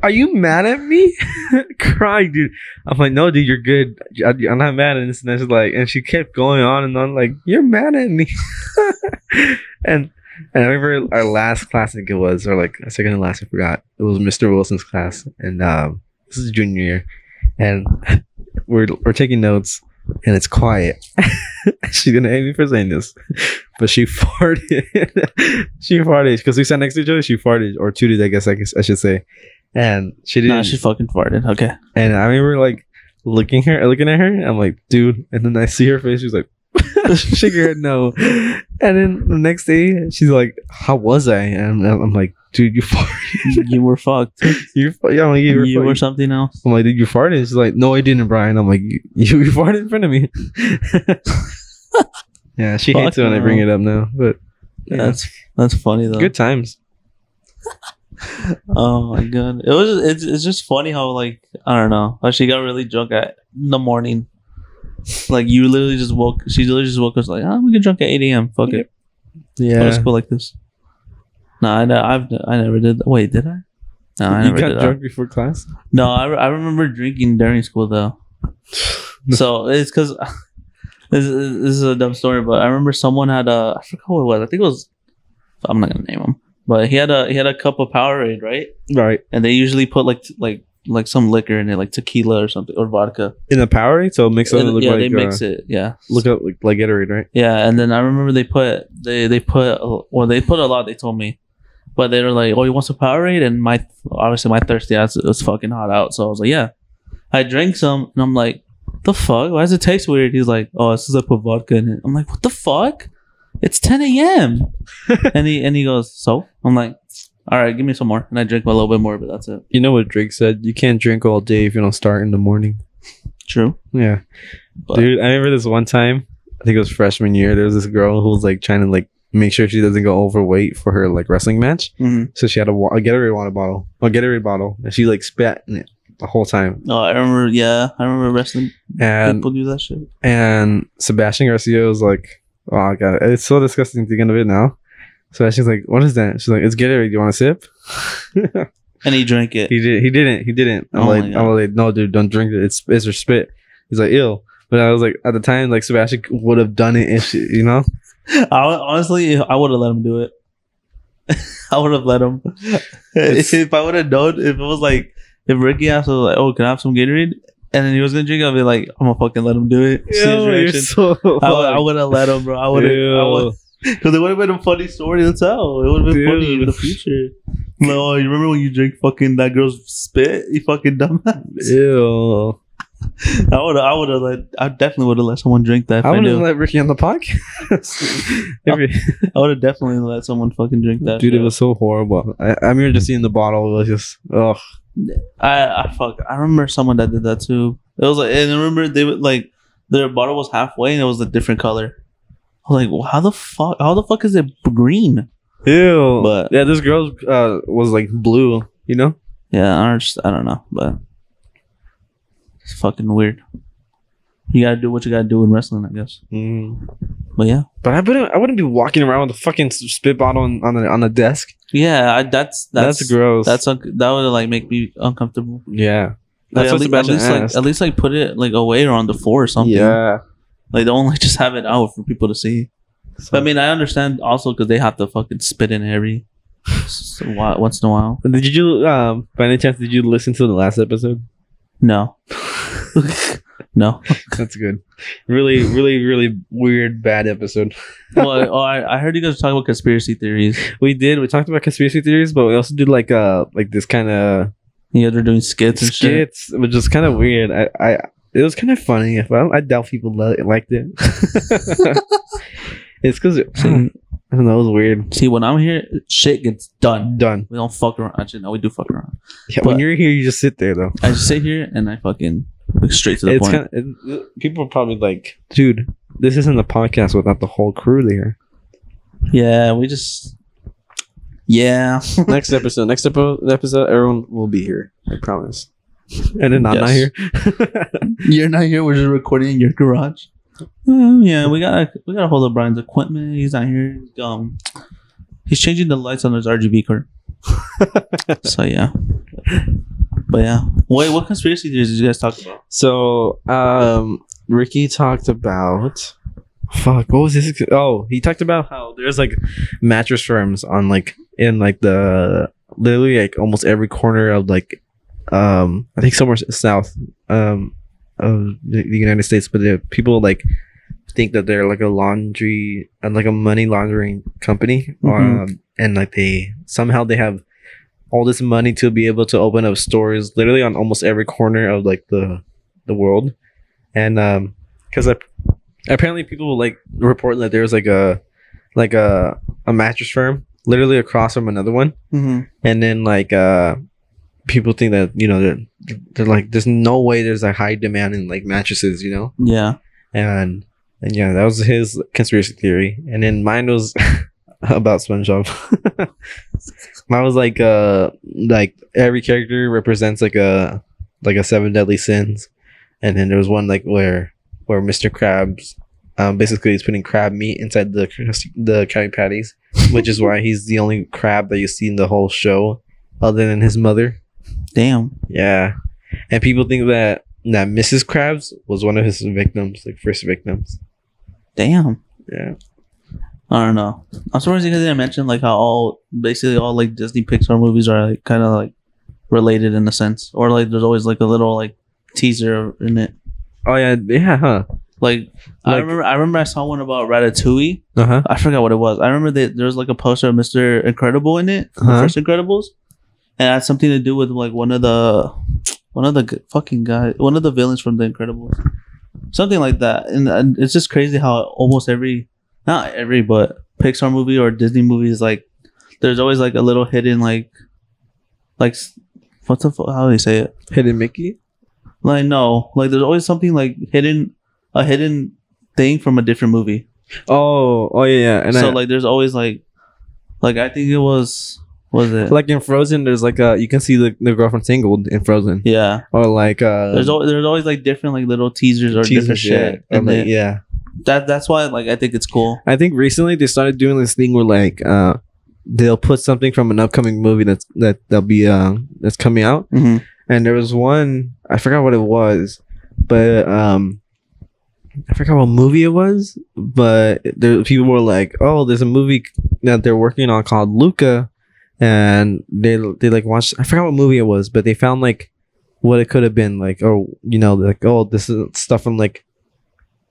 S1: Are you mad at me? Crying, dude. I'm like, no, dude, you're good. I, am not mad at this. And she's like, and she kept going on and on, like, you're mad at me. and and I remember our last class, I think it was, or like second to last, I forgot. It was Mr. Wilson's class, and um, this is junior year, and we're we're taking notes, and it's quiet. She's gonna hate me for saying this, but she farted. she farted because we sat next to each other. She farted or tooted, I guess I guess I should say, and she didn't.
S2: nah, she fucking farted. Okay,
S1: And I remember like looking her, looking at her. and I'm like, dude. And then I see her face. She's like, shake her head no. And then the next day, she's like, how was I? And I'm, I'm like, dude, you farted.
S2: you were fucked.
S1: You, fa- yeah, I'm like, you,
S2: You,
S1: were
S2: were
S1: fucking-
S2: something else.
S1: I'm like, did you fart? And she's like, no, I didn't, Brian. I'm like, you, you, you farted in front of me. yeah, she hates it
S2: Fuck
S1: when I bring
S2: no.
S1: it up now, but yeah,
S2: That's that's funny though.
S1: good times.
S2: Oh my god, it was. It's, it's just funny how like I don't know how she got really drunk at in the morning. Like you literally just woke. She literally just woke up. Like I'm gonna get drunk at 8 a.m. Fuck it. Go to
S1: Yeah,
S2: school like this. No, I, ne- I've I never did. That. Wait, did I? No, I
S1: you
S2: never
S1: got
S2: did.
S1: drunk before class.
S2: That. No, I, re- I remember drinking during school though. so it's because this, is- this is a dumb story, but I remember someone had a I forgot what it was. I think it was. I'm not gonna name him, but he had a he had a cup of Powerade, right?
S1: Right
S2: And they usually put like t- like like some liquor in it, like tequila or something or vodka.
S1: in the Powerade, so it makes it
S2: And-
S1: look
S2: yeah,
S1: like
S2: they mix
S1: uh,
S2: it. Yeah,
S1: look up like, like Gatorade, right?
S2: Yeah, and then I remember they put they they put well they put a lot. They told me, but they were like, "Oh, you want some Powerade?" And my obviously my thirsty ass it was fucking hot out, so I was like, "Yeah." I drank some, and I'm like, "The fuck? Why does it taste weird?" He's like, "Oh, it's because I put vodka in it." I'm like, "What the fuck? It's 10 a.m." and he and he goes, "So?" I'm like, "All right, give me some more." And I drink a little bit more, but that's it.
S1: You know what Drake said? You can't drink all day if you don't start in the morning.
S2: True.
S1: Yeah.
S2: But-
S1: Dude, I remember this one time, I think it was freshman year, there was this girl who was like trying to like make sure she doesn't go overweight for her like wrestling match.
S2: Mhm.
S1: So she had a, wa- a Gatorade water bottle, a Gatorade bottle, and she like spat in it the whole time.
S2: Oh, I remember. Yeah, I remember wrestling
S1: And
S2: people do that shit.
S1: and Sebastian Garcia was like, "Oh god, it's so disgusting thinking of it now." So she's like, "What is that?" She's like, "It's Gatorade. Do you want a sip?"
S2: And he drank it.
S1: He did. He didn't. He didn't. I'm
S2: Oh my
S1: like, I'm
S2: God.
S1: like, no, dude, don't drink it. It's it's her spit. He's like, ill. But I was like, at the time, like Sebastian would have done it if she, you know.
S2: I would- honestly, I would have let him do it. I would have let him.
S1: It's-
S2: if I would have known, if it was like, if Ricky asked, was like, "Oh, can I have some Gatorade?" and then he was gonna drink, I'd be like, "I'm gonna fucking let him do it." See his reaction.
S1: so.
S2: I, would- I would have let him, bro. I would have, because it would have been a funny story to tell. It would have been funny in
S1: Dude.
S2: the future. No, you remember when you drink fucking that girl's spit? You fucking dumbass.
S1: Ew.
S2: I would, I would have let. I definitely would have let someone drink that. If
S1: I
S2: I,
S1: wouldn't
S2: knew.
S1: let Ricky on the podcast. Every-
S2: I would have definitely let someone fucking drink that.
S1: dude, it
S2: shit.
S1: was so horrible. I, I remember just seeing the bottle. It was just, ugh.
S2: I, I fuck. I remember someone that did that too. It was like, and I remember they would like their bottle was halfway and it was a different color. I was like, well, how the fuck? How the fuck is it green?
S1: Ew.
S2: But-
S1: yeah, this girl uh, was like blue. You know.
S2: Yeah, I don't, just, I don't know, but it's fucking weird. You gotta do what you gotta do in wrestling, I guess. Mm. But yeah,
S1: But I wouldn't. I wouldn't be walking around with a fucking spit bottle on on the, on the desk.
S2: yeah, I, that's that's
S1: That's, gross.
S2: That's un- that would like make me uncomfortable.
S1: yeah. That's
S2: Like, at,
S1: what
S2: le- at
S1: Sebastian
S2: least like
S1: asked.
S2: at least like put it like away or on the floor or something.
S1: Yeah.
S2: Like don't like just have it out for people to see. But, I mean, I understand also because they have to fucking spit in every so, wa- once in a while.
S1: did you um by any chance did you listen to the last episode?
S2: No, no.
S1: That's good. Really, really, really weird, bad episode.
S2: Well, I- oh, I, I heard you guys talk about conspiracy theories.
S1: We did. We talked about conspiracy theories, but we also did like uh like this kind of
S2: You guys are doing skits and shit.
S1: skits, which is kind of weird. I, I it was kind of funny. If I, I doubt people lo- liked it. it's because
S2: So,
S1: I don't know. It was weird.
S2: See, when I'm here, shit gets done.
S1: Done.
S2: We don't fuck around. Actually, no, we do fuck around.
S1: Yeah,
S2: But-
S1: when you're here, you just sit there though.
S2: I just sit here and I fucking like, straight to the
S1: It's
S2: point.
S1: kind of people are probably like, dude, this isn't a podcast without the whole crew there.
S2: yeah, we just. Yeah.
S1: next episode, next epo- episode, everyone will be here. I promise. And then I'm not
S2: Yes.
S1: here.
S2: You're not here. We're just recording in your garage. Um, yeah, we got we got to hold up Brian's equipment. He's not here. Um, he's changing the lights on his RGB card. so yeah, but yeah. Wait, what conspiracy theories did you guys talk about?
S1: So, um, Ricky talked about fuck. What was this? Oh, he talked about how there's like mattress firms on like in like the literally like almost every corner of like um I think somewhere s- south um of the, the United States, but the people like think that they're like a laundry uh, like a money laundering company,
S2: Mhm.
S1: um, and like they somehow they have all this money to be able to open up stores literally on almost every corner of like the the world and um because apparently people like report that there's like a like a a mattress firm literally across from another one
S2: Mm-hmm.
S1: and then like uh people think that you know they're, they're like there's no way there's a high demand in like mattresses you know
S2: Yeah.
S1: and and yeah that was his conspiracy theory and then mine was about spongebob mine was like uh like every character represents like a like a seven deadly sins and then there was one like where where mr krabs um, basically is putting crab meat inside the crust- the county patties which is why he's the only crab that you see in the whole show other than his mother
S2: Damn.
S1: yeah, and people think that that Mrs. Krabs was one of his victims, like first victims.
S2: Damn.
S1: Yeah.
S2: I don't know. I'm surprised you guys didn't mention like how all basically all like Disney Pixar movies are like kind of like related in a sense, or like there's always like a little like teaser in it.
S1: Oh yeah, yeah, huh?
S2: Like, I
S1: Like-
S2: remember, I remember I saw one about Ratatouille.
S1: Uh huh.
S2: I forgot what it was. I remember that there was like a poster of Mister Incredible in it, from the
S1: Uh-huh.
S2: first Incredibles, and it had something to do with like one of the one of the g- fucking guy, one of the villains from the Incredibles, something like that. And, and it's just crazy how almost every, not every, but Pixar movie or Disney movie is like, there's always like a little hidden like, like, s- what the fuck? How do you say it?
S1: Hidden Mickey.
S2: Like no, like there's always something like hidden, a hidden thing from a different movie.
S1: Oh, oh yeah, yeah. And
S2: so
S1: I, like,
S2: like there's always like, like I think it was was it
S1: in Frozen, there's like a you can see the, the girlfriend singled in Frozen,
S2: yeah.
S1: or like uh,
S2: There's al- there's always like different like little teasers or
S1: teasers,
S2: different shit,
S1: Yeah. Or,
S2: and
S1: like,
S2: then-
S1: yeah,
S2: that that's why like I think it's cool.
S1: I think recently they started doing this thing where like uh, they'll put something from an upcoming movie that's that they'll be uh that's coming out,
S2: Mm-hmm.
S1: and there was one I forgot what it was, but um, I forgot what movie it was. But there, people were like, "Oh, there's a movie that they're working on called Luca," and they they like watched. I forgot what movie it was, but they found like what it could have been like, or you know, like, "Oh, this is stuff from like."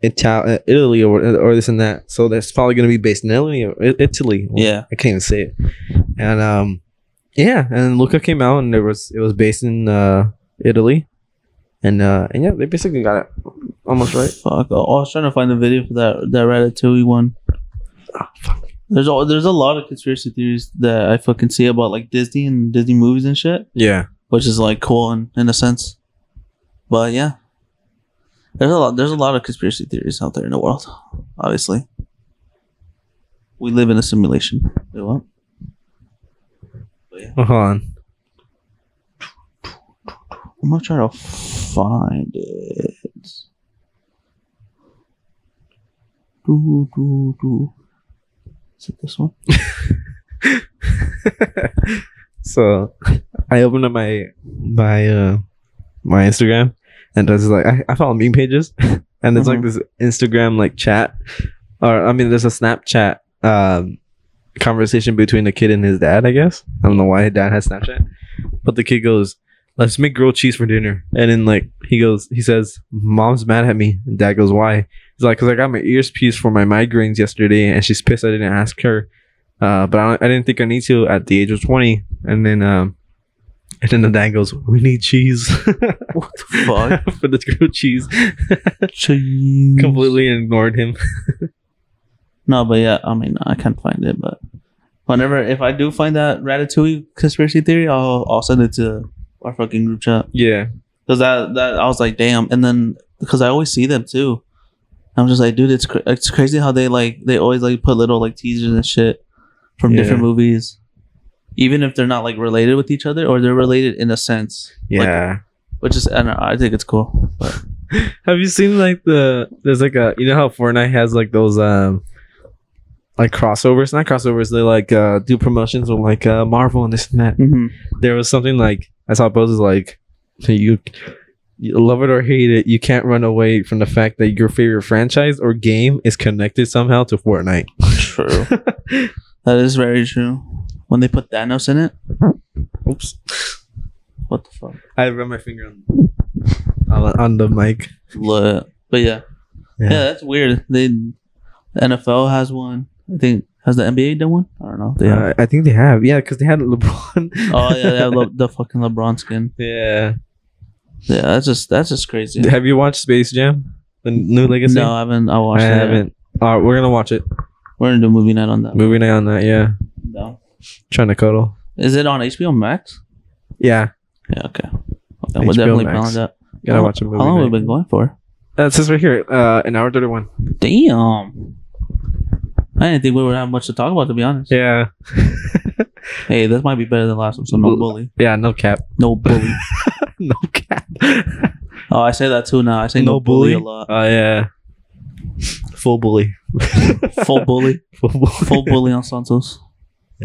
S1: Ital- uh, Italy or, or this and that, so that's probably gonna be based in Italy. Or I- Italy,
S2: Yeah,
S1: I can't even say it. And um, yeah, and Luca came out, and it was it was based in uh, Italy, and uh, and yeah, they basically got it almost right.
S2: Fuck. Oh, I was trying to find the video for that that Ratatouille one.
S1: Ah,
S2: There's all there's a lot of conspiracy theories that I fucking see about like Disney and Disney movies and shit.
S1: Yeah,
S2: which is like cool in, in a sense. But yeah, there's a lot. There's a lot of conspiracy theories out there in the world. Obviously, we live in a simulation. Wait, what?
S1: hold on.
S2: I'm gonna try to find it. Do do do. Is it this one?
S1: So I opened up my my uh, my Instagram, and there's like I, I follow meme pages, and it's like
S2: Mhm.
S1: this Instagram like chat, or I mean, there's a Snapchat um conversation between the kid and his dad. I guess I don't know why his dad has Snapchat, but the kid goes, "Let's make grilled cheese for dinner," and then like he goes, he says, "Mom's mad at me," and dad goes, "Why?" He's like, "Cause I got my ears pierced for my migraines yesterday, and she's pissed I didn't ask her." Uh, but I, I didn't think I need to at the age of 20. And then, um, and then the dad goes, "We need cheese
S2: What the fuck?
S1: for the grilled cheese."
S2: Jeez.
S1: Completely ignored him.
S2: No, but yeah, I mean, I can't find it. But whenever, if I do find that Ratatouille conspiracy theory, I'll I'll send it to our fucking group chat.
S1: Yeah.
S2: Cause that that I was like, damn. And then because I always see them too, I'm just like, dude, it's cra- it's crazy how they like they always like put little like teasers and shit from
S1: Yeah.
S2: different movies, even if they're not like related with each other or they're related in a sense. Like,
S1: Yeah.
S2: which is I don't know. I think it's cool.
S1: Have you seen like the there's like a you know how Fortnite has like those um like crossovers, not crossovers, they like uh do promotions with like uh Marvel and this and that.
S2: Mm-hmm.
S1: There was something like I saw poses like you, you love it or hate it, you can't run away from the fact that your favorite franchise or game is connected somehow to Fortnite.
S2: True. that is very true. When they put Thanos in it,
S1: Oops.
S2: what the fuck?
S1: I run my finger on on, on the mic.
S2: Lit. But yeah.
S1: Yeah.
S2: yeah, that's weird. They the NFL has one. I think has the NBA done one? I don't know. They have.
S1: Uh, I think they have. Yeah, because they had LeBron.
S2: oh yeah, they have Le- the fucking LeBron skin.
S1: yeah.
S2: Yeah, that's just that's just crazy.
S1: Have you watched Space Jam? The new legacy?
S2: No, I haven't. I watched.
S1: I
S2: that.
S1: haven't. All right, we're gonna watch it.
S2: We're gonna do movie night on that.
S1: Movie night on that. Yeah,
S2: No.
S1: trying to cuddle.
S2: Is it on HBO Max?
S1: Yeah,
S2: Yeah. Okay. Okay, we'll
S1: HBO
S2: definitely
S1: Max.
S2: plan on that.
S1: gotta
S2: How-
S1: watch a movie.
S2: How long
S1: night.
S2: have we been going for?
S1: Uh, it says right here, uh, an hour thirty-one.
S2: Damn. I didn't think we would have much to talk about, to be honest.
S1: Yeah,
S2: Hey, this might be better than last one. So no bully,
S1: yeah, no cap,
S2: no bully.
S1: no cap.
S2: oh, I say that too now. I say no,
S1: No
S2: bully.
S1: bully?
S2: a lot.
S1: Oh yeah, full bully,
S2: Full bully,
S1: full bully.
S2: full bully on Santos.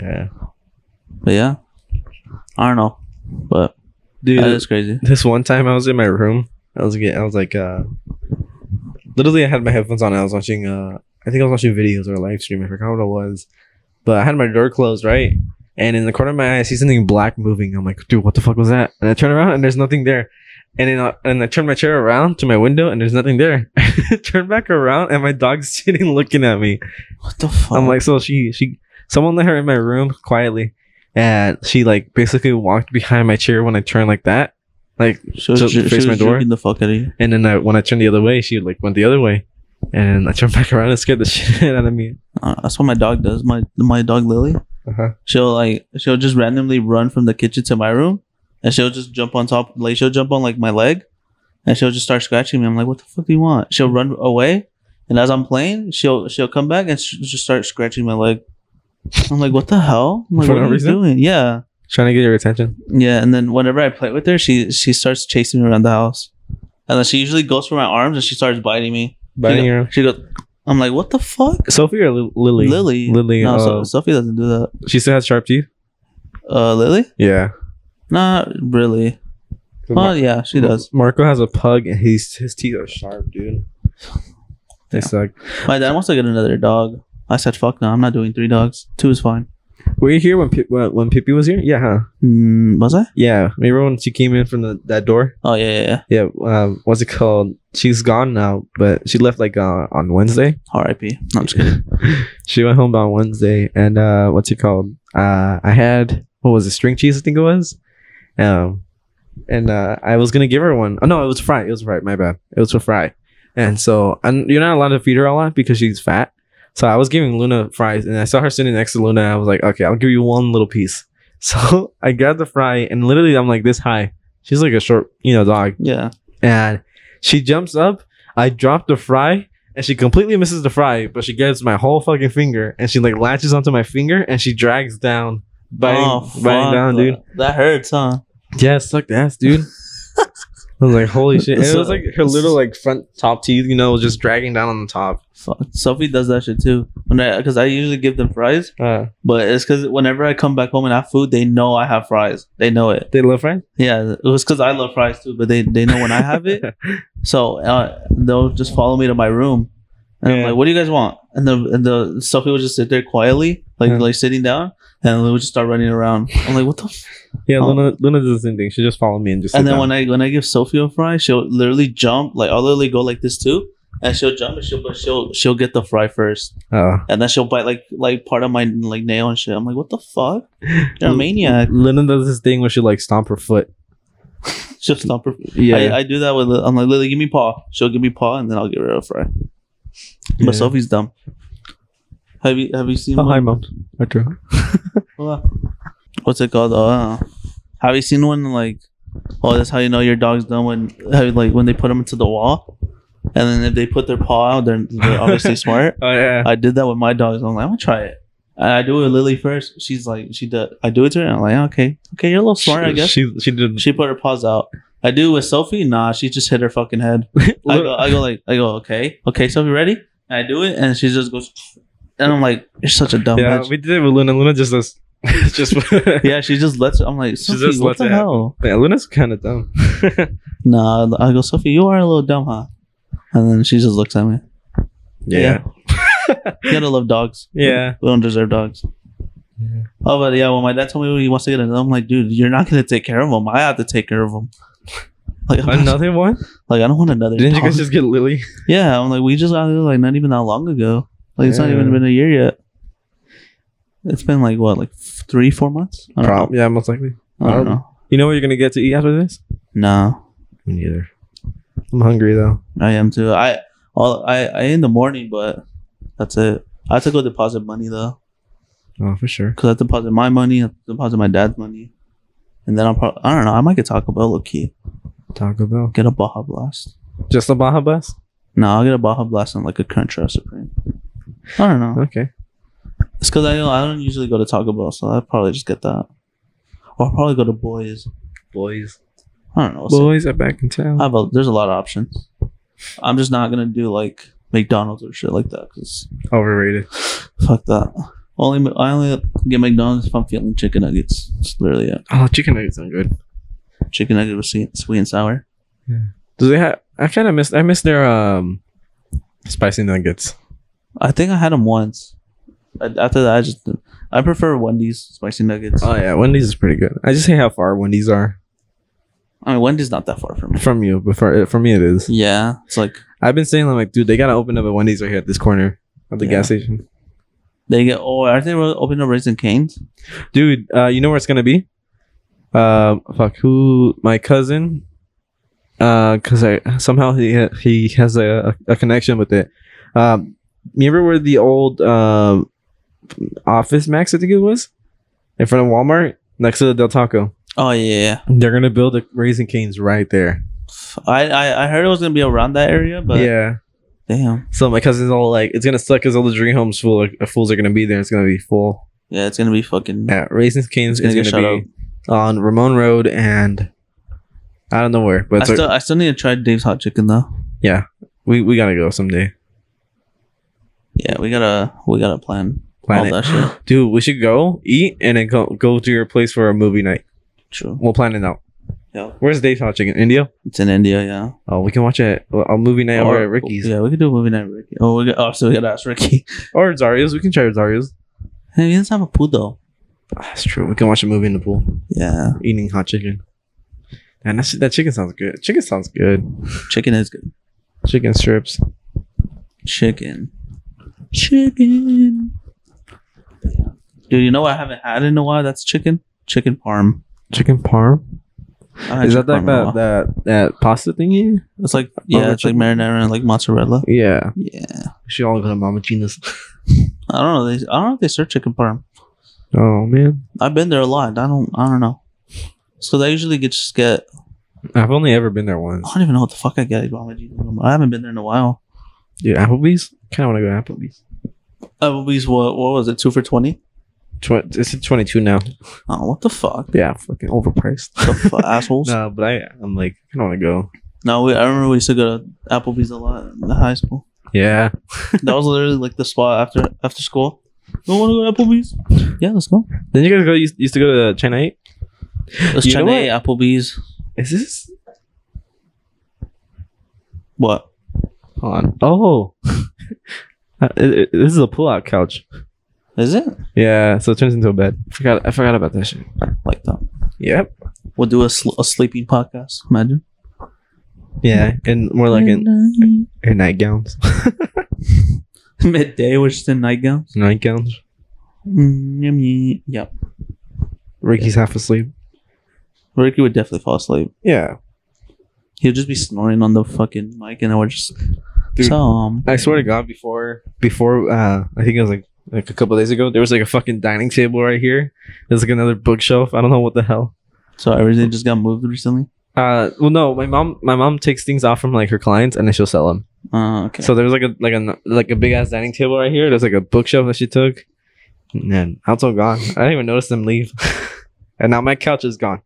S1: Yeah,
S2: But yeah, I don't know, but
S1: dude.
S2: that is crazy.
S1: this one time I was in my room. I was getting, I was like, uh, literally, I had my headphones on. I was watching, uh, I think I was watching videos or a live stream. I forgot what it was, but I had my door closed, right? And in the corner of my eye, I see something black moving. I'm like, dude, what the fuck was that? And I turn around and there's nothing there. And then I, and I turn my chair around to my window and there's nothing there. turn back around and my dog's sitting looking at me.
S2: What the fuck?
S1: I'm like, so she she someone let her in my room quietly, and she like basically walked behind my chair when I turned like that, like
S2: she was,
S1: so
S2: ju-
S1: face
S2: she
S1: my
S2: was
S1: door?
S2: jerking the fuck out of you.
S1: and then I, when I turned the other way, she like went the other way, and I turned back around and scared the shit out of me.
S2: Uh, that's what my dog does. My my dog Lily.
S1: Uh-huh.
S2: She'll like she'll just randomly run from the kitchen to my room, and she'll just jump on top. Like she'll jump on like my leg, and she'll just start scratching me. I'm like, what the fuck do you want? She'll run away, and as I'm playing, she'll she'll come back and sh- just start scratching my leg. I'm like, what the hell? I'm like,
S1: For
S2: what
S1: no
S2: are you
S1: reason?
S2: doing? Yeah,
S1: Trying to get your attention.
S2: yeah. And then whenever I play with her, she she starts chasing me around the house, and then she usually goes for my arms and she starts biting me.
S1: Biting
S2: know-
S1: your arm.
S2: She goes, I'm like, what the fuck?
S1: Sophie or Li- Lily?
S2: Lily.
S1: Lily.
S2: No, so-
S1: oh.
S2: Sophie doesn't do that.
S1: she still has sharp teeth.
S2: Uh, Lily?
S1: Yeah.
S2: Not really. Well, yeah, she does.
S1: Marco has a pug, and he's his teeth are sharp, dude. They
S2: Yeah.
S1: suck.
S2: My dad wants to get another dog. I said, fuck no, I'm not doing three dogs. Two is fine.
S1: Were you here when Pi- when, when Pippi was here? Yeah, huh?
S2: Mm, was I?
S1: Yeah. Remember when she came in from the, that door?
S2: Oh, yeah, yeah, yeah.
S1: yeah um what's it called she's gone now but she left like uh, on wednesday
S2: R.I.P. No, I'm just kidding.
S1: she went home on wednesday and uh what's it called uh i had what was it string cheese i think it was um and uh i was gonna give her one. Oh no it was fry it was fry my bad it was for fry and so and you're not allowed to feed her a lot because she's fat so i was giving luna fries and i saw her sitting next to luna and i was like okay i'll give you one little piece so i grabbed the fry and literally i'm like this high she's like a short you know dog
S2: Yeah.
S1: and she jumps up. I drop the fry, and she completely misses the fry, but she gets my whole fucking finger, and she like latches onto my finger, and she drags down, biting, biting down, dude.
S2: Oh, That hurts, huh?
S1: Yeah, it sucked ass, dude. I was like, holy shit! And it was like her little like front top teeth, you know, was just dragging down on the top.
S2: Fuck. Sophie does that shit too. Because I, usually give them fries,
S1: Uh,
S2: but it's because whenever I come back home and have food, they know I have fries. They know it.
S1: they love fries.
S2: Yeah, it was because I love fries too, but they, they know when I have it. So uh, they'll just follow me to my room, and I'm
S1: Yeah.
S2: like, "What do you guys want?" And the and the Sophie would just sit there quietly, like
S1: Yeah.
S2: like sitting down, and we would just start running around. I'm like, "What the?" F-?
S1: yeah,
S2: Oh.
S1: Luna, Luna does the same thing. She just followed me and just.
S2: And then when I when I give Sophie a fry, she'll literally jump, like I'll literally go like this too, and she'll jump, and she'll but she'll she'll get the fry first,
S1: when uh,
S2: and then she'll bite like like part of my like nail and shit. I'm like, "What the fuck? You're a maniac!"
S1: Luna does this thing where she like stomp her foot.
S2: She'll stomp her.
S1: Yeah,
S2: I, I do that with. Lil- I'm like, "Lily, give me paw." She'll give me paw, and then I'll give her a fry.
S1: Yeah.
S2: But Sophie's dumb. Have you have you seen?
S1: Oh,
S2: one?
S1: hi, mom. I drew.
S2: What's it called? Uh, have you seen one like? Oh, that's how you know your dog's done when how, like when they put them into the wall, and then if they put their paw out, they're, they're obviously smart.
S1: Oh yeah.
S2: I did that with my dogs. I'm like, I'm gonna try it. And I do it with Lily first. She's like, she does. I do it to her. And I'm like, okay, okay, you're a little smart, I guess.
S1: She she did.
S2: She put her paws out. I do with Sophie. Nah, she just hit her fucking head. I go, I go like, I go, okay, okay, Sophie, ready? And I do it, and she just goes, and I'm like, you're such a dumb
S1: yeah,
S2: bitch.
S1: we did it with Luna. Luna just does. just
S2: yeah, she just lets. I'm like,
S1: She just
S2: Sophie, what
S1: lets
S2: the
S1: it happen.
S2: hell?
S1: yeah. Luna's kind of dumb.
S2: Nah, I go, Sophie, you are a little dumb, huh? And then she just looks at me.
S1: Yeah.
S2: You gotta love dogs.
S1: Yeah.
S2: We don't deserve dogs.
S1: Yeah.
S2: Oh, but yeah, when my dad told me he wants to get another, I'm like, dude, you're not gonna take care of him. I have to take care of him. Like, I'm not-
S1: Another one?
S2: like I don't want another.
S1: Didn't you
S2: dog.
S1: guys just get Lily?
S2: Yeah, I'm like, we just got here like not even that long ago. Like it's not even
S1: Yeah.
S2: been a year yet. It's been like what, like f- three, four months? I don't
S1: Prob- yeah, most likely.
S2: know. I don't know.
S1: You know what you're gonna get to eat after this?
S2: No,
S1: Me neither. I'm hungry though.
S2: I am too. I all I I in the morning, but that's it. I have to go deposit money though,
S1: Oh, for sure.
S2: because I deposit my money, I deposit my dad's money, and then I'll probably I don't know. I might get Taco Bell, low key.
S1: Taco Bell.
S2: Get a Baja Blast.
S1: Just a Baja Blast?
S2: No, I'll get a Baja Blast and like a Crunchwrap Supreme. I don't know.
S1: Okay.
S2: It's because I don't, I don't usually go to Taco Bell, so I'd probably just get that. Or I'll probably go to Boys.
S1: Boys. Uh,
S2: I don't know. We'll see.
S1: Boys are back in town.
S2: I have a, there's a lot of options. I'm just not gonna do like McDonald's or shit like that because
S1: Overrated.
S2: fuck that. Only I only get McDonald's if I'm feeling chicken nuggets. That's literally it.
S1: Oh, chicken nuggets are good.
S2: Chicken nugget with sweet, sweet and sour.
S1: Do they have I kinda miss I miss their um spicy nuggets.
S2: I think I had them once. I, after that, I just I prefer Wendy's spicy nuggets.
S1: Oh yeah, Wendy's is pretty good. I just hate how far Wendy's are
S2: I mean, Wendy's not that far from me.
S1: from you, but for for me it is.
S2: Yeah, it's like
S1: I've been saying I'm like, dude, they gotta open up a Wendy's right here at this corner of the
S2: Yeah.
S1: gas station.
S2: they get oh, aren't they open up Raisin Canes?
S1: Dude, uh, you know where it's gonna be? Um, fuck who? My cousin. Uh, cause I somehow he ha- he has a, a connection with it. Um, you remember where the old um Office Max I think it was, in front of Walmart next to the Del Taco.
S2: Oh yeah,
S1: They're gonna build a Raising Canes right there.
S2: I, I I heard it was gonna be around that area, but
S1: yeah.
S2: damn,
S1: So my cousin's all like, it's gonna suck because all the dream homes full uh, fools are gonna be there. It's gonna be full.
S2: yeah, it's gonna be fucking.
S1: Yeah, Raising Canes
S2: It's
S1: is
S2: gonna
S1: gonna,
S2: get shut
S1: be on Ramon Road and I don't know where, but
S2: I
S1: it's a-
S2: still I still need to try Dave's hot chicken though.
S1: we we gotta go someday.
S2: Yeah, we gotta we gotta plan,
S1: Plan
S2: all
S1: it.
S2: that shit.
S1: dude. We should go eat and then go go to your place for a movie night.
S2: True.
S1: We'll plan it out.
S2: Yeah,
S1: Where's Dave's hot chicken? India.
S2: it's in India. Yeah.
S1: Oh, we can watch it a movie night over at Ricky's
S2: Yeah, we could do a movie night, at Ricky. Oh, we got, oh, so we gotta ask Ricky.
S1: or Zario's. We can try Zario's.
S2: Hey, he doesn't have a pool though.
S1: That's true. We can watch a movie in the pool
S2: Yeah,
S1: eating hot chicken. And that that chicken sounds good. Chicken sounds good.
S2: chicken is good.
S1: Chicken strips.
S2: Chicken. Chicken. Dude, you know what I haven't had in a while? That's chicken. Chicken parm.
S1: Chicken parm.
S2: I haven't had
S1: Is that
S2: chicken
S1: like
S2: parm in a
S1: that
S2: while.
S1: that that pasta thingy?
S2: It's like yeah,
S1: Parma
S2: it's like marinara and like mozzarella.
S1: Yeah.
S2: Yeah.
S1: We should all go to Mama Gina's.
S2: I don't know. They, I don't know if they serve chicken parm.
S1: Oh man.
S2: I've been there a lot. I don't. I don't know. So I usually get just get.
S1: I've only ever been there once.
S2: I don't even know what the fuck I get. at Mama Gina's. I haven't been there in a while.
S1: Dude, Applebee's? Kinda wanna go to Applebee's.
S2: Applebee's. What? What was it? Two for twenty.
S1: Tw- it's at 22 now.
S2: Oh, what the fuck?
S1: Yeah, fucking overpriced.
S2: The fu- assholes. No,
S1: no, but I, I'm like, I don't want to go.
S2: we, I remember we used to go to Applebee's a lot in high school.
S1: Yeah.
S2: That was literally like the spot after after school. Don't want to go to Applebee's? Yeah, let's go.
S1: Then you guys go used, used to go to China Eight.
S2: Let's
S1: You
S2: try
S1: know
S2: to eat Applebee's.
S1: Is this
S2: What?
S1: hold on? Oh, Uh, it- it- this is a pull-out couch.
S2: Is it
S1: Yeah, so it turns into a bed. Forgot I forgot about that shit.
S2: like that?
S1: Yep.
S2: We'll do a, sl- a sleeping podcast. Imagine.
S1: Yeah, and more like in, in nightgowns.
S2: midday, which is in nightgowns.
S1: nightgowns.
S2: Mm, yum, yum. Yep.
S1: Ricky's half asleep.
S2: Ricky would definitely fall asleep.
S1: Yeah.
S2: He'll just be snoring on the fucking mic, and I would just.
S1: Dude.
S2: so um,
S1: I swear to God, before before uh, I think it was like like a couple days ago. There was like a fucking dining table right here. There's like another bookshelf. I don't know what the hell.
S2: So everything just got moved recently.
S1: Uh, well, no, my mom, my mom takes things off from like her clients and then she'll sell them.
S2: Uh, okay.
S1: So there was like a like a like a big ass dining table right here. There's like a bookshelf that she took. And then it's all gone. I didn't even notice them leave. and now my couch is gone.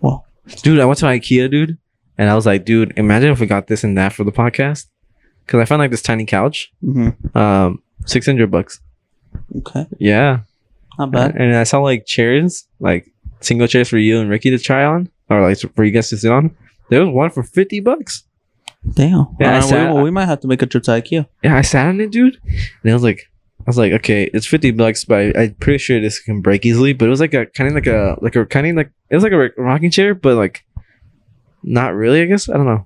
S2: Wow.
S1: dude, I went to IKEA, dude, and I was like, dude, imagine if we got this and that for the podcast. Cause I found like this tiny couch,
S2: hmm
S1: um, six hundred bucks.
S2: Okay.
S1: Yeah,
S2: Not bad.
S1: and I saw like chairs, like single chairs for you and Ricky to try on, or like for you guys to sit on. There was one for fifty bucks.
S2: Damn.
S1: Yeah, I
S2: Uh, we-
S1: sat-
S2: we, might have to make a trip to IKEA.
S1: Yeah, I sat on it, dude. And I was like, I was like, okay, it's fifty bucks, but I, I'm pretty sure this can break easily. But it was like a kind of like a like a kind of like it was like a ro- rocking chair, but like not really. I guess I don't know.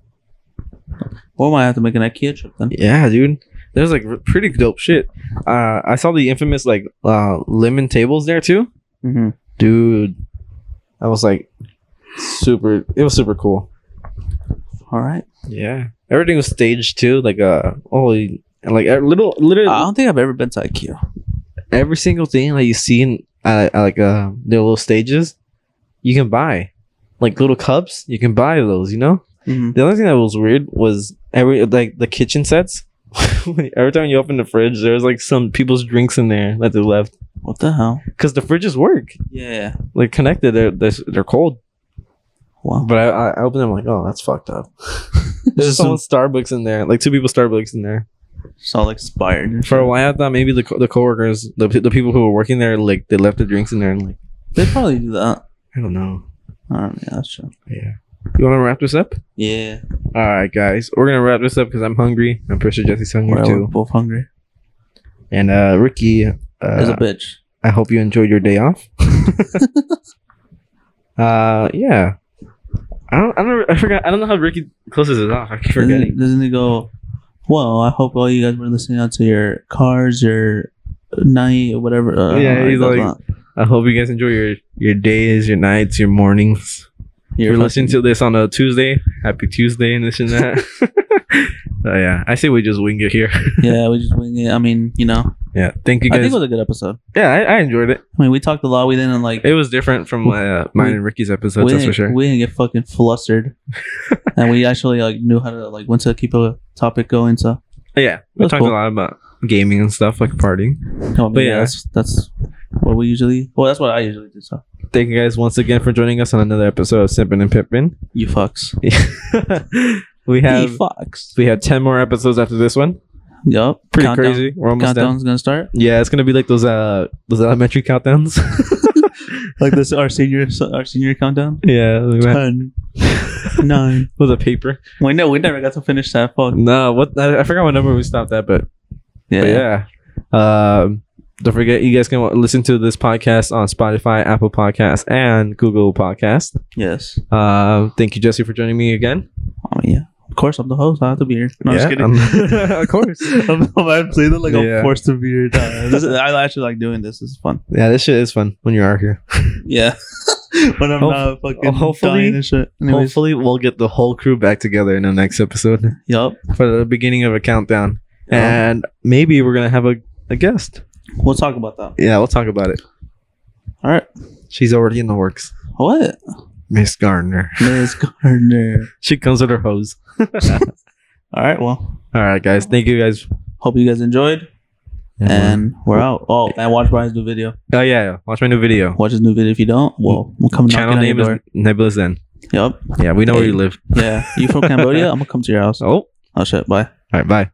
S2: Or might have to make an IKEA trip then.
S1: Yeah, dude. There's like r- pretty dope shit. Uh, I saw the infamous like uh, lemon tables there too,
S2: Mm-hmm.
S1: dude. I was like, super. It was super cool.
S2: All right.
S1: Yeah, everything was staged too. Like uh, oh, you- like a little literally.
S2: I don't think I've ever been to IKEA.
S1: every single thing that you see in uh, uh, like uh, their little stages, you can buy. Like little cups, you can buy those. You know.
S2: Mhm.
S1: The only thing that was weird was every like the kitchen sets. every time you open the fridge, there's like some people's drinks in there that they left
S2: What the hell?
S1: because the fridges work.
S2: Yeah.
S1: Like connected, they're they're, they're cold.
S2: Wow.
S1: But I, I I opened them like, oh, that's fucked up. there's
S2: Just some-
S1: someone Starbucks in there, like two people Starbucks in there.
S2: It's all expired. and
S1: For a
S2: shit.
S1: while, I thought maybe the co- the coworkers, the the people who were working there, like they left the drinks in there and like
S2: They probably do that.
S1: I don't know.
S2: All right. Yeah, that's true.
S1: Yeah. You want to wrap this up?
S2: Yeah.
S1: All right, guys. We're going to wrap this up because I'm hungry. I'm pretty sure Jesse's hungry
S2: We're
S1: too.
S2: both hungry.
S1: And uh, Ricky,
S2: As
S1: uh,
S2: a bitch.
S1: I hope you enjoyed your day off. uh, yeah. I don't, I don't, I forgot. I don't know how Ricky closes it off. I keep
S2: Doesn't,
S1: forgetting.
S2: doesn't it go? Well, I hope all you guys were listening out to your cars, your night, whatever. Uh,
S1: Yeah,
S2: alright,
S1: he's
S2: that's
S1: like,
S2: not-
S1: I hope you guys enjoy your, your days, your nights, your mornings. If
S2: your
S1: you're listening
S2: fucking-
S1: to this on a Tuesday, happy Tuesday and this and that. so, yeah. I say we just wing it here.
S2: yeah, we just wing it. I mean, you know,
S1: Yeah. Thank you
S2: I
S1: guys.
S2: think it was a good episode.
S1: yeah, I, I enjoyed it.
S2: I mean, we talked a lot. We didn't like.
S1: It was different from uh, mine and Ricky's episodes,
S2: we
S1: that's
S2: didn't,
S1: for sure.
S2: we didn't get fucking flustered, and we actually like knew how to like when to keep a topic going. So,
S1: yeah, we
S2: That's
S1: talked
S2: cool.
S1: a lot about gaming and stuff, like partying.
S2: no, oh, but
S1: But
S2: yeah,
S1: yeah.
S2: that's that's what we usually. Well, that's what I usually do. So,
S1: Thank you guys once again for joining us on another episode of Simpin' and Pippin.
S2: you fucks,
S1: we
S2: you
S1: have
S2: fucks.
S1: we have ten more episodes after this one.
S2: Yup,
S1: Pretty
S2: countdown-
S1: crazy. We're almost done.
S2: Countdown's gonna start
S1: Yeah, it's gonna be like those uh those elementary countdowns.
S2: like this. Our senior, our senior countdown.
S1: yeah, we went
S2: Ten, nine.
S1: with a paper.
S2: Wait, no, we never got to finish that. Fuck.
S1: No, what I, I forgot what number we stopped at, but
S2: Yeah.
S1: But yeah. Um, don't forget, you guys can wa- listen to this podcast on Spotify, Apple Podcasts, and Google Podcast.
S2: Yes.
S1: Uh, thank you, Jesse, for joining me again.
S2: I mean, yeah. Of course, I'm the host. I have to be here. No, I'm just kidding.
S1: um, of course.
S2: I'm, I'm playing it like
S1: Yeah.
S2: I'm forced to be here. No, this is, I actually like doing this. It's fun.
S1: Yeah, this shit is fun when you are here.
S2: Yeah. when I'm
S1: Hope- oh,
S2: not fucking
S1: hopefully-
S2: dying and shit. Anyways,
S1: Hopefully, we'll get the whole crew back together in the next episode
S2: yup.
S1: for the beginning of a countdown,
S2: Yeah.
S1: and maybe we're gonna have a, a guest.
S2: We'll talk about that.
S1: Yeah, we'll talk about it.
S2: All right.
S1: She's already in the works,
S2: What?
S1: Miss Gardner.
S2: Miss Gardner.
S1: She comes with her hose.
S2: All right. Well,
S1: All right, guys. Thank you, guys.
S2: hope you guys enjoyed. And we're out. Oh, and watch Brian's new video.
S1: oh yeah, yeah, watch my new video.
S2: Watch his new video. If you don't, well, we'll come
S1: Channel
S2: knocking on your
S1: name is
S2: door.
S1: Nebulous Zen.
S2: Yup.
S1: Yeah, we know where
S2: Hey.
S1: you live.
S2: Yeah. You from Cambodia? I'm gonna come to your house.
S1: Oh, all
S2: Oh shit. Bye.
S1: right, bye.